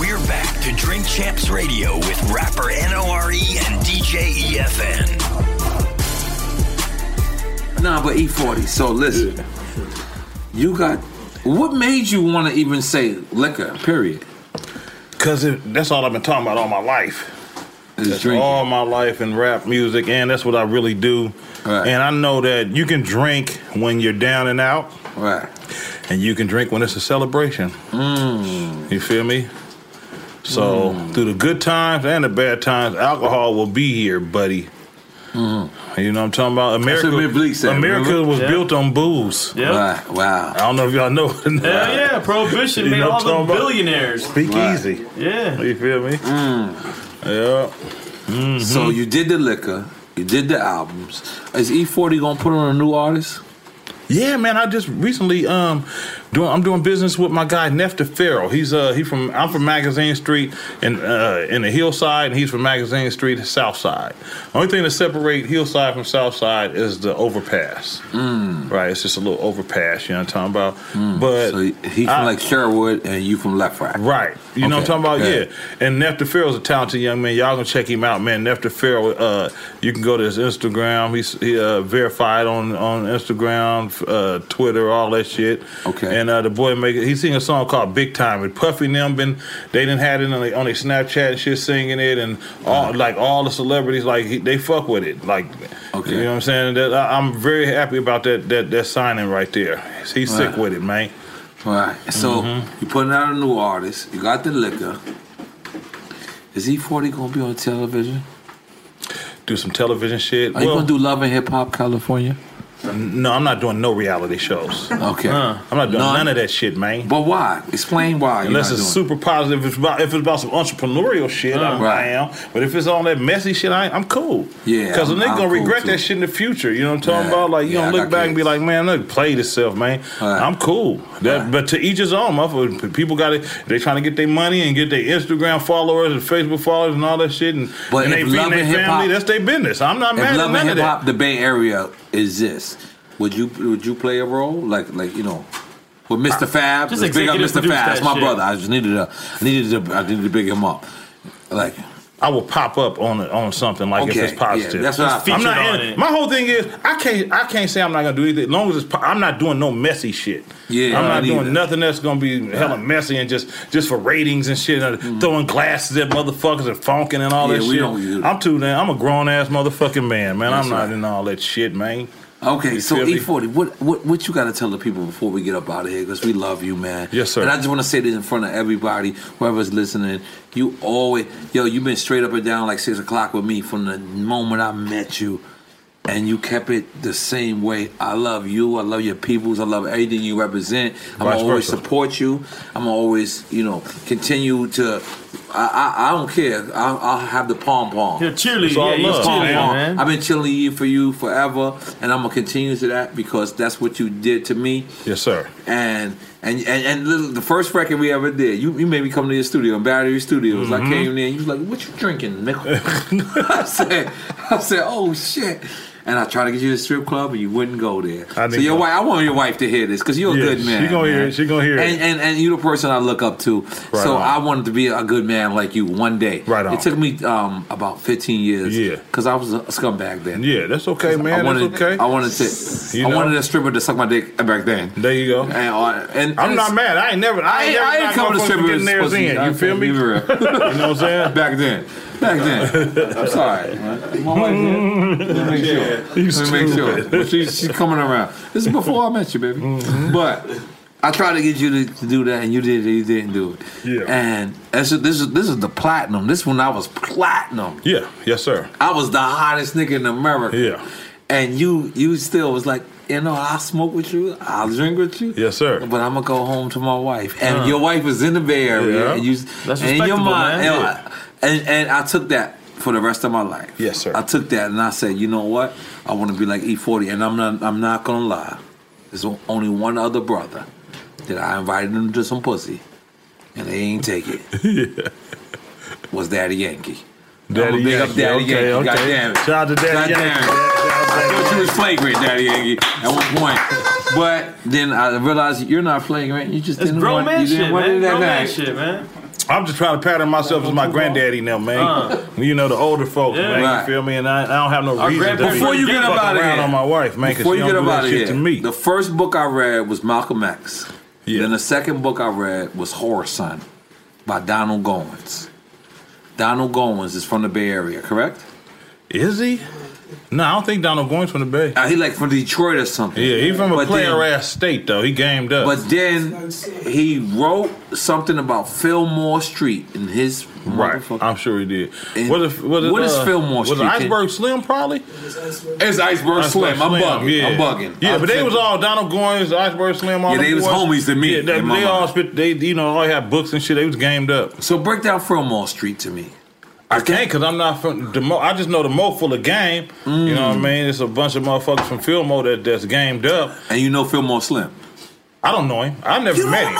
We're back to Drink Champs Radio with rapper NORE E and DJ EFN. Nah, but E40. So listen, you got. What made you want to even say liquor? Period. Cause it, that's all I've been talking about all my life. That's drinking. all my life in rap music, and that's what I really do. And I know that you can drink when you're down and out, right? And you can drink when it's a celebration. Mm. You feel me? So Mm. through the good times and the bad times, alcohol will be here, buddy. You know what I'm talking about? Mm-hmm. That's America, what Big Bleak said, America remember? was Yeah. built on booze. Yeah. Right, Wow. I don't know if y'all know. Hell yeah, Prohibition made all them billionaires. Speak Right. easy. Yeah. Mm-hmm. You feel me? Yeah. Mm. So you did the liquor, you did the albums. Is E E40 gonna put on a new artist? Yeah, man. I just recently um doing I'm doing business with my guy Nefta Farrell. He's uh he from I'm from Magazine Street in uh in the Hillside, and he's from Magazine Street South Side. Only thing that separate Hillside from South Side is the overpass. Hmm. Right, it's just a little overpass. You know what I'm talking about? But He from like Sherwood, and you from Left Rack. Right. You know what I'm talking Okay, about? okay. Yeah. And Nefta Farrell's a talented young man. Y'all gonna check him out, man. Nefta Farrell, uh, you can go to his Instagram. He's he, uh, verified on on Instagram, f- uh, Twitter, all that shit. Okay. And uh, the boy make he sing a song called Big Time and Puffy and them been they didn't had it on their on their Snapchat and shit singing it and all like all the celebrities like he, they fuck with it like. You know what I'm saying? That, I, I'm very happy about that that that signing right there. He's sick Right. with it, man. Right. So Mhm. you putting out a new artist. You got the liquor. Is E40 gonna be on television? Do some television shit. Are you Well- gonna do Love and Hip Hop California? No, I'm not doing no reality shows. Okay. Uh, I'm not doing None? none. of that shit, man. But why? Explain why. you're Unless not it's doing super positive. If it's about, if it's about some entrepreneurial shit, I'm, Uh. Right. I am. But if it's all that messy shit, I, I'm cool. Yeah, Because a I'm- nigga I'm gonna cool regret too. that shit in the future. You know what I'm talking Yeah, about? Like, you yeah, I gonna look got back and be like, man, look, played itself, man. I'm cool. That, But to each his own. motherfucker. People got it. They trying to get their money and get their Instagram followers and Facebook followers and all that shit. And, But and if they feeding Love their and Hip family. Hop- That's their business. I'm not if mad at Love none and of Hip that. Hop, the Bay Area exists. Would you would you play a role like like you know? With Mr. Fab, just Let's big up executive Mr. produce Fab, that my shit. brother. I just needed a, I needed to, I needed to big him up. Like, I will pop up on on something like Okay, if it's positive. yeah, that's what I- am Featured not. on in- it. My whole thing is I can't I can't say I'm not gonna do anything. As long as it's po- I'm not doing no messy shit. Yeah, I'm not me doing neither. nothing that's gonna be hella messy and just just for ratings and shit. and Throwing glasses at motherfuckers and funking and all Mm. Yeah, that we shit. don't do that. I'm too damn. I'm a grown ass motherfucking man, man. That's I'm not right. in all that shit, man. Okay, You so feel me? E40, what, what what you got to tell the people before we get up out of here? Because we love you, man. Yes, sir. And I just want to say this in front of everybody, whoever's listening. You always, yo, you've been straight up and down like six o'clock with me from the moment I met you. and you kept it the same way. I love you. I love your peoples. I love everything you represent. I'm Vice gonna always versa. support you. I'm gonna always, you know, continue to. I, I, I don't care. I, I'll have the pom pom. You're a cheerleader. It's all Yeah, you're a love, cheerleader, man. I've been cheerleading you for you forever, and I'm gonna continue to that because that's what you did to me. Yes, sir. And and and, and little- the first record we ever did, you, you made me come to your studio, Battery Studios. I Mhm. came in, you was like, "What you drinking, Mick?" I said, "I said, oh shit." And I tried to get you to the strip club, and you wouldn't go there. So didn't your go. wife, I want your wife to hear this because you're Yeah, a good she man. gonna hear man. it, she gonna hear it. And and, and you're the person I look up to. Right so on. I wanted to be a good man like you one day. Right on. It took me um, about 15 years. Yeah. Because I was a scumbag then. Yeah, that's okay, man. I wanted, that's okay. I wanted to. You I know? wanted a stripper to suck my dick back then. There you go. And, uh, and I'm and not it's- mad. I ain't never. I ain't, I never knocked ain't coming to motherfuckers strip getting theirs in. You feel me? You know what I'm saying? Back then. Back then. I'm sorry. man. My wife here. Let me make sure. Let me make sure. But she, she's coming around. This is before I met you, baby. But I tried to get you to, to do that, and you did. You didn't do it. Yeah. And that's, this is this is the platinum. This when I was platinum. Yeah. Yes, sir. I was the hottest nigga in America. Yeah. And you you still was like, you know, I'll smoke with you, I'll drink with you. Yes, sir. But I'm gonna go home to my wife. And Huh. your wife was in the Bay Area. Yeah. And you That's and in your respectable, mind man. and, Yeah. I, and and I took that for the rest of my life. Yes, sir. I took that and I said, you know what? I wanna be like E forty and I'm not I'm not gonna lie. There's only one other brother that I invited him to some pussy and they ain't take it. yeah. Was Daddy Yankee. Daddy I'ma big up Yankee. Daddy Okay, Yankee. okay. God damn it. Shout out to Daddy God Yankee. damn it. I thought you was flagrant, Daddy Yankee, at one point. But then I realized you're not flagrant. You just It's didn't grown want, man you didn't shit, want man. it that Grown man night. shit, man. I'm just trying to pattern myself as my granddaddy now, man. You know the older folks, Yeah. man. Right. You feel me? And I, I don't have no Our reason. grandpa- To before you get fuck up out of around here, on my wife, man. 'cause Before she you don't get do up that out of shit here, to me. the first book I read was Malcolm X. Then the second book I read was Horror Son by Donald Goins. Donald Goins is from the Bay Area, correct? Is he? No, I don't think Donald Goins from the Bay. Uh, he like from Detroit or something. Yeah, he from a But player then- ass state though. He gamed up. But then he wrote something about Fillmore Street in his Right, I'm sure he did. What if, what, if, what is uh, Fillmore was it Street? Iceberg Slim probably? It's Iceberg Slim. I'm bugging. Yeah. I'm bugging. Yeah, I'm but they tripping. was all Donald Goins, Iceberg Slim. All Yeah, them they was boys. homies to me, Yeah, they, in my they mind. all spit. They you know all had books and shit. They was gamed up. So break down Fillmore Street to me. I can't cause I'm not from the mo. I just know the mo full of game. You Mm. know what I mean? It's a bunch of motherfuckers from Fillmore that that's gamed up. And you know Fillmore Slim? I don't know him. I never met him.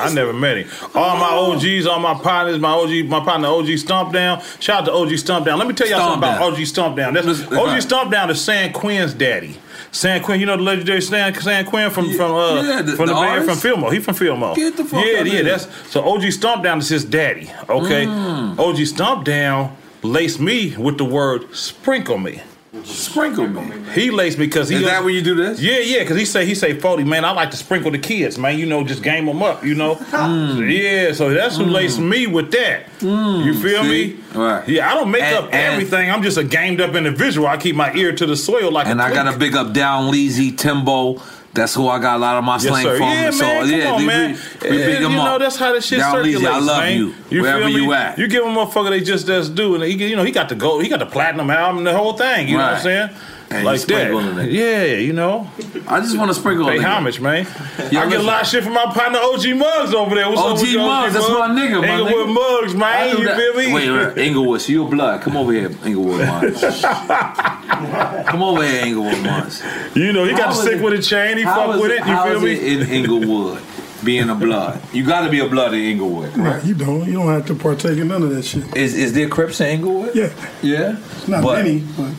I never met him. All my OGs, all my partners, my OG, my partner OG Stump Down. Shout out to OG Stump Down. Let me tell y'all Stump something Down. about OG Stump Down. That's, OG Stump Down is San Quinn's daddy. San Quinn, you know the legendary San, San Quinn from from uh yeah, the- from the the, band artist? from Fillmore. He from Fillmore. Get the fuck yeah, outta yeah. here. That's so OG Stump Down is his daddy. Okay, Mm. OG Stump Down laced me with the word sprinkle me. Sprinkle me. He laced me because he. Is that when you do this? Yeah, yeah. Because he say he say forty man. I like to sprinkle the kids, man. You know, just game them up. You know. Mm. Yeah. So that's who laced me with that. you feel Mm. see? me? Right. Yeah. I don't make And- up and- everything. I'm just a gamed up individual. I keep my ear to the soil like. And a I got to big up Down Leezy, Timbo. That's who I got a lot of my Yes, slang sir. from. Yeah, so man. Come yeah, on, we, man. we, we Yeah, big 'em you up. know that's how that shit Down circulates. Leezy, I love man. you. Wherever feel me? you at. You give him a motherfucker they just that's due, and he get- you know he got the gold, he got the platinum album, the whole thing. You know what I'm Right. saying? And like you sprinkle on that. it. Yeah, you know. I just want to sprinkle on Pay it. homage, man. Yeah, I get a listen. lot of shit from my partner OG Muggs over there. What's up OG with you, Muggs, that's my nigga, my Inglewood nigga. Muggs, I man. do You that- feel me? Wait, wait, Inglewood, so your blood. Come over here, Inglewood Mons. Come over here, Inglewood Mons. You know, he got to stick with a chain. He fuck with it. You feel me? in Inglewood, being a blood. You got to be a blood in Inglewood. Right, you don't. You don't have to partake in none of that shit. Is is there Crips in Inglewood? Yeah, Yeah? not But- many, but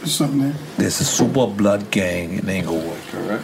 there's something there. There's a super blood gang in Inglewood, correct?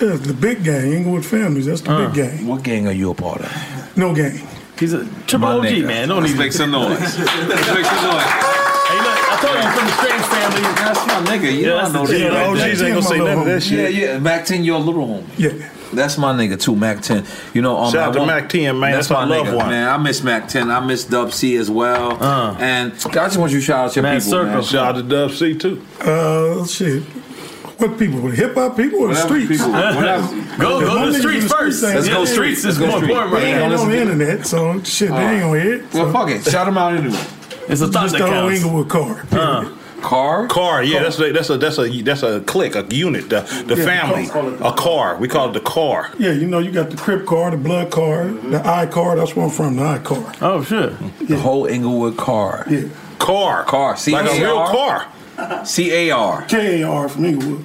Yeah, the big gang, Inglewood families. That's Uh. the big gang. What gang are you a part of? No gang. Uh. He's a triple My OG, nigga. man. Don't Let's even make some noise. Let's make some noise. Hey, look, I told you from the Strange family. That's my nigga. You yeah, yeah, that's know the that. G right there. Yeah, yeah. Mac 10, your little homie. Yeah. That's my nigga too, Mac 10. You know, um, Shout I out to want- Mac 10, man. That's my loved nigga, one. Uh. man. I miss Mac 10. I miss Dub C as well. And I just want you to shout out your people, man. Shout out to Dub C too. Uh, shit. What people? With hip hop people or the Whatever streets? people- whatever. Go- go Because my to the niggas in streets first. ain't- Let's go streets. Let's go streets. Right They now. Listen ain't to on the me. internet, so shit, they ain't gonna hear it. Well, fuck it. Shout them out anyway. Just the whole Inglewood card. Uh, Car? Car, yeah, that's a, that's a that's a that's a clique, a unit, the, the Yeah, family, we call it the- a car. We call it the car. Yeah, you know, you got the Crip car, the Blood car, the I car. That's where I'm from, the I car. Oh, shit. The whole Inglewood car. Yeah. Car. Car. C A R. Like a real car. C A R. K A R from Inglewood.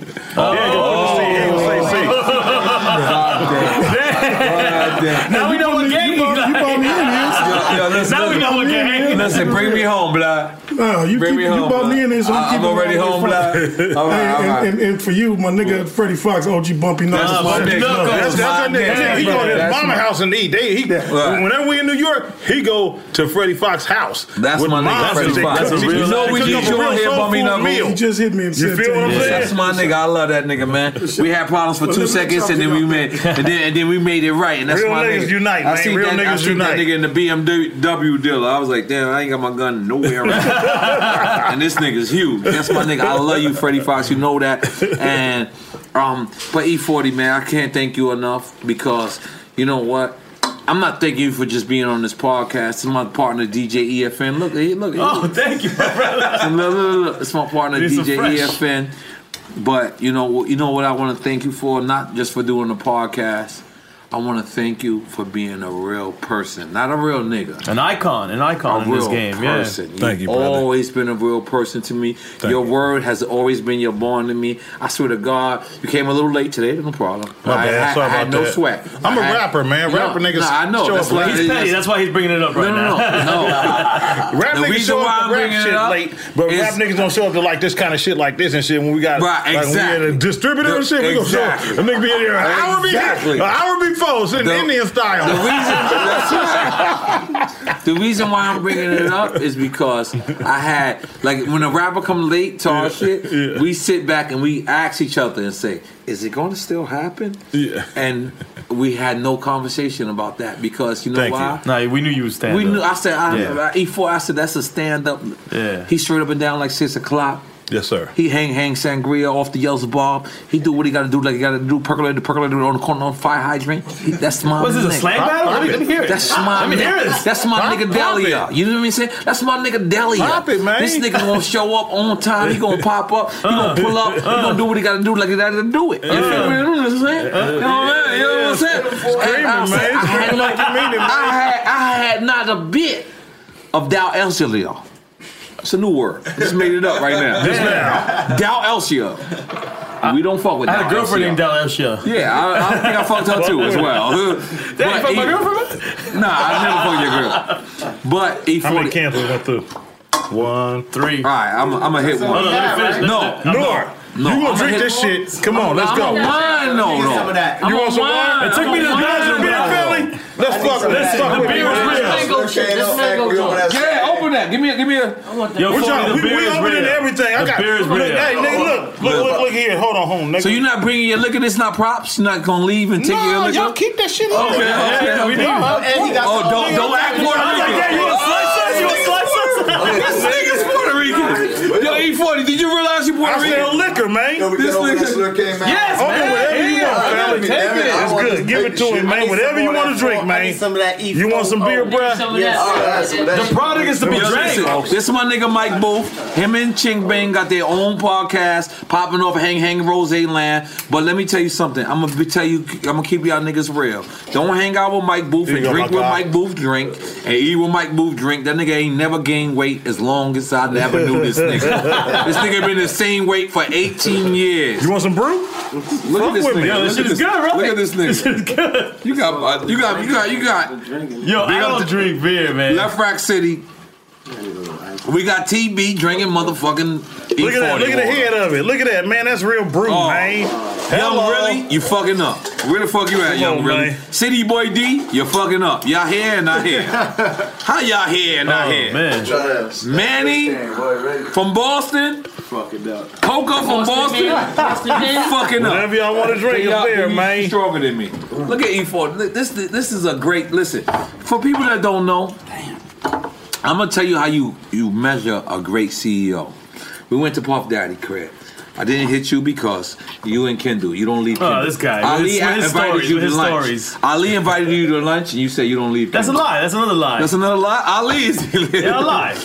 Now we know what game you brought- you brought me in, man. Now we know what game. Listen, bring me home, blood. No, you Bring keep, me you home, brought me in there, so you I- keep I'm it already right home, in front. blood. All right, Hey, all and, right. And, and for you, my nigga Freddie Fox, OG Bumpy Knox. Nah, my nigga, Knox. that's, that's my that nigga. nigga. He go to his That's mama my- house and eat. They, he, Right. Whenever we in New York, he go to Freddie Fox's house. That's with my nigga, moms Freddie and they Fox. cook- That's a they real- cook You know up we a get you real on here, soul Bummy food Knuckle. meal. He just hit me and You said feel to what I'm me. saying? That's my nigga. I love that nigga, man. We had problems for Well, two let me seconds, talk and to then we made, and then and then we made it right. And that's Real my niggas nigga. unite, I man. seen Real that, I niggas seen that unite. nigga in the BMW dealer. I was like, damn, I ain't got my gun nowhere. around. and this nigga's huge. That's my nigga. I love you, Freddie Fox. You know that. And um, but E40, man, I can't thank you enough because you know what. I'm not thanking you for just being on this podcast. It's my partner DJ EFN. Look, he- look. Oh, thank you, so look, look, look, it's my partner Need some DJ fresh. EFN. E But you know, you know what I want to thank you for, not just for doing the podcast. I want to thank you for being a real person, not a real nigga. An icon, an icon a in real this game. person. Yeah. You've always been a real person to me. your word has always been your bond to me. I swear to God, you came a little late today, no problem. My I, bad. I- Sorry I had about no that. sweat. I'm a I had- rapper, man. No, Rapper niggas No, I know. show That's up why late. He's petty. That's why he's bringing it up right no, now. no, no, no. Rap The niggas reason show why up I'm to rap bringing it shit up late, but is- rap niggas don't show up to like this kind of shit like this and shit. When we got Right, like, when we exactly. had a distributor and shit, we gonna show up. Exactly. A nigga be in here an hour before, Exactly. an hour before, sitting The- Indian style. the reason- that's The reason why I'm bringing it up is because I had like when a rapper come late to our shit, we sit back and we ask each other and say, "Is it going to still happen?" Yeah. And we had no conversation about that because you know Thank why? you. No, we knew you was standing. We knew. I said, I, Yeah. "E4." I said, "That's a stand up." Yeah. He straight up and down like six o'clock. Yes, sir. He hang hang sangria off the yellow bar. He do what he got to do, like he got to do percolate the percolator on the corner on fire hydrant. He- that's my. Was this a nigga. slang battle? Let me- let me hear it. That's my. Let me nigga. hear this. That's my Pop- nigga pop Delia. it. You know what I'm saying? That's my nigga Delia. Pop it, man. This nigga gonna show up on time. He gonna pop up. He Uh. gonna pull up. He gonna do what he got to do, like he got to do it. You feel me? You know what I'm saying? You know what I'm saying? You know what I'm saying? And I Screaming, said, man. I had no- Like you mean it, man. I had I had not a bit of doubt Elsevier. It's a new word. I just made it up right now. Just now. Dal Elsia. We don't fuck with I had a Dal girlfriend Elsia. named Del Elsha. Yeah, I, I think I fucked her too as well. Did you fuck my girlfriend? Nah, I never fucked your girl. But E40. How many cans we went through? One, three. All right, I'm, I'm gonna hit one. Hold on, let me finish. No, No. No, you gonna I'ma drink hit- this shit? Come on, let's I'm go. on wine, no, no. I'm You want some on wine? wine. It took me to the I'm on bathroom, wine. Philly. Let's fuck. Let's fuck. with you. Yeah, open that. Give me a, give me a. I want that. Yo, What y'all- we, we opening everything. I The got. beer is look, real. Hey, nigga, look, look, look, look here. Hold on, home, nigga. So you're not bringing your liquor? It's not props. You're not gonna leave and take your no, liquor? y'all keep that shit. Okay, okay, okay. Oh, don't don't act Puerto Rican. Oh, This nigga's Puerto Rican. Yo, E40, did you realize you Puerto I Rican? said liquor, man. This nigga. Yes, Open man. whatever you Yeah, want, fam. I gotta take it. I It's wanted good. Give it to him, man. Whatever you want to drink, man. E Oh, You want some E beer, bruh? The product is to be Yo, drank. listen, This is my nigga Mike Booth. Him and Ching Bang got their own podcast, popping off Hang Hang Rose Land. But let me tell you something. I'm gonna be tell you. I'm gonna keep y'all niggas real. Don't hang out with Mike Booth Here and you go, drink my with guy. Mike Booth drink and eat with Mike Booth drink. That nigga ain't never gained weight as long as I never knew this nigga. this nigga been the same weight for 18 years. You want some brew? Fuck Look at this with nigga. me. Yo, Look this at shit is good, right? Look at this nigga. You got, uh, you got, you got, you got. Yo, I Big up don't to- drink beer, man. Left Rack City. We got TB drinking motherfucking. Look at that. Look at E40 the water. head of it. Look at that, man. That's real brew, Oh. man. Young Hello. really, you fucking up. Where the fuck you at, Come young on, really? man. City boy D, you fucking up. Y'all here and not here. How y'all here and not Oh, here? man. Manny from Boston, Fucking up. Coca from Boston, Boston man. Boston man. fucking up. Whatever y'all want to drink is Y'all- there, you man. Stronger than me. Look at E4. This this is a great listen. For people that don't know, E I'm gonna tell you how you you measure a great CEO. We went to Puff Daddy crib, I didn't hit you because you and Kendall. You don't leave. Oh, Kendall. this guy. Ali His- his invited stories, you to his lunch. stories. Ali invited you to lunch, and you say you don't leave. That's a Kendall. lie. That's another lie. That's another lie. Ali is. Y'all lie.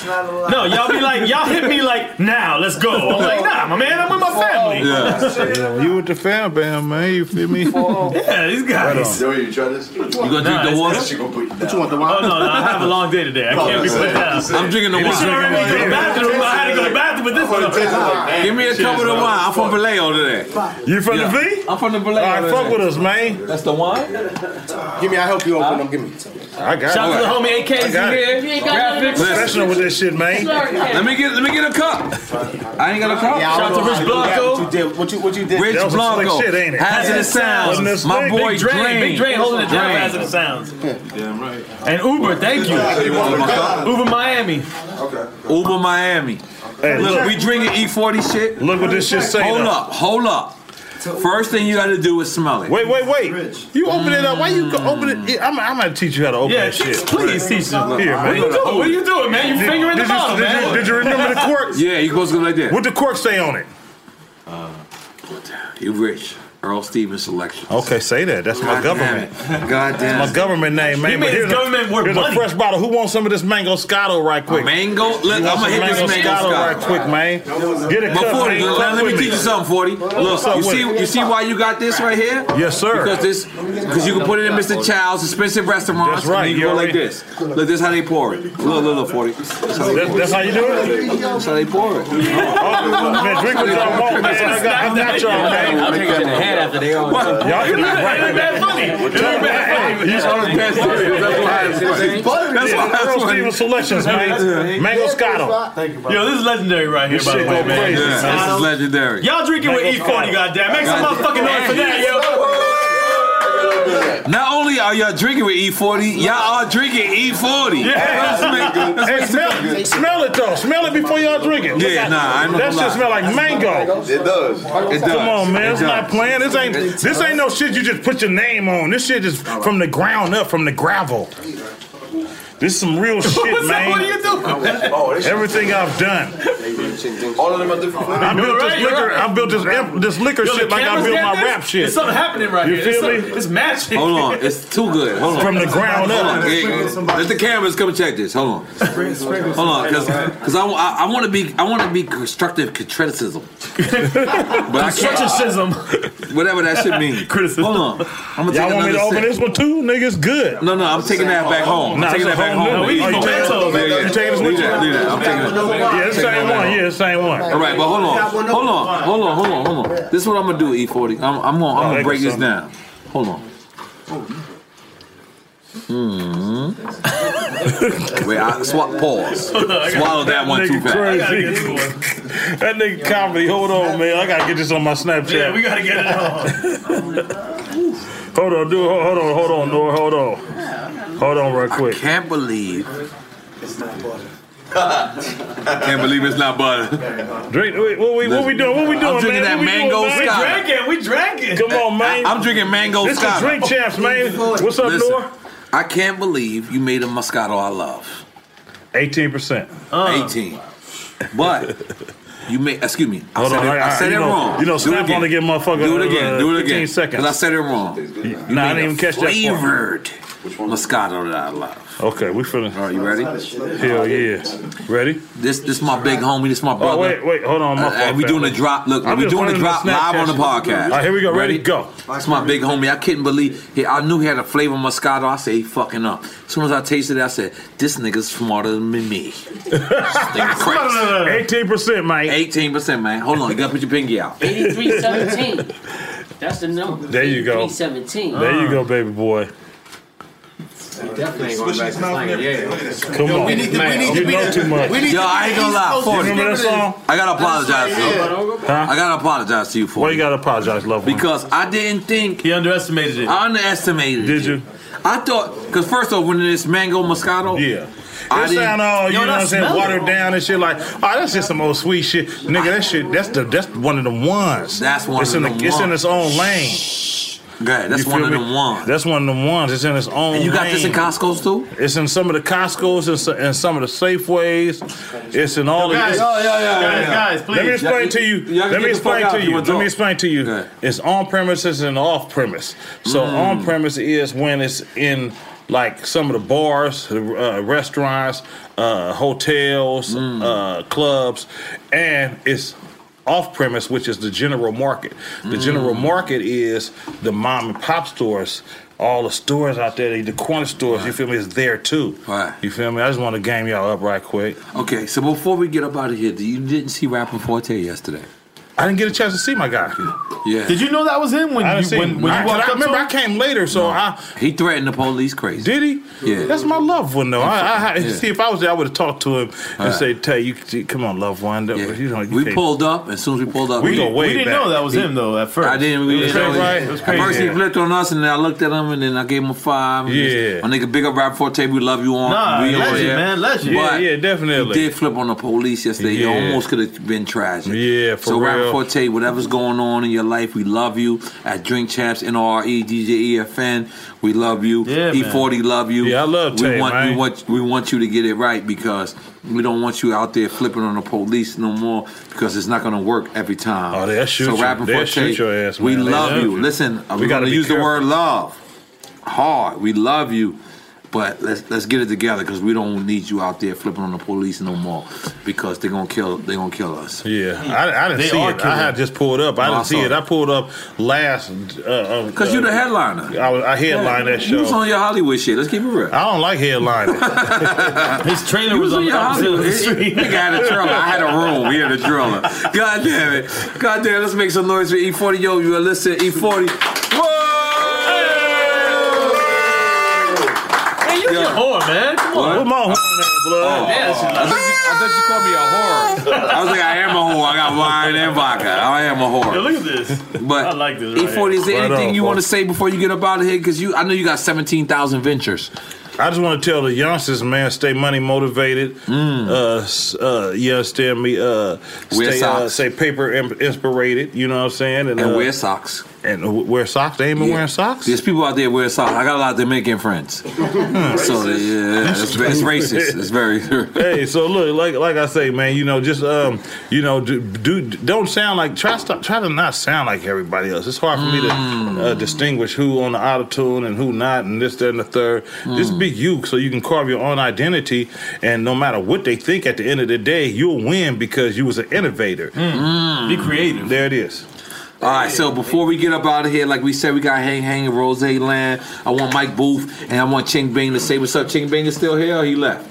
No, y'all be like, y'all hit me like, now, let's go. I'm like, nah, my man, I'm with my family. yeah, you with the fam, bam, man. You feel me? yeah, these guys. Right on. you try this? You gonna drink the water? She gonna put you down. What you want, the wine? Oh, no, no, I have a long day today. I No, can't be that's put it. down. That's it. I'm drinking the You wine. should already go to the bathroom. I had to go to the bathroom, but this I'm gonna taste it like one. that. Give me a cup of the wine. I'm from Vallejo today. You from Yeah. the V? I'm from the Vallejo. All right, today. fuck with us, man. That's the wine. Give me, I help you open them. Give me. I got Shout it. out to the homie I AKs got in it. here. You ain't got none of Listen, that. Professional with this shit, man. Sorry. Let me get let me get a cup. I ain't got a cup. Yeah, I Shout out don't to know Rich how you got Blanco. What you did? What you, what you did? Rich Blanco. Hazardous Wasn't Sounds. this My big? boy Big Drain. Big Drain holding it down for Hazardous Sounds. Damn right. And Uber, thank you. Uber Miami. Okay. Uber Miami. Hey, look, look. we drinking E40 shit. Look what this shit say, Hold though. up, hold up. First thing you got to do is smell it. Wait, wait, wait. You open it up. Why you go open it? Yeah, I'm, I'm gonna teach you how to open Yeah, that teach- shit. please teach us. Here, man. What you doing? What you doing, man? You Did- fingering did the you- bottle, did man. You, did you remember the corks? Yeah, you supposed to go like that. What the cork say on it? You rich. Earl Stevens selection. Okay, say that. That's my God damn government. it. God damn That's it. my government name, man. He But made his government a, worth here's money. a fresh bottle. Who wants some of this mango scotto right quick? mango? Let- You want I'ma some hit this mango Scotto. right quick, man. Get a But cup, Forty, man. let, Fuck let me with teach you something, Forty. What's up Look, you with see, it? you see why you got this right here? Yes, sir. Because this, because you can put it in Mr. Child's expensive restaurants. That's right, And you go you like already- this. Look, this is how they pour it. Look, look, look, Forty. That's- that's how you do it? Oh, That's how they pour it. Man, drink what y'all want, man. I got, I'm not y'all, man. I'm taking the head after they all. Y'all can not right. That's why Earl Stevens selections, man. Mango Scotto. Thank you, Yo, this is legendary right here, This by the shit way, go man. crazy, son. This is legendary. Y'all drinking with E E40, goddamn. Make some motherfucking noise for that, yo. Not only are y'all drinking with E40, y'all are drinking E E40. Hey, smell, smell it though. Smell it before y'all drink it. Yeah, Look, nah, I'm not that gonna shit lie. smell like mango. It does. It does. Come on, man. It It's not does. playing. This ain't It this ain't no shit you just put your name on. This shit is from the ground up, from the gravel. This is some real Oh, shit, What's that? man. What are you doing? Oh, this shit- Everything I've done. All of them are different. I built this liquor. I built this imp- this liquor Yo, the shit like I cameras built got my this? rap shit. There's something happening right you here. You There's feel me? something- it's magic. Hold on, it's too good. Hold on. From the ground Hold on. up. Hey, Let the cameras come check this. Hold on. Hold on, because I, I, want to be I want to be constructive criticism, but I Constructivism. can't. Whatever that should mean. Criticism. Hold on, I'm Y'all gonna take want me to another open sip. this one too? Nigga, it's good. No, no, I'm taking that back home. I'm Nah, taking it's that a back whole home. new- Yeah, Oh, you taking- yeah, yeah. You taking this Leave with you? that, leave that. I'm taking that. Yeah, it's the Taking same that one. back Yeah, it's the same one. All right, but hold on, hold on, hold on, hold on, hold on. This is what I'm gonna do, E40. I'm, I'm gonna, I'm gonna break this down. Hold on. Mm. Wait, I swap pause. Swallow that one too nigga fast. Crazy. that nigga comedy. Hold on, man. I gotta get this on my Snapchat. Yeah, we gotta get it on. Hold on, dude. Hold hold on, hold on, Nora. Hold on. Hold on, right quick. can't believe. Can't believe it's not butter. Drink. Wait, what we what we doing? What we doing, I'm drinking man? that mango what we doing, scotch. man? We drinking. Come on, man. I'm drinking mango This scotch. is drink champs, man. What's up, Listen, Nora? I can't believe you made a Moscato I love. 18%. 18. But you made, excuse me, I Hold said, on, it, all right, I said you it know- wrong. you know, Do it Snap again. only give motherfucker, Do it again, uh, do it again. 15 seconds. 'cause I said it wrong. You Nah, I made didn't a even catch that part. Flavored Moscato that I love. Okay, we finna. All right, you ready? Hell yeah. Ready? This this my big homie. This my brother. Oh, wait, wait, hold on. My Uh, fault, and we doing family. a drop. Look, I'm we just doing a running the drop live on the Snapchat. podcast. All right, here we go. Ready? Go. That's my big homie. I couldn't believe. He, I knew he had a flavor of Moscato. I said he fucking up. As soon as I tasted it, I said this nigga's smarter than me. Eighteen percent, man. Eighteen percent, man. Hold on, you gotta put your pinky out. 8317. That's the number. There you go. 8317. There you go, baby boy. Definitely ain't going back to Come on. we need to- we Man, need to you be know the- too much. we need Yo, I ain't gonna lie. 40. You remember that song? I gotta apologize to you. Huh? I gotta apologize to you for Why you gotta apologize, love? one? because I didn't think he underestimated it. I underestimated. Did you? I thought because first off, when it's mango Moscato, yeah, I It sound all you Yo, know that what I'm saying, smell watered down and shit. Like, oh, that's just some old sweet shit, nigga. That shit, that's the that's one of the ones. That's one It's of in the It's in ones. its own lane. Good, that's You one feel of me? them ones. That's one of them ones. It's in its own. And you got this in Costco's too. It's in some of the Costco's and so- and some of the Safeways. It's in all Guys, of oh, yeah, yeah, yeah, yeah. Guys, Let me please. explain Y'all- to you. y'all can Let get me the fuck explain out to if you you. wanna Let talk. me explain to you. It's on premises and off premise. So Hmm. Mm. on premise is when it's in like some of the bars, uh, restaurants, uh, hotels, Hmm. uh, clubs, and it's off premise, which is the general market. The Hmm. general market is the mom and pop stores. All the stores out there, the corner stores, you feel me, is there too. Right. You feel me? I just want to game y'all up right quick. Okay, so before we get up out of here, you didn't see Rapping Forte yesterday. I didn't get a chance to see my guy. Yeah. Did you know that was him when I didn't you see when, him. when I- you 'cause walked I up remember to I came later, so I Oh, He threatened the police crazy. Did he? Yeah. That's my loved one, though. I, I had- Yeah. see if I was there, I would have talked to him and Alright. say, "Tay, you, you come on, loved one." Don't- You know, you we can't- pulled up. As soon as we pulled up, We go way We didn't back. know that was He- him, though, at first. I didn't. It We was didn't know crazy, it. right? It was crazy. At first, he flipped on us, and then I looked at him, and then I gave him a five. and Yeah. just, my nigga, big up rap forte. We love you on. Nah, we on legend, air." man, legend. Yeah, But yeah, definitely. He did flip on the police yesterday. Yeah. He almost could have been tragic. Yeah, for so real. rap forte, whatever's going on in your life, we love you. At Drink Champs, E NRE, DJ EFN, we love you. E Yeah, man. E40, love you. Yeah, I love we Tay, want, man. We want we want you to get it right because we don't want you out there flipping on the police no more because it's not going to work every time. Oh, they'll shoot so you. rapping They'll for shoot Tay, your ass, We man. They love love you. you. Listen, We we got gotta to be use the careful. word love hard. We love you, but let's let's get it together because we don't need you out there flipping on the police no more because they're gonna kill they're gonna kill us. Yeah, I, I didn't They see are it. I had killing. just pulled up. I No, I didn't see saw it. it. I pulled up last. Because you the headliner. I, was- I headlined that show. You was on your Hollywood shit. Let's keep it real. I don't like headlining. His trailer You was was on in the your opposite of the Hollywood. street. Nigga had a driller. I had a room. We had a driller. God damn it. God damn. Let's make some noise for E40. Yo, you are listening. to E E40. Whoa! Hey, you a whore, man. Come on. Put my horn in, blood. I thought, you, I thought you called me a whore. Oh. I was like, I am a whore. I got wine and vodka. I am a whore. Yo, look at this. But I like this. Right E40, E is there Right anything on, you want to folks. say before you get up out of here? Because you, I know you got 17,000 ventures. I just want to tell the youngsters, man, stay money motivated. Uh, s- uh, you understand me? Uh, Mm. Wear stay, uh, socks. stay paper im- inspirated. You know what I'm saying? And uh, wear socks. And w- wear socks. They ain't been Yeah. wearing socks. There's people out there wearing socks. I got a lot of Dominican friends. So, yeah, it's, it's racist. It's very. hey, so look, like like I say, man, you know, just um, you know, do, do don't sound like try stop try to not sound like everybody else. It's hard for me Mm. to uh, distinguish who on the auto tune and who not, and this, that, and the third. Just be you, so you can carve your own identity. And no matter what they think, at the end of the day, you'll win because you was an innovator. Mm. Be creative. There it is. All right, so before we get up out of here, like we said, we got Hang Hang and Rose Land. I want Mike Booth and I want Ching Bing to say what's up. Ching Bing is still here or he left?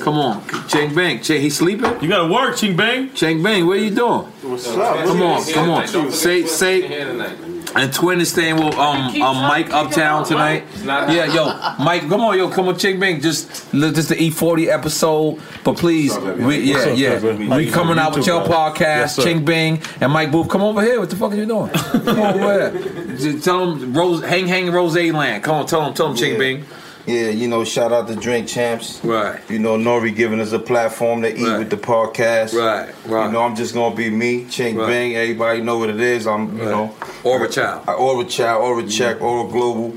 Come on, Ching Bing. Ching, he sleeping? You gotta work, Ching Bing. Ching Bing, what are you doing? What's up? Come on, come on. Say, say. And Twin is staying with um, um Mike Uptown tonight. Yeah, yo, Mike, come on, yo, come on, Ching Bing. Just look, this is the E40 episode, but please, we, What's yeah, up, yeah, baby? we coming out with your podcast, Yes, sir. Ching Bing and Mike Booth. Come over here. What the fuck are you doing? Come on over here. Just tell them Rose, hang, hang, Rose Land. Come on, tell them, tell them, Ching Yeah. Bing. Yeah, you know, shout out to Drink Champs. Right. You know, Nori giving us a platform to eat with the podcast. Right, right. You know, I'm just gonna be me, Ching Right. Bing. Everybody know what it is. I'm, you Right. know, Aura Child. Mm. Aura Child, Aura Check, Aura Global.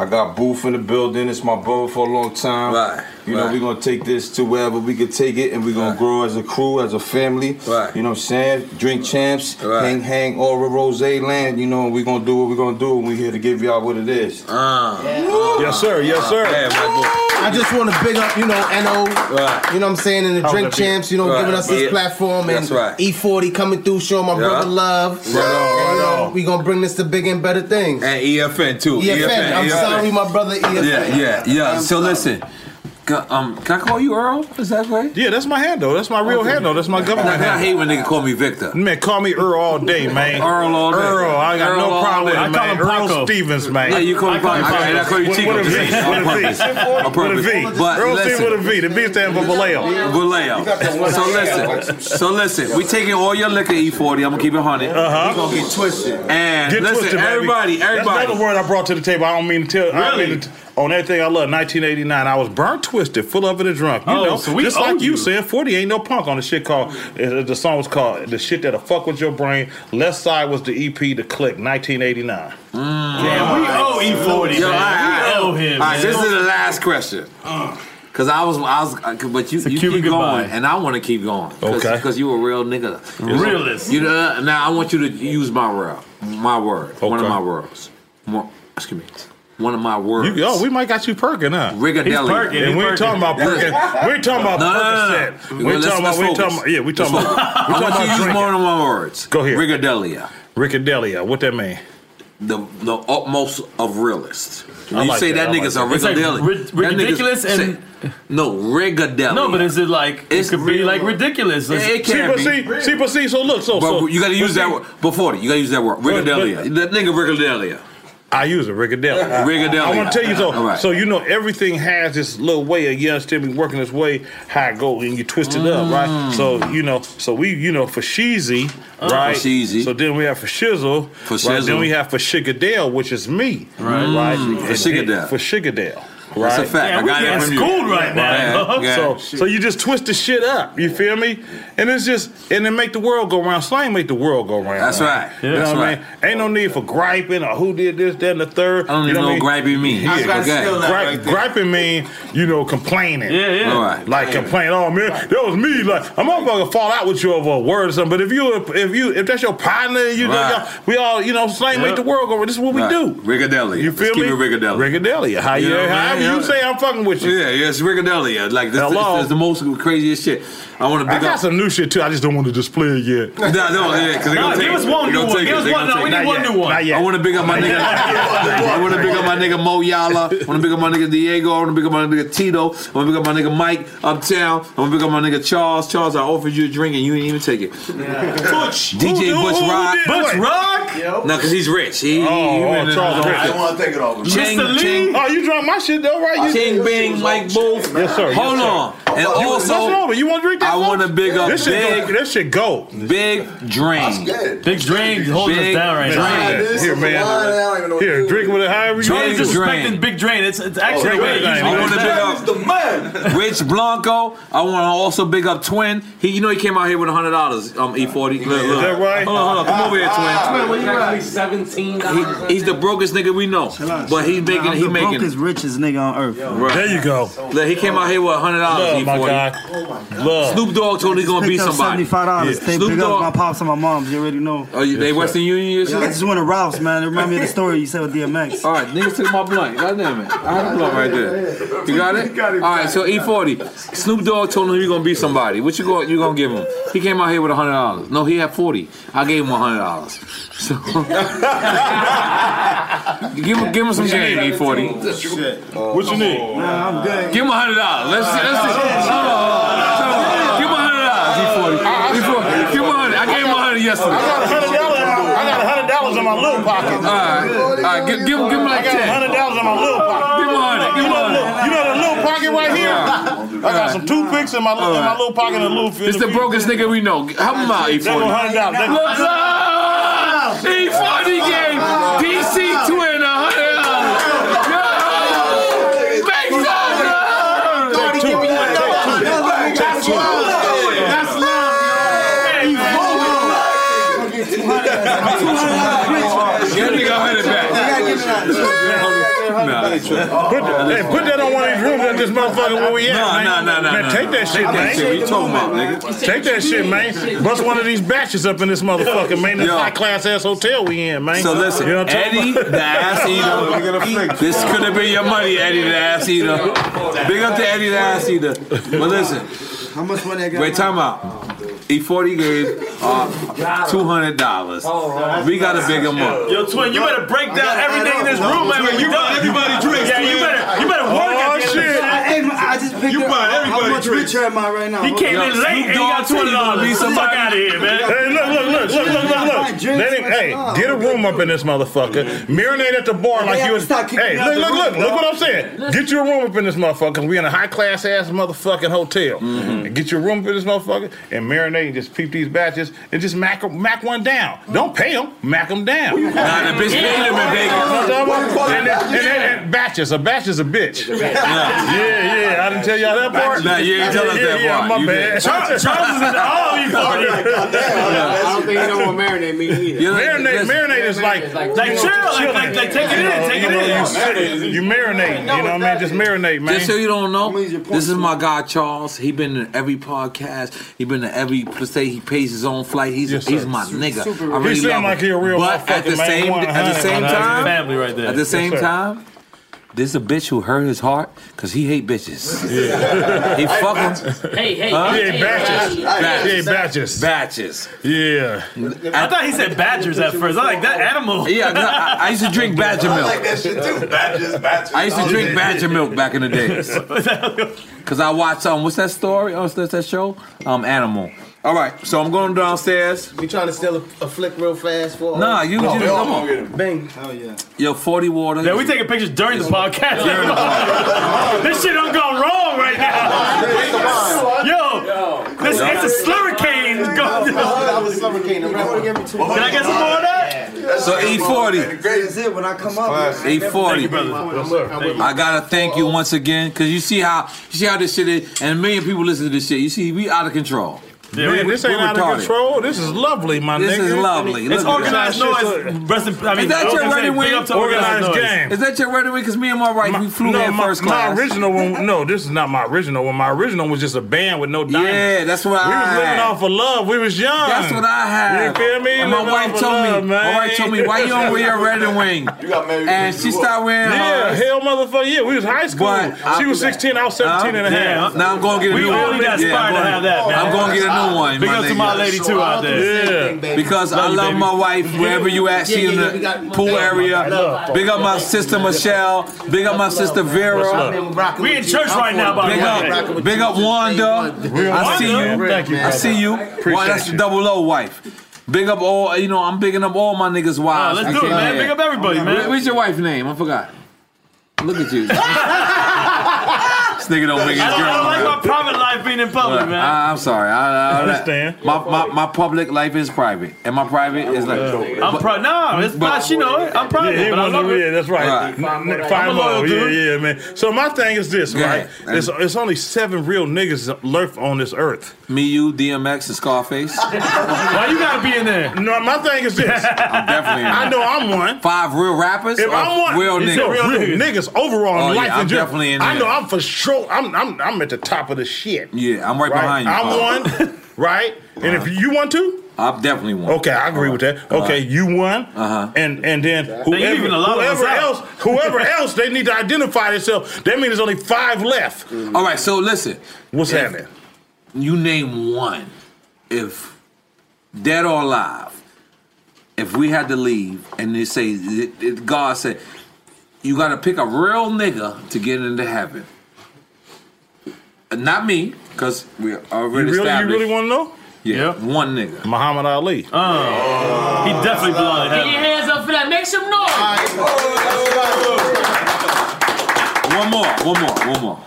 I got Booth in the building. It's my brother for a long time. Right, You know, right. we're gonna take this to wherever we can take it, and we're gonna grow as a crew, as a family. Right. You know what I'm saying? Drink Champs, Hang Hang, Aura Rose Land. You know, and we're gonna do what we're gonna do, and we're here to give y'all what it is. Uh, Yes, sir. Yes, sir. I just want to big up, you know, NO. You know what I'm saying? And the How's Drink that beat? Champs, you know, Right, giving us this yeah. platform. And That's right. E40 coming through, showing my Yeah. brother love. Right on, And, you right know, we going to bring this to bigger and better things. And EFN E too. EFN, I'm sorry, my brother EFN. E Yeah, yeah, yeah. So listen, ca- um, can I call you Earl? Is that right? Yeah, that's my handle. That's my real handle. That's my government handle. I hate when nigga call me Victor. Man, call me Earl all day, man. Earl all day. Earl, I got Earl no all problem with day. it, I call man. him Earl Paco. Stevens, man. Yeah, you call him Paco. I- I call you With- Chico. With a V. Just With on a V. purpose. On With a purpose. V. But Earl listen. Stevens with a V. The V stands for Vallejo. Vallejo. So listen, so listen. We taking all your liquor, E40. I'm gonna keep it hundred. Uh-huh. We gonna get twisted. And Get listen, twisted, baby. everybody, everybody. That's another word I brought to the table. I don't mean to tell. I don't mean to, on everything I love, 1989, I was burnt twisted, full of it and drunk. You Oh, know, so we just owe like you you. saying, forty ain't no punk on the shit called. uh, The song was called "The Shit That'll Fuck with Your Brain." Left Side was the EP, The Click, nineteen eighty nine. Damn, we owe E40, Yo, all man. right, We all owe right. him, All man. right, this is the last question. Oh, Cause I was, I was, I could- but you, you keep Cuban goodbye. going, and I want to keep going. Cause, Okay. Cause you a real nigga. Realist. You know. uh, Now I want you to use my word, my word, one of Okay. my words. One, excuse me, one of my words. You, yo, we might got you perking, huh? Rigadelli. He's perking, And he's we ain't perking. talking about perking. We ain't talking about No, no, no, no. Percocet. We Well, ain't let's- talking about. let's We ain't focus. talking about. Yeah, we talking Let's about. focus. We I talking want you to about use drinking. more than one words. Go ahead. Rigadelia. Rigadelia. What that mean? The the utmost of realist. When I you like say that, that, I nigga's like a that. It's like rigadelli. rid- That nigga's- ridiculous and- say- no rigadelli. No, but is it like it could be like ridiculous? It, it can't be. see, but see, see, but see. So look, so, but so you got to use that word. Before you got to use that word. But- but- Rigadelia. That nigga rigadelia. I use it, rigadelli. Rigadelli. I want to tell you so. All right. So you know everything has this little way of young Timmy working his way how it go and you twist it up, right? So you know, so we you know for Sheezy, Uh. right? Mm. For Sheezy. So then we have for Shizzle, For right? Then Shizzle. we have for Shigadale, which is me, Right. Right? Mm, for And- Shigadale. for Shigadale. Right. That's a fact. Yeah, I we got it getting from you. schooled right now. Yeah, yeah. So, so you just twist the shit up. You feel me? And it's just and it make the world go round. Slang make the world go round. That's right. You know That's what I right. mean? Ain't no need for griping or who did this, that, and the third. I don't You even know what I what griping mean. I was about to steal that Gripe- right there. griping mean you know complaining. Yeah, yeah. All right. Like complaining. Oh man, that was me. Like I'm gonna fall out with you over a word or something. But if you if you if that's your partner, you Right. know, y'all- we all you know slang make Yep. the world go. This is what we Right. do. Rigadelia. You feel Let's keep me? it rigadelia. Rigadelia. How you, You know what I however mean? you say I'm fucking with you. Yeah, yeah, it's rigadelia. Like this, Hello. this is the most craziest shit. I want to I big got up. some new shit too. I just don't want to display it yet. No, no, yeah, because Nah, take give us it. one They gonna new one. take it. Give us They one. gonna No, take we it. need Not one yet. new one. Not yet. I want to big up my nigga. I want to big up my nigga Mo Yala. I want to big up my nigga Diego. I want to big up my nigga Tito. I want to big up my nigga Mike Uptown. I want to big up my nigga Charles. Charles, I offered you a drink and you didn't even take it. Butch. DJ Butch Rock. Yep. No, because he's rich. He, he, he oh, been- Charles I don't want to take it off. Ching, Mr. ching. Oh, you drunk my shit though, right? You- Ting Bing, Mike Booth. Yes, sir. Hold Yes, sir. on. And You- also, what's wrong? with You want to drink that? I want to big up This shit, go, Big, this shit go. Big Drain. Big Drain holding us Big down right now. Drain. Here, man. Here, drink with it however you Drain Big is disrespecting Drain. Big Drain. It's, Oh, it's actually the way it used to I want be. to big up Rich Blanco. I want to also big up Twin. He, you know, he came out here with hundred dollars. Um, E forty. Is Is that right? Hold on, hold on. Come over here, Twin. Twin, what you got? Seventeen He, he's the brokest nigga we know, but he's making. He making. brokest, richest nigga on earth. Right. There you go. Look, He came out here with hundred dollars. Love, E my forty. God. Love. Snoop Dogg told me he's gonna be Picked up somebody. Seventy-five dollars. Yeah. They Snoop pick up Dogg- my pops and my moms. You already know. Oh, you, they Western Union? Your I just went to Ralph's, man. It reminded me of the story you said with DMX. All right, niggas took my blunt. God damn it. I had a blunt right there. You got it? All right, so E40. Snoop Dogg told him you going to be somebody. What you going you going to give him? He came out here with $100. No, he had 40. I gave him $100. So Give him give him some game, E40. What you need? Nah, I'm good. Give him $100. Let's see let's see. Hold on. Hold on. Give him $100, E40. E40. E Give him 100. I gave him 100 yesterday. I got a hundred dollars. I got a hundred dollars in my little pocket. All right. All right, give, give, him- give him I like got a 10. hundred dollars in my little pocket. Give him 100. Give You him know, the 100. little- you know the little pocket right here. I got some toothpicks in my little, in my little pocket and a little. This the brokest nigga we know. Help him out, E40. That one hundred dollars. That- Let's go! E40 game. DC Twin, $100. Big time! Take two. Take two. Take two. That's That nigga 100 back. Nah. Put, hey, put that on one of these rooms at this motherfucker where we at, Nah, man. nah, nah, nah, Man, nah, take nah. that shit, Take that man. shit. What you talking about, nigga? Take that shit, man. Bust one of these batches up in this motherfucker, man. This Yo. high class ass hotel we in, man. So listen, You know what I'm talking Eddie about? the ass eater. This could have been your money, Eddie the ass eater. Big up to Eddie the ass eater. But listen, How much money I got? wait, time out. E40 gave uh, $200. Oh, We got to big him up. Yo, twin, you better break down everything in this room, man. Twin, you buying everybody drinks, Yeah, you twin. better, you better work Oh, at the end of the shit. night. I, I just picked You up buying how everybody much drinks. check mine right now. He came in late and he got $20. Fuck outta here, man. Hey, look, look, look, look, look, look, look. Let him, hey, get a room up in this motherfucker. Marinate at the bar like you was. Hey, look, look, look, look what I'm saying. Get your room up in this motherfucker. 'cause We in a high class ass motherfucking hotel. And Get your room up in this motherfucker and marinate and just peep these batches and just mac 'em- mac one down. Don't pay them, mac them down. Nah, the bitch paid him and paid him. And, and, and, and batches, a batch is a bitch. Yeah, yeah. I didn't tell y'all that part. Nah, you didn't tell us Yeah, that yeah, part. My You bad. did. Charles- Charles is in Oh, all these parties. I don't think you know what marinate means either. marinate, marinate is like, Like, chill, like- like- like, take it in, You know, take it you know, in. you No, sit- marinate is- You marinate, you know what I mean? Just marinate, man. Just so you don't know, this is my guy Charles. He been in every podcast. He been to every let's say he pays his own flight. He's Yes, sir. he's my nigga. Super- I really He seem love him. like he a real but at motherfucking the man. same One at the hundred. same That's his time, family right there. At the Yes, same sir. time. This a bitch who hurt his heart because he hate bitches. he fuck 'em. Hey, hey, Huh? hey, hey, hey, hey. batches. Batches. Yeah. I thought he said badgers at first. I like that animal. Yeah, 'cause I, I used to drink badger milk. I used to drink badger milk back in the days. Cause I watched um, what's that story? Oh, that's that show. Um, Animal. All right, so I'm going downstairs. We trying to steal a, a flick real fast for. Nah, you- Oh, you- come on. Bang. Oh yeah. Yo, 40 water. Yeah, we taking pictures during the podcast. this shit done gone wrong right now. Yo, this it's a slurricane. going- I was suffocating. Can I get some more of that? So E E40. That's it. When I come up. Thank you, brother. I gotta thank you once again, cause you see how you see how this shit is, and a million people listen to this shit. You see, we out of control. Man, this ain't out of control. This is lovely, my This nigga. is lovely. Look It's at that. organized Shit's noise. Rest in, I mean, is that I was your gonna say, ready big wing? up to Organized organized noise. game. Is that your ready wing? Cause me and my wife, we flew in my, first my class. original one, no, this is not my original one. My original was just a band with no diamonds. Yeah, that's what we I was living had. off of love. We was young. That's what I had. You feel me? And my Living wife off of told love, me. man. My wife told me, why you don't wear your red and wing? You got married. And she started wearing. Yeah, hers. hell, motherfucker. Yeah, we was high school. But she was I- Uh, 16, I was 17 and a half. Now I'm gonna get a We new one. only got Yeah, inspired I'm to gonna- have that, man. I'm gonna get a new one. Big up to nigga. my lady, too, out there. Yeah. Because I Love you, love baby. my wife wherever you at. She Yeah, in yeah, yeah, we the got- pool Love, area. love. Big up my sister Michelle. Big up my sister Vera. We in church right now, by Big the way. up, big up Wanda. Wanda. I see you. Thank you, I see you. brother. Well, that's the double O wife. Big up all, you know, I'm bigging up all my niggas' Nah, wives. Ah, let's do it, man. Big up everybody, man. What's your wife's name? I forgot. Look at you. this nigga don't make his I girl. don't, I don't like man. my private life being in public, Look, man. I, am sorry. I, I, I understand. My, my, my public life is private, and my private is like. I'm proud. No, it's But- not. She know it. I'm proud. Yeah, he but I wasn't- love it. yeah, that's right. Right. N- n- I'm a Five loyal more, yeah, dude. yeah, man. So my thing is this, Go right? ahead. It's, it's only seven real niggas left on this earth. Me, you, DMX, and Scarface. Why you gotta be in there? No, my thing is this. I'm definitely. in I there. know I'm one. Five real rappers. If or I'm one, real You niggas. said real niggas overall in Oh, yeah, life I'm in general. definitely in I there. know I'm for sure. I'm I'm I'm at the top of the shit. Yeah, I'm right, behind you. Paul. I'm one, right? And if you want to, I'm definitely one. okay, I agree with that. Okay, Alright. you won, Uh-huh. and and then you whoever, leaving a lot of us whoever out. else, whoever else, they need to identify themselves. That means there's only five left. Mm-hmm. All right, so listen. What's If happening? You name one. If dead or alive, if we had to leave and they say, it- it- God said, you got to pick a real nigga to get into heaven. Not me, because we You already really, you established. really want to know? Yeah, one nigga. Muhammad Ali. Oh. he definitely belonged Get your hands up for that. Make some noise. One more, one more, one more.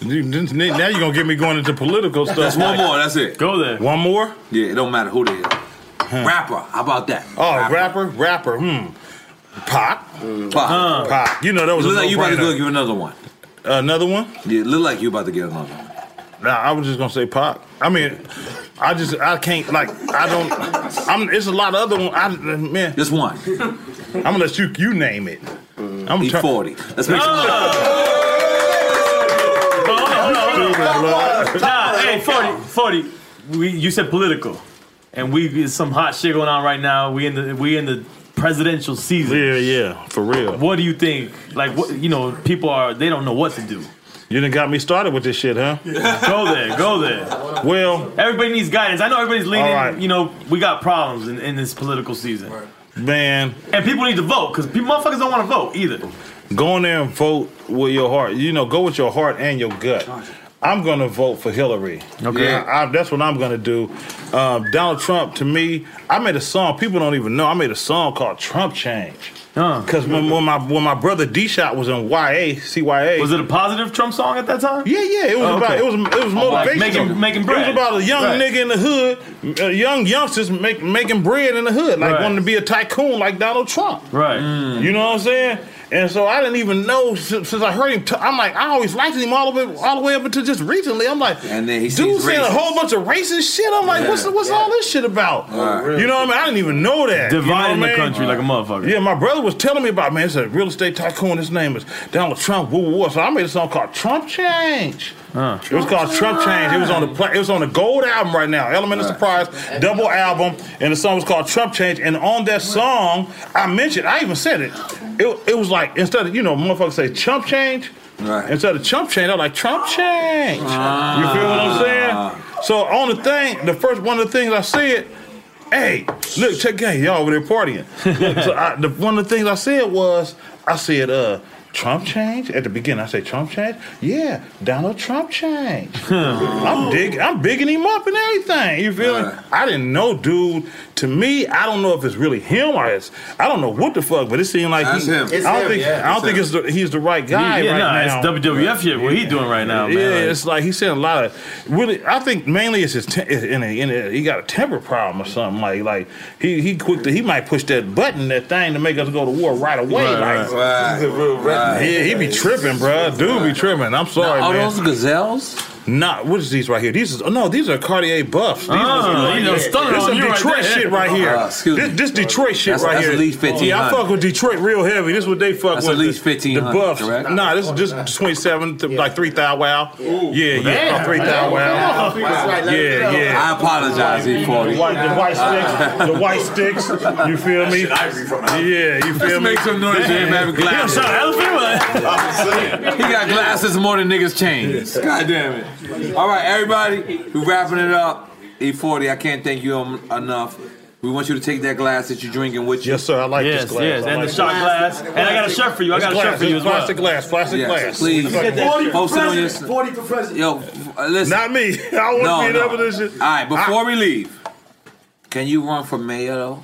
You- now you're gonna get me going into political stuff. That's one more. That's it. Go there. One more? Hmm. Yeah, it don't matter who they are. Rapper. How about that? Oh, rapper, rapper. Hmm. Pop. Pop. Huh. Pop. You know that was It a look like you about to go no-brainer. give another one. Another one? Yeah, it look like you about to get another one. Nah, I was just gonna say Pop. I mean, I just I can't like I don't. I'm. It's a lot of other one. I man. Just one. I'm gonna let you you name it. I'm trying- E40. Mm-hmm. Let's make some Nah, hey, 40, 40. We, you said political, and we there's some hot shit going on right now. We in the we in the presidential season. Yeah, yeah, for real. What do you think? Like, what you know, people are they don't know what to do. You done got me started with this shit, huh? go there, go there. Well, everybody needs guidance. I know everybody's leaning. All right. You know, we got problems in, in this political season, man. and people need to vote because motherfuckers don't want to vote either. Go in there and vote with your heart. You know, go with your heart and your gut. I'm going to vote for Hillary. Okay, I, I- that's what I'm going to do. Um, Donald Trump, to me, I made a song. People don't even know. I made a song called Trump Change. Because when, when my when my brother D Shot was in YA CYA, was it a positive Trump song at that time? Yeah, yeah. It was Oh, about okay. it was it was Oh, like motivational. making- making bread. It was about a young Right. nigga in the hood, uh, young youngsters make, making bread in the hood, like Right. wanting to be a tycoon like Donald Trump. Right. Mm. You know what I'm saying? And so I didn't even know since, since I heard him. i I'm like, I always liked him all the way, all the way up until just recently. I'm like, And then he dude sees saying a racist. whole bunch of racist shit. I'm like, what's Yeah. what's all this shit about? Oh, Right. You know what I mean? I didn't even know that. Dividing you know the what I mean? country like a motherfucker. Yeah, my brother was telling me about man. It's a real estate tycoon. His name is Donald Trump. Woo, woo, woo. So I made a song called Trump Change. Huh. It was called Trump Change. It was on the pla- it was on the gold album right now, Element of Surprise, double album, and the song was called Trump Change. And on that song, I mentioned, I even said it. It, it was like instead of you know motherfuckers say Trump Change, instead of Trump Change, I like Trump Change. You feel what I'm saying? So on the thing, the first one of the things I said. Hey, look, check game. Y'all over there partying. Look, so I, the, one of the things I said was, I said, uh, Trump change at the beginning. I said, Trump change. Yeah, Donald Trump change. I'm dig, I'm bigging him up and everything. You feel me? I didn't know, dude. To me, I don't know if it's really him or it's. I don't know what the fuck, but it seemed like That's he, him. It's I don't him, think. yeah, I don't it's think him. it's the, he's the right guy Yeah, right nah, now. it's WWF shit, what he doing right now, man, Yeah, like- it's like he said a lot of. Really, I think mainly it's his. Te- in a, in a, he got a temper problem or something like like he he quick to, he might push that button that thing to make us go to war right away. Right, like right. He's a real redneck. yeah, he be tripping, bruh. Dude be tripping. I'm sorry, Now, are man. those gazelles? Nah, what is these right here? These is oh, no, these are Cartier buffs. These Ah, are you know, stunning this on some you right Detroit there. shit right here. Ah, excuse this, me. this Detroit shit That's- right that's here. at least Yeah, I 1500. fuck with Detroit real heavy. This is what they fuck That's with. at least the- 1500, The buffs. correct? Nah, this is just 27, to, like 3,000 wow. Yeah, yeah, about 3,000 wow. Yeah, yeah. I apologize, E E40. The white, the white sticks, the white sticks. You feel me? Yeah, you feel Let's me? make some noise. Yeah. Having glasses. he got glasses more than niggas chains. God damn it. All right, everybody, we wrapping it up. E40, I can't thank you em- enough. We want you to take that glass that you're drinking with you. Yes, sir. I like Yes, this glass. yes, I and like the shot this. glass. And I got a shirt for you. I It's got a shirt glass. for you It's as well. Plastic glass. Plastic Yes, glass. please. Fuck that. 40 Post it on your- president, 40 for president. Yo, uh, listen. Not me. I wouldn't be there for this shit. All right, before we leave, can you run for mayor though?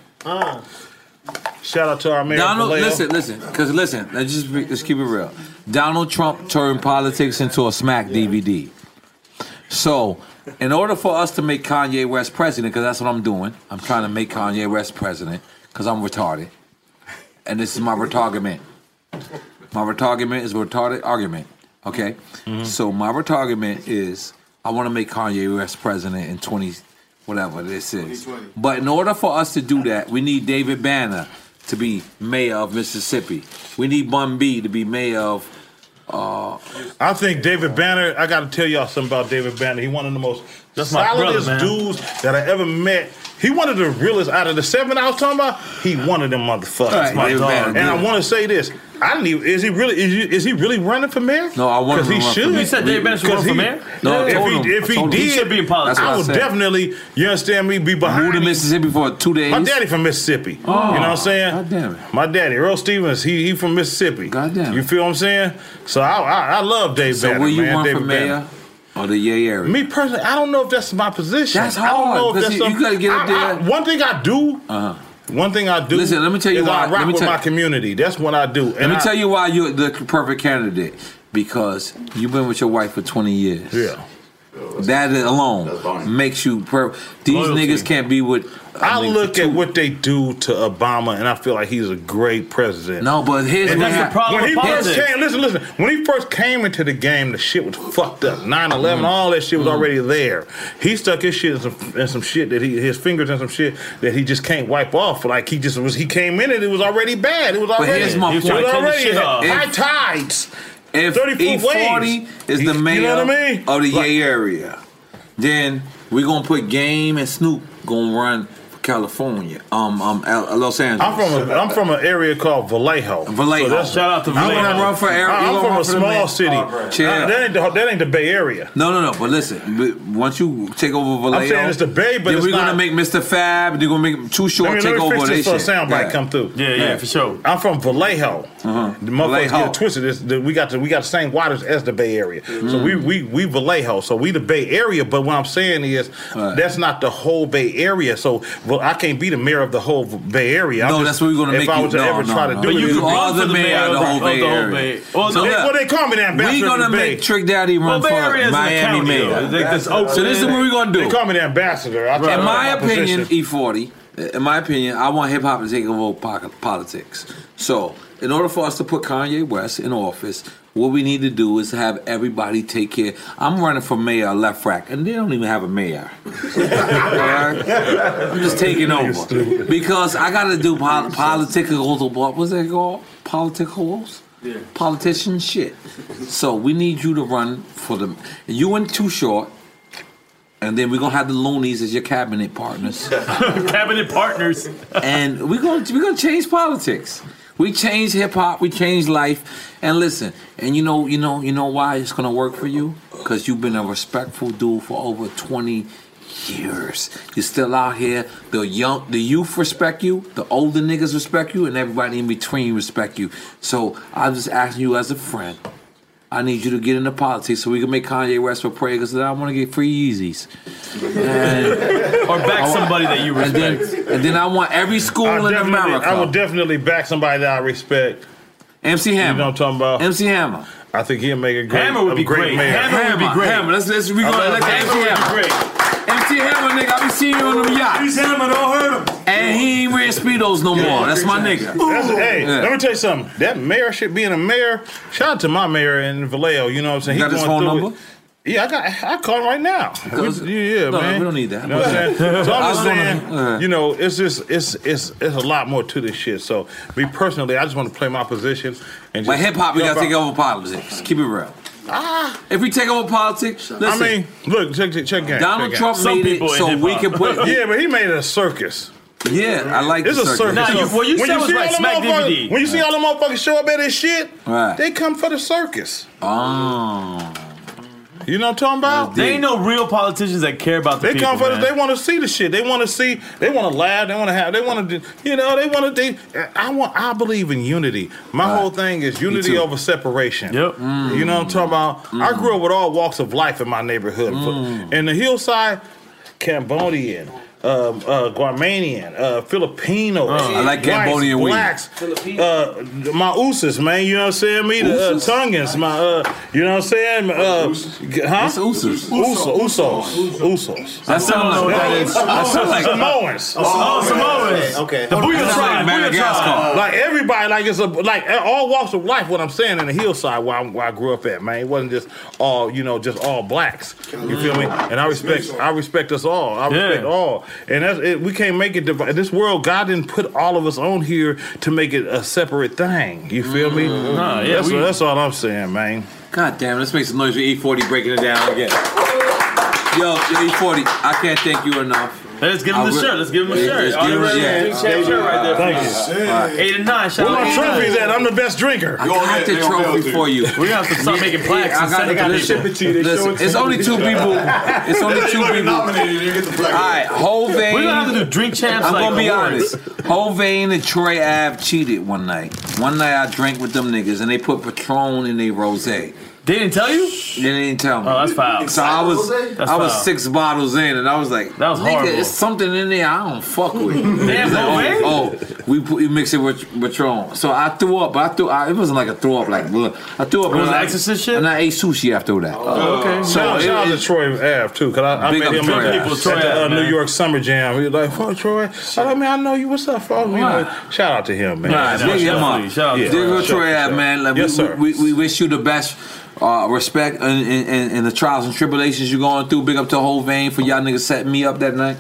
Shout out to our mayor. Donald, Vallejo. listen, listen, because listen, let's just be, let's keep it real. Donald Trump turned politics into a smack DVD. So, in order for us to make Kanye West president, because that's what I'm doing, I'm trying to make Kanye West president because I'm retarded, and this is my retargument. My retargument is a retarded argument. Okay, so my retargument is I want to make Kanye West president in 20, whatever this is. 2020. But in order for us to do that, we need David Banner to be mayor of Mississippi. We need Bun B to be mayor of. Uh, I think David Banner. I got to tell y'all something about David Banner. He one of the most That's my brother, solidest man. dudes that I ever met. He one of the realest out of the seven I was talking about. He one of them motherfuckers. That's my David dog, Banner, dude. and I want to say this. I didn't even. Is he really? Is he, is he really running for mayor? No, I want him he to run for should. mayor. You said David Banner should Because run for he- mayor? No, I if told he, If him. I he told did, him. He should be in politics. I That's would what I said. definitely. You understand me? Be behind. Moved to him. Mississippi for two days. My daddy from Mississippi. Oh. you know what I'm saying? God damn it. My daddy, Earl Stevens, he he from Mississippi. God damn it. You feel what I'm saying? So I I, I love Dave So Banner. will you man, run David for mayor Banner. or the Yay area? Me personally, I don't know if that's my position. That's I don't hard, know if 'cause that's you- you something- gotta get up I- I- one thing I do. Uh-huh. One thing I do. Listen, let me tell you is why- I let rock me with tell- my community. That's what I do. Let me tell you why you're the perfect candidate because you've been with your wife for 20 years. Yeah. That alone makes you perfect. These Loyalty. niggas can't be with. I look at what they do to Obama, and I feel like he's a great president. No, but here's And what that's hap- the problem When he with first politics. came, listen, listen. When he first came into the game, the shit was fucked up. 9-11, all that shit was already there. He stuck his shit in some, in some shit that he, his fingers in some shit that he just can't wipe off. Like he just was, he came in and it was already bad. It was But already, here's my it was point. already high If- tides. If 30-foot E40 waves. is You the know mayor what I mean? of the Like- Yay area, then we're going to put Game and Snoop going to run for California. Um, um, Al- Los Angeles. I'm from a, I'm from an area called Vallejo. Vallejo. Shout out to You Vallejo. gonna run for Aaron- you I'm gonna from run a for the mayor? small city. Oh, bro. Chill. Uh, that, ain't the, that ain't the Bay Area. No, no, no. But listen, we- once you take over Vallejo, I'm saying it's the Bay, but then it's we're not- gonna make Mr. Fab. They're gonna make Too Short Let me, take let me over fix they this for a shit. soundbite Yeah. come through. Yeah, yeah, for sure. I'm from Vallejo. Uh-huh. The motherfuckers Vallejo. get it twisted. It's the- we got the, we got the same waters as the Bay Area, so Mhm. we we we Vallejo. So we the Bay Area. But what I'm saying is that's not the whole Bay Area. So well, I can't be the mayor of the whole Bay Area. I'm No, just- that's what we're gonna if make I you- was to no, ever no, try to no. do But it, you it- are the mayor of the whole Bay Area. Well, So they, look, well, they call me that. We ambassador of gonna the Bay. make Trick Daddy run for Miami mayor. so this is what we gonna do. They call me the ambassador. I try to in my run opinion, position. E40. In my opinion, I want hip hop to take over po- politics. So, in order for us to put Kanye West in office, what we need to do is have everybody take care. I'm running for mayor of Left Rack, and they don't even have a mayor. Alright? I'm just taking over because I got to do pol- political. What was that called? Politicals. Yeah. Politician shit. So we need you to run for the. You and Too Short, and then we're gonna have the loonies as your cabinet partners. cabinet partners. and we're gonna we're gonna change politics. We change hip hop. We change life. And listen, and you know, you know, you know why it's gonna work for you? Cause you've been a respectful dude for over twenty years. You're still out here. The young, the youth respect you. The older niggas respect you, and everybody in between respect you. So I'm just asking you as a friend. I need you to get into politics so we can make Kanye West for prayer because I want to get free Yeezys. or back I- somebody that you and respect. then- and then I want every school I in definitely- America. I would definitely back somebody that I respect. MC You Hammer. know what I'm talking about? MC Hammer. I think he'll make a great Hammer would a be great, great. mayor. Hammer would be great. Hammer, let's- let's- we I gonna love elect Hammer. MC Hammer. MC Hammer, nigga, I be seeing you on them yachts. He's Hammer, don't hurt him. And he ain't wearing speedos no more. That's my nigga. That's- hey, Yeah. let me tell you something. That mayor shit being a mayor. Shout out to my mayor in Vallejo. You know what I'm saying? You got his phone through number? it. Yeah, I got. I call him right now. Because- We- yeah, yeah, No, man. we don't need that. You know what I'm saying? So I I'm was just gonna- saying, uh. you know, it's just it's it's it's a lot more to this shit. So me personally, I just want to play my position and just But hip hop, we jump gotta take out. over politics. Keep it real. If we take over politics, listen, I mean, look, check check, check gang, Donald check gang. Trump made it so we can put. yeah, but he made it a circus. Yeah, I like It's the a circus. circus. Nah, you- what you said was see right, all them smack motherfuckers- DVD. When you see all the motherfuckers show up at this shit, Right. they come for the circus. Oh. You know what I'm talking about? They ain't no real politicians that care about the They people. come for man. this. They want to see the shit. They want to see. They want to laugh. They want to have. They want to. You know. They want to. They. I want. I believe in unity. My whole thing is unity too. Mm. over separation. Yep. You know what I'm talking about. I grew up with all walks of life in my neighborhood. In the hillside, Cambodian. Um, uh, Guamanian, uh, Filipino, Uh, I like Cambodian weed. blacks, uh, my ooses, man. You know what I'm saying? Me, the uh, Ooses? Tongans, my, uh, you know what I'm saying? Uh, huh? What's ooses? Uso, usos, usos. That sound like- that is- that sound like- Samoans. Oh, Samoans. Okay. The Booyah That's tribe, like Booyah Madagascar. tribe. Like everybody, like it's a like all walks of life. What I'm saying in the hillside where, I'm, where I grew up at, man, it wasn't just all you know, just all blacks. You feel me? And I respect, I respect us all. I Yeah. respect all. And that's it, we can't make it. Divi- this world, God didn't put all of us on here to make it a separate thing. You feel me? Mm. Nah, yeah, that's, we- that's all I'm saying, man. God damn, let's make some noise for E40 breaking it down again. Yo, yo, E40, I can't thank you enough. Let's give him the shirt. Let's give him the shirt. Let's give him Already, yeah. big champ shirt right there. Thank you. Alright. Eight and nine. Shout Where out my to trophies nine. at? I'm the best drinker. I got the trophy for you. We're gonna have to start making plaques I and got send it. it to Listen, people. listen, it's only two people. It's only two You're people. nominated, you get the plaque. All right, Hovain. We're gonna have to do drink champs, I'm like, gonna be awards. honest. Hovain and Troy Ave cheated one night. One night I drank with them niggas, and they put Patron in their rosé. They didn't tell you? They didn't tell me. Oh, that's foul. So I was, That's I was foul. six bottles in, and I was like, That was "Nigga, horrible. It's something in there I don't fuck with." They have It's like, Hovain? oh, oh, we put, we mix it with Patron. So I threw up, but I threw. I, it wasn't like a throw up. Like look, I threw up. It was an and I- exorcist shit? And I ate sushi after that. Oh, okay. So Uh, shout, shout it- it- out to Troy Ave too, cause I, I Big met up him Troy at, Ave. the- at the uh, Troy Ave, New man. York Summer Jam. He was like, "Fuck Troy." I like, man, I know you. What's up, fuck? You know, shout out to him, man. Nah, Shout out big to him him. up. Yeah, Dig shout out your to Troy him. out, man. Like, yes, we, sir. We, we wish you the best Uh, respect and, and, and, and the trials and tribulations you're going through. Big up to the whole vein for y'all niggas setting me up that night.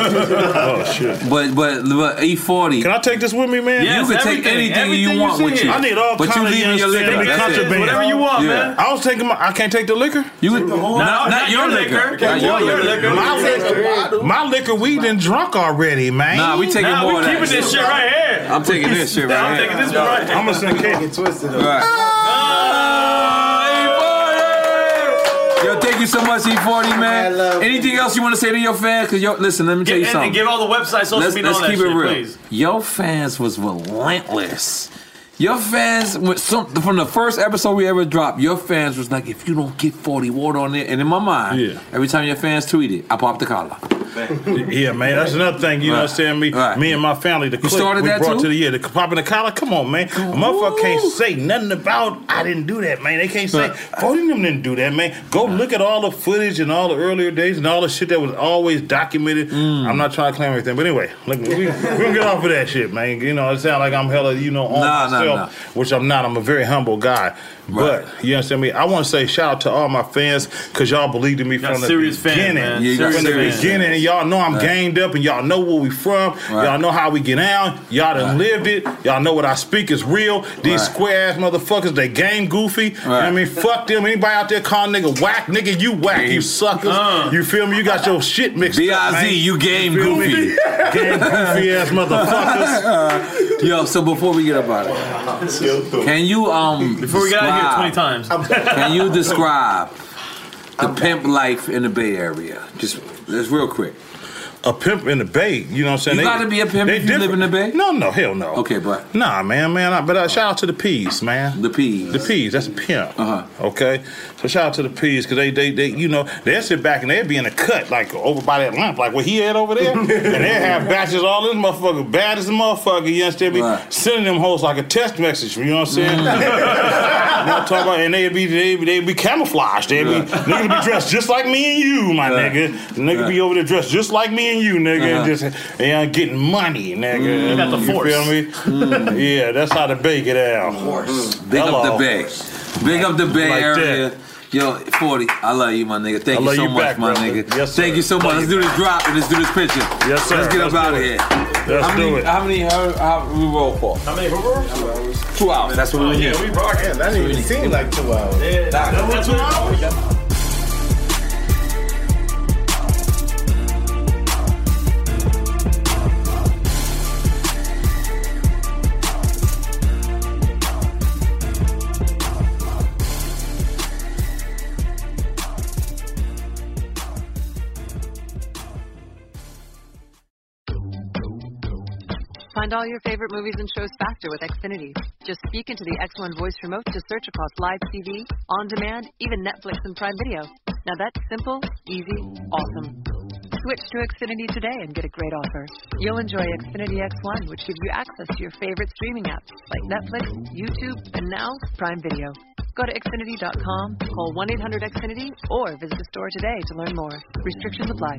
oh shit. But but but E forty. Can I take this with me, man? you can take anything you want with you. I need all but kinds you of leaving young your liquor. shit. They be That's it. contraband. Yeah. I was taking my. I can't take the liquor. You would, not, not, your liquor. Not your liquor. My You liquor. My liquor. We done drunk already, man. Nah, we taking Nah, we more of that keeping this shit. shit right here. I'm taking this shit right here. I'm gonna send Kate. Twisted. Yo, thank you so much, E40, man. Anything else you want to say to your fans? Cause yo, listen, let me tell you and- and something. give all the websites, social let's, media, Let's all that keep it shit, real. please. Your fans was relentless. Your fans, went some, from the first episode we ever dropped, your fans was like, if you don't get 40 water on it, and in my mind, every time your fans tweeted, I popped the collar. Yeah, man, that's another thing. You know what I'm saying? Me, me and my family, the clique, started we that brought too? to the year. The popping the collar. Come on, man. A motherfucker can't say nothing about I didn't do that, man. They can't say voting them didn't do that, man. Go look at all the footage and all the earlier days and all the shit that was always documented. I'm not trying to claim everything, but anyway, look, we we gonna get off of that shit, man. You know, it sounds like I'm hella, you know, on Nah, nah, myself, nah. which I'm not. I'm a very humble guy. But you understand me? I want to say shout out to all my fans because y'all believed in me Y'all from the serious fans, beginning. man. Yeah, you got from the serious beginning, fans. and y'all know I'm Right. gamed up, and y'all know where we from. Right. Y'all know how we get down. Y'all done lived it. Y'all know what I speak is real. These square ass motherfuckers, they game goofy. You know what I mean, fuck them. Anybody out there calling nigga whack, nigga, you whack, you suckers. Uh. You feel me? You got your shit mixed up. B.I.Z., man. you game feel me? goofy. game goofy ass motherfuckers. Yo, so before we get up out of here, can you um Before we get out of here 20 times. Can you describe the pimp life in the Bay Area? Just just real quick. A pimp in the Bay, you know what I'm saying? You gotta be a pimp if you live in the Bay. No, no, hell no. Okay, but Nah, man, man. I, but uh, shout out to the P's, man. The P's. Uh-huh. The P's. That's a pimp. Uh huh. Okay. So shout out to the P's because they, they, they, you know, they'll sit back and they'll be in a cut like over by that lamp, like what he had over there, and they have batches all this motherfucker, bad as a motherfucker. You understand me? Sending them hoes like a text message. You know what I'm saying? Mm. I'm talking about, and they'd be they would be, they be camouflaged. They'd be niggas be dressed just like me and you, my Right. nigga. Nigga be over there dressed just like me and you, nigga, Uh-huh. and just and I'm getting money, nigga. Mm. Got the you force. feel me? Yeah, that's how the bay get out. Big Hello. up the Bay. Big up the Bay Like that. Area. Yo, 40, I love you, my nigga. Thank I you love so you much, back, my brother. nigga. Thank you so much. Let's do this drop and let's do this picture. Yes, sir. Let's get Let's up out do of it. here. Let's how many, do it. How many, how, how we roll for? How many hours? Two hours. That's Oh, what we need. we rock. Damn, that didn't even seem like two hours. Yeah, that's what Find all your favorite movies and shows faster with Xfinity. Just speak into the X1 voice remote to search across live TV, on demand, even Netflix and Prime Video. Now that's simple, easy, awesome. Switch to Xfinity today and get a great offer. You'll enjoy Xfinity X1, which gives you access to your favorite streaming apps like Netflix, YouTube, and now Prime Video. Go to Xfinity.com, call 1 800 Xfinity, or visit a store today to learn more. Restrictions apply.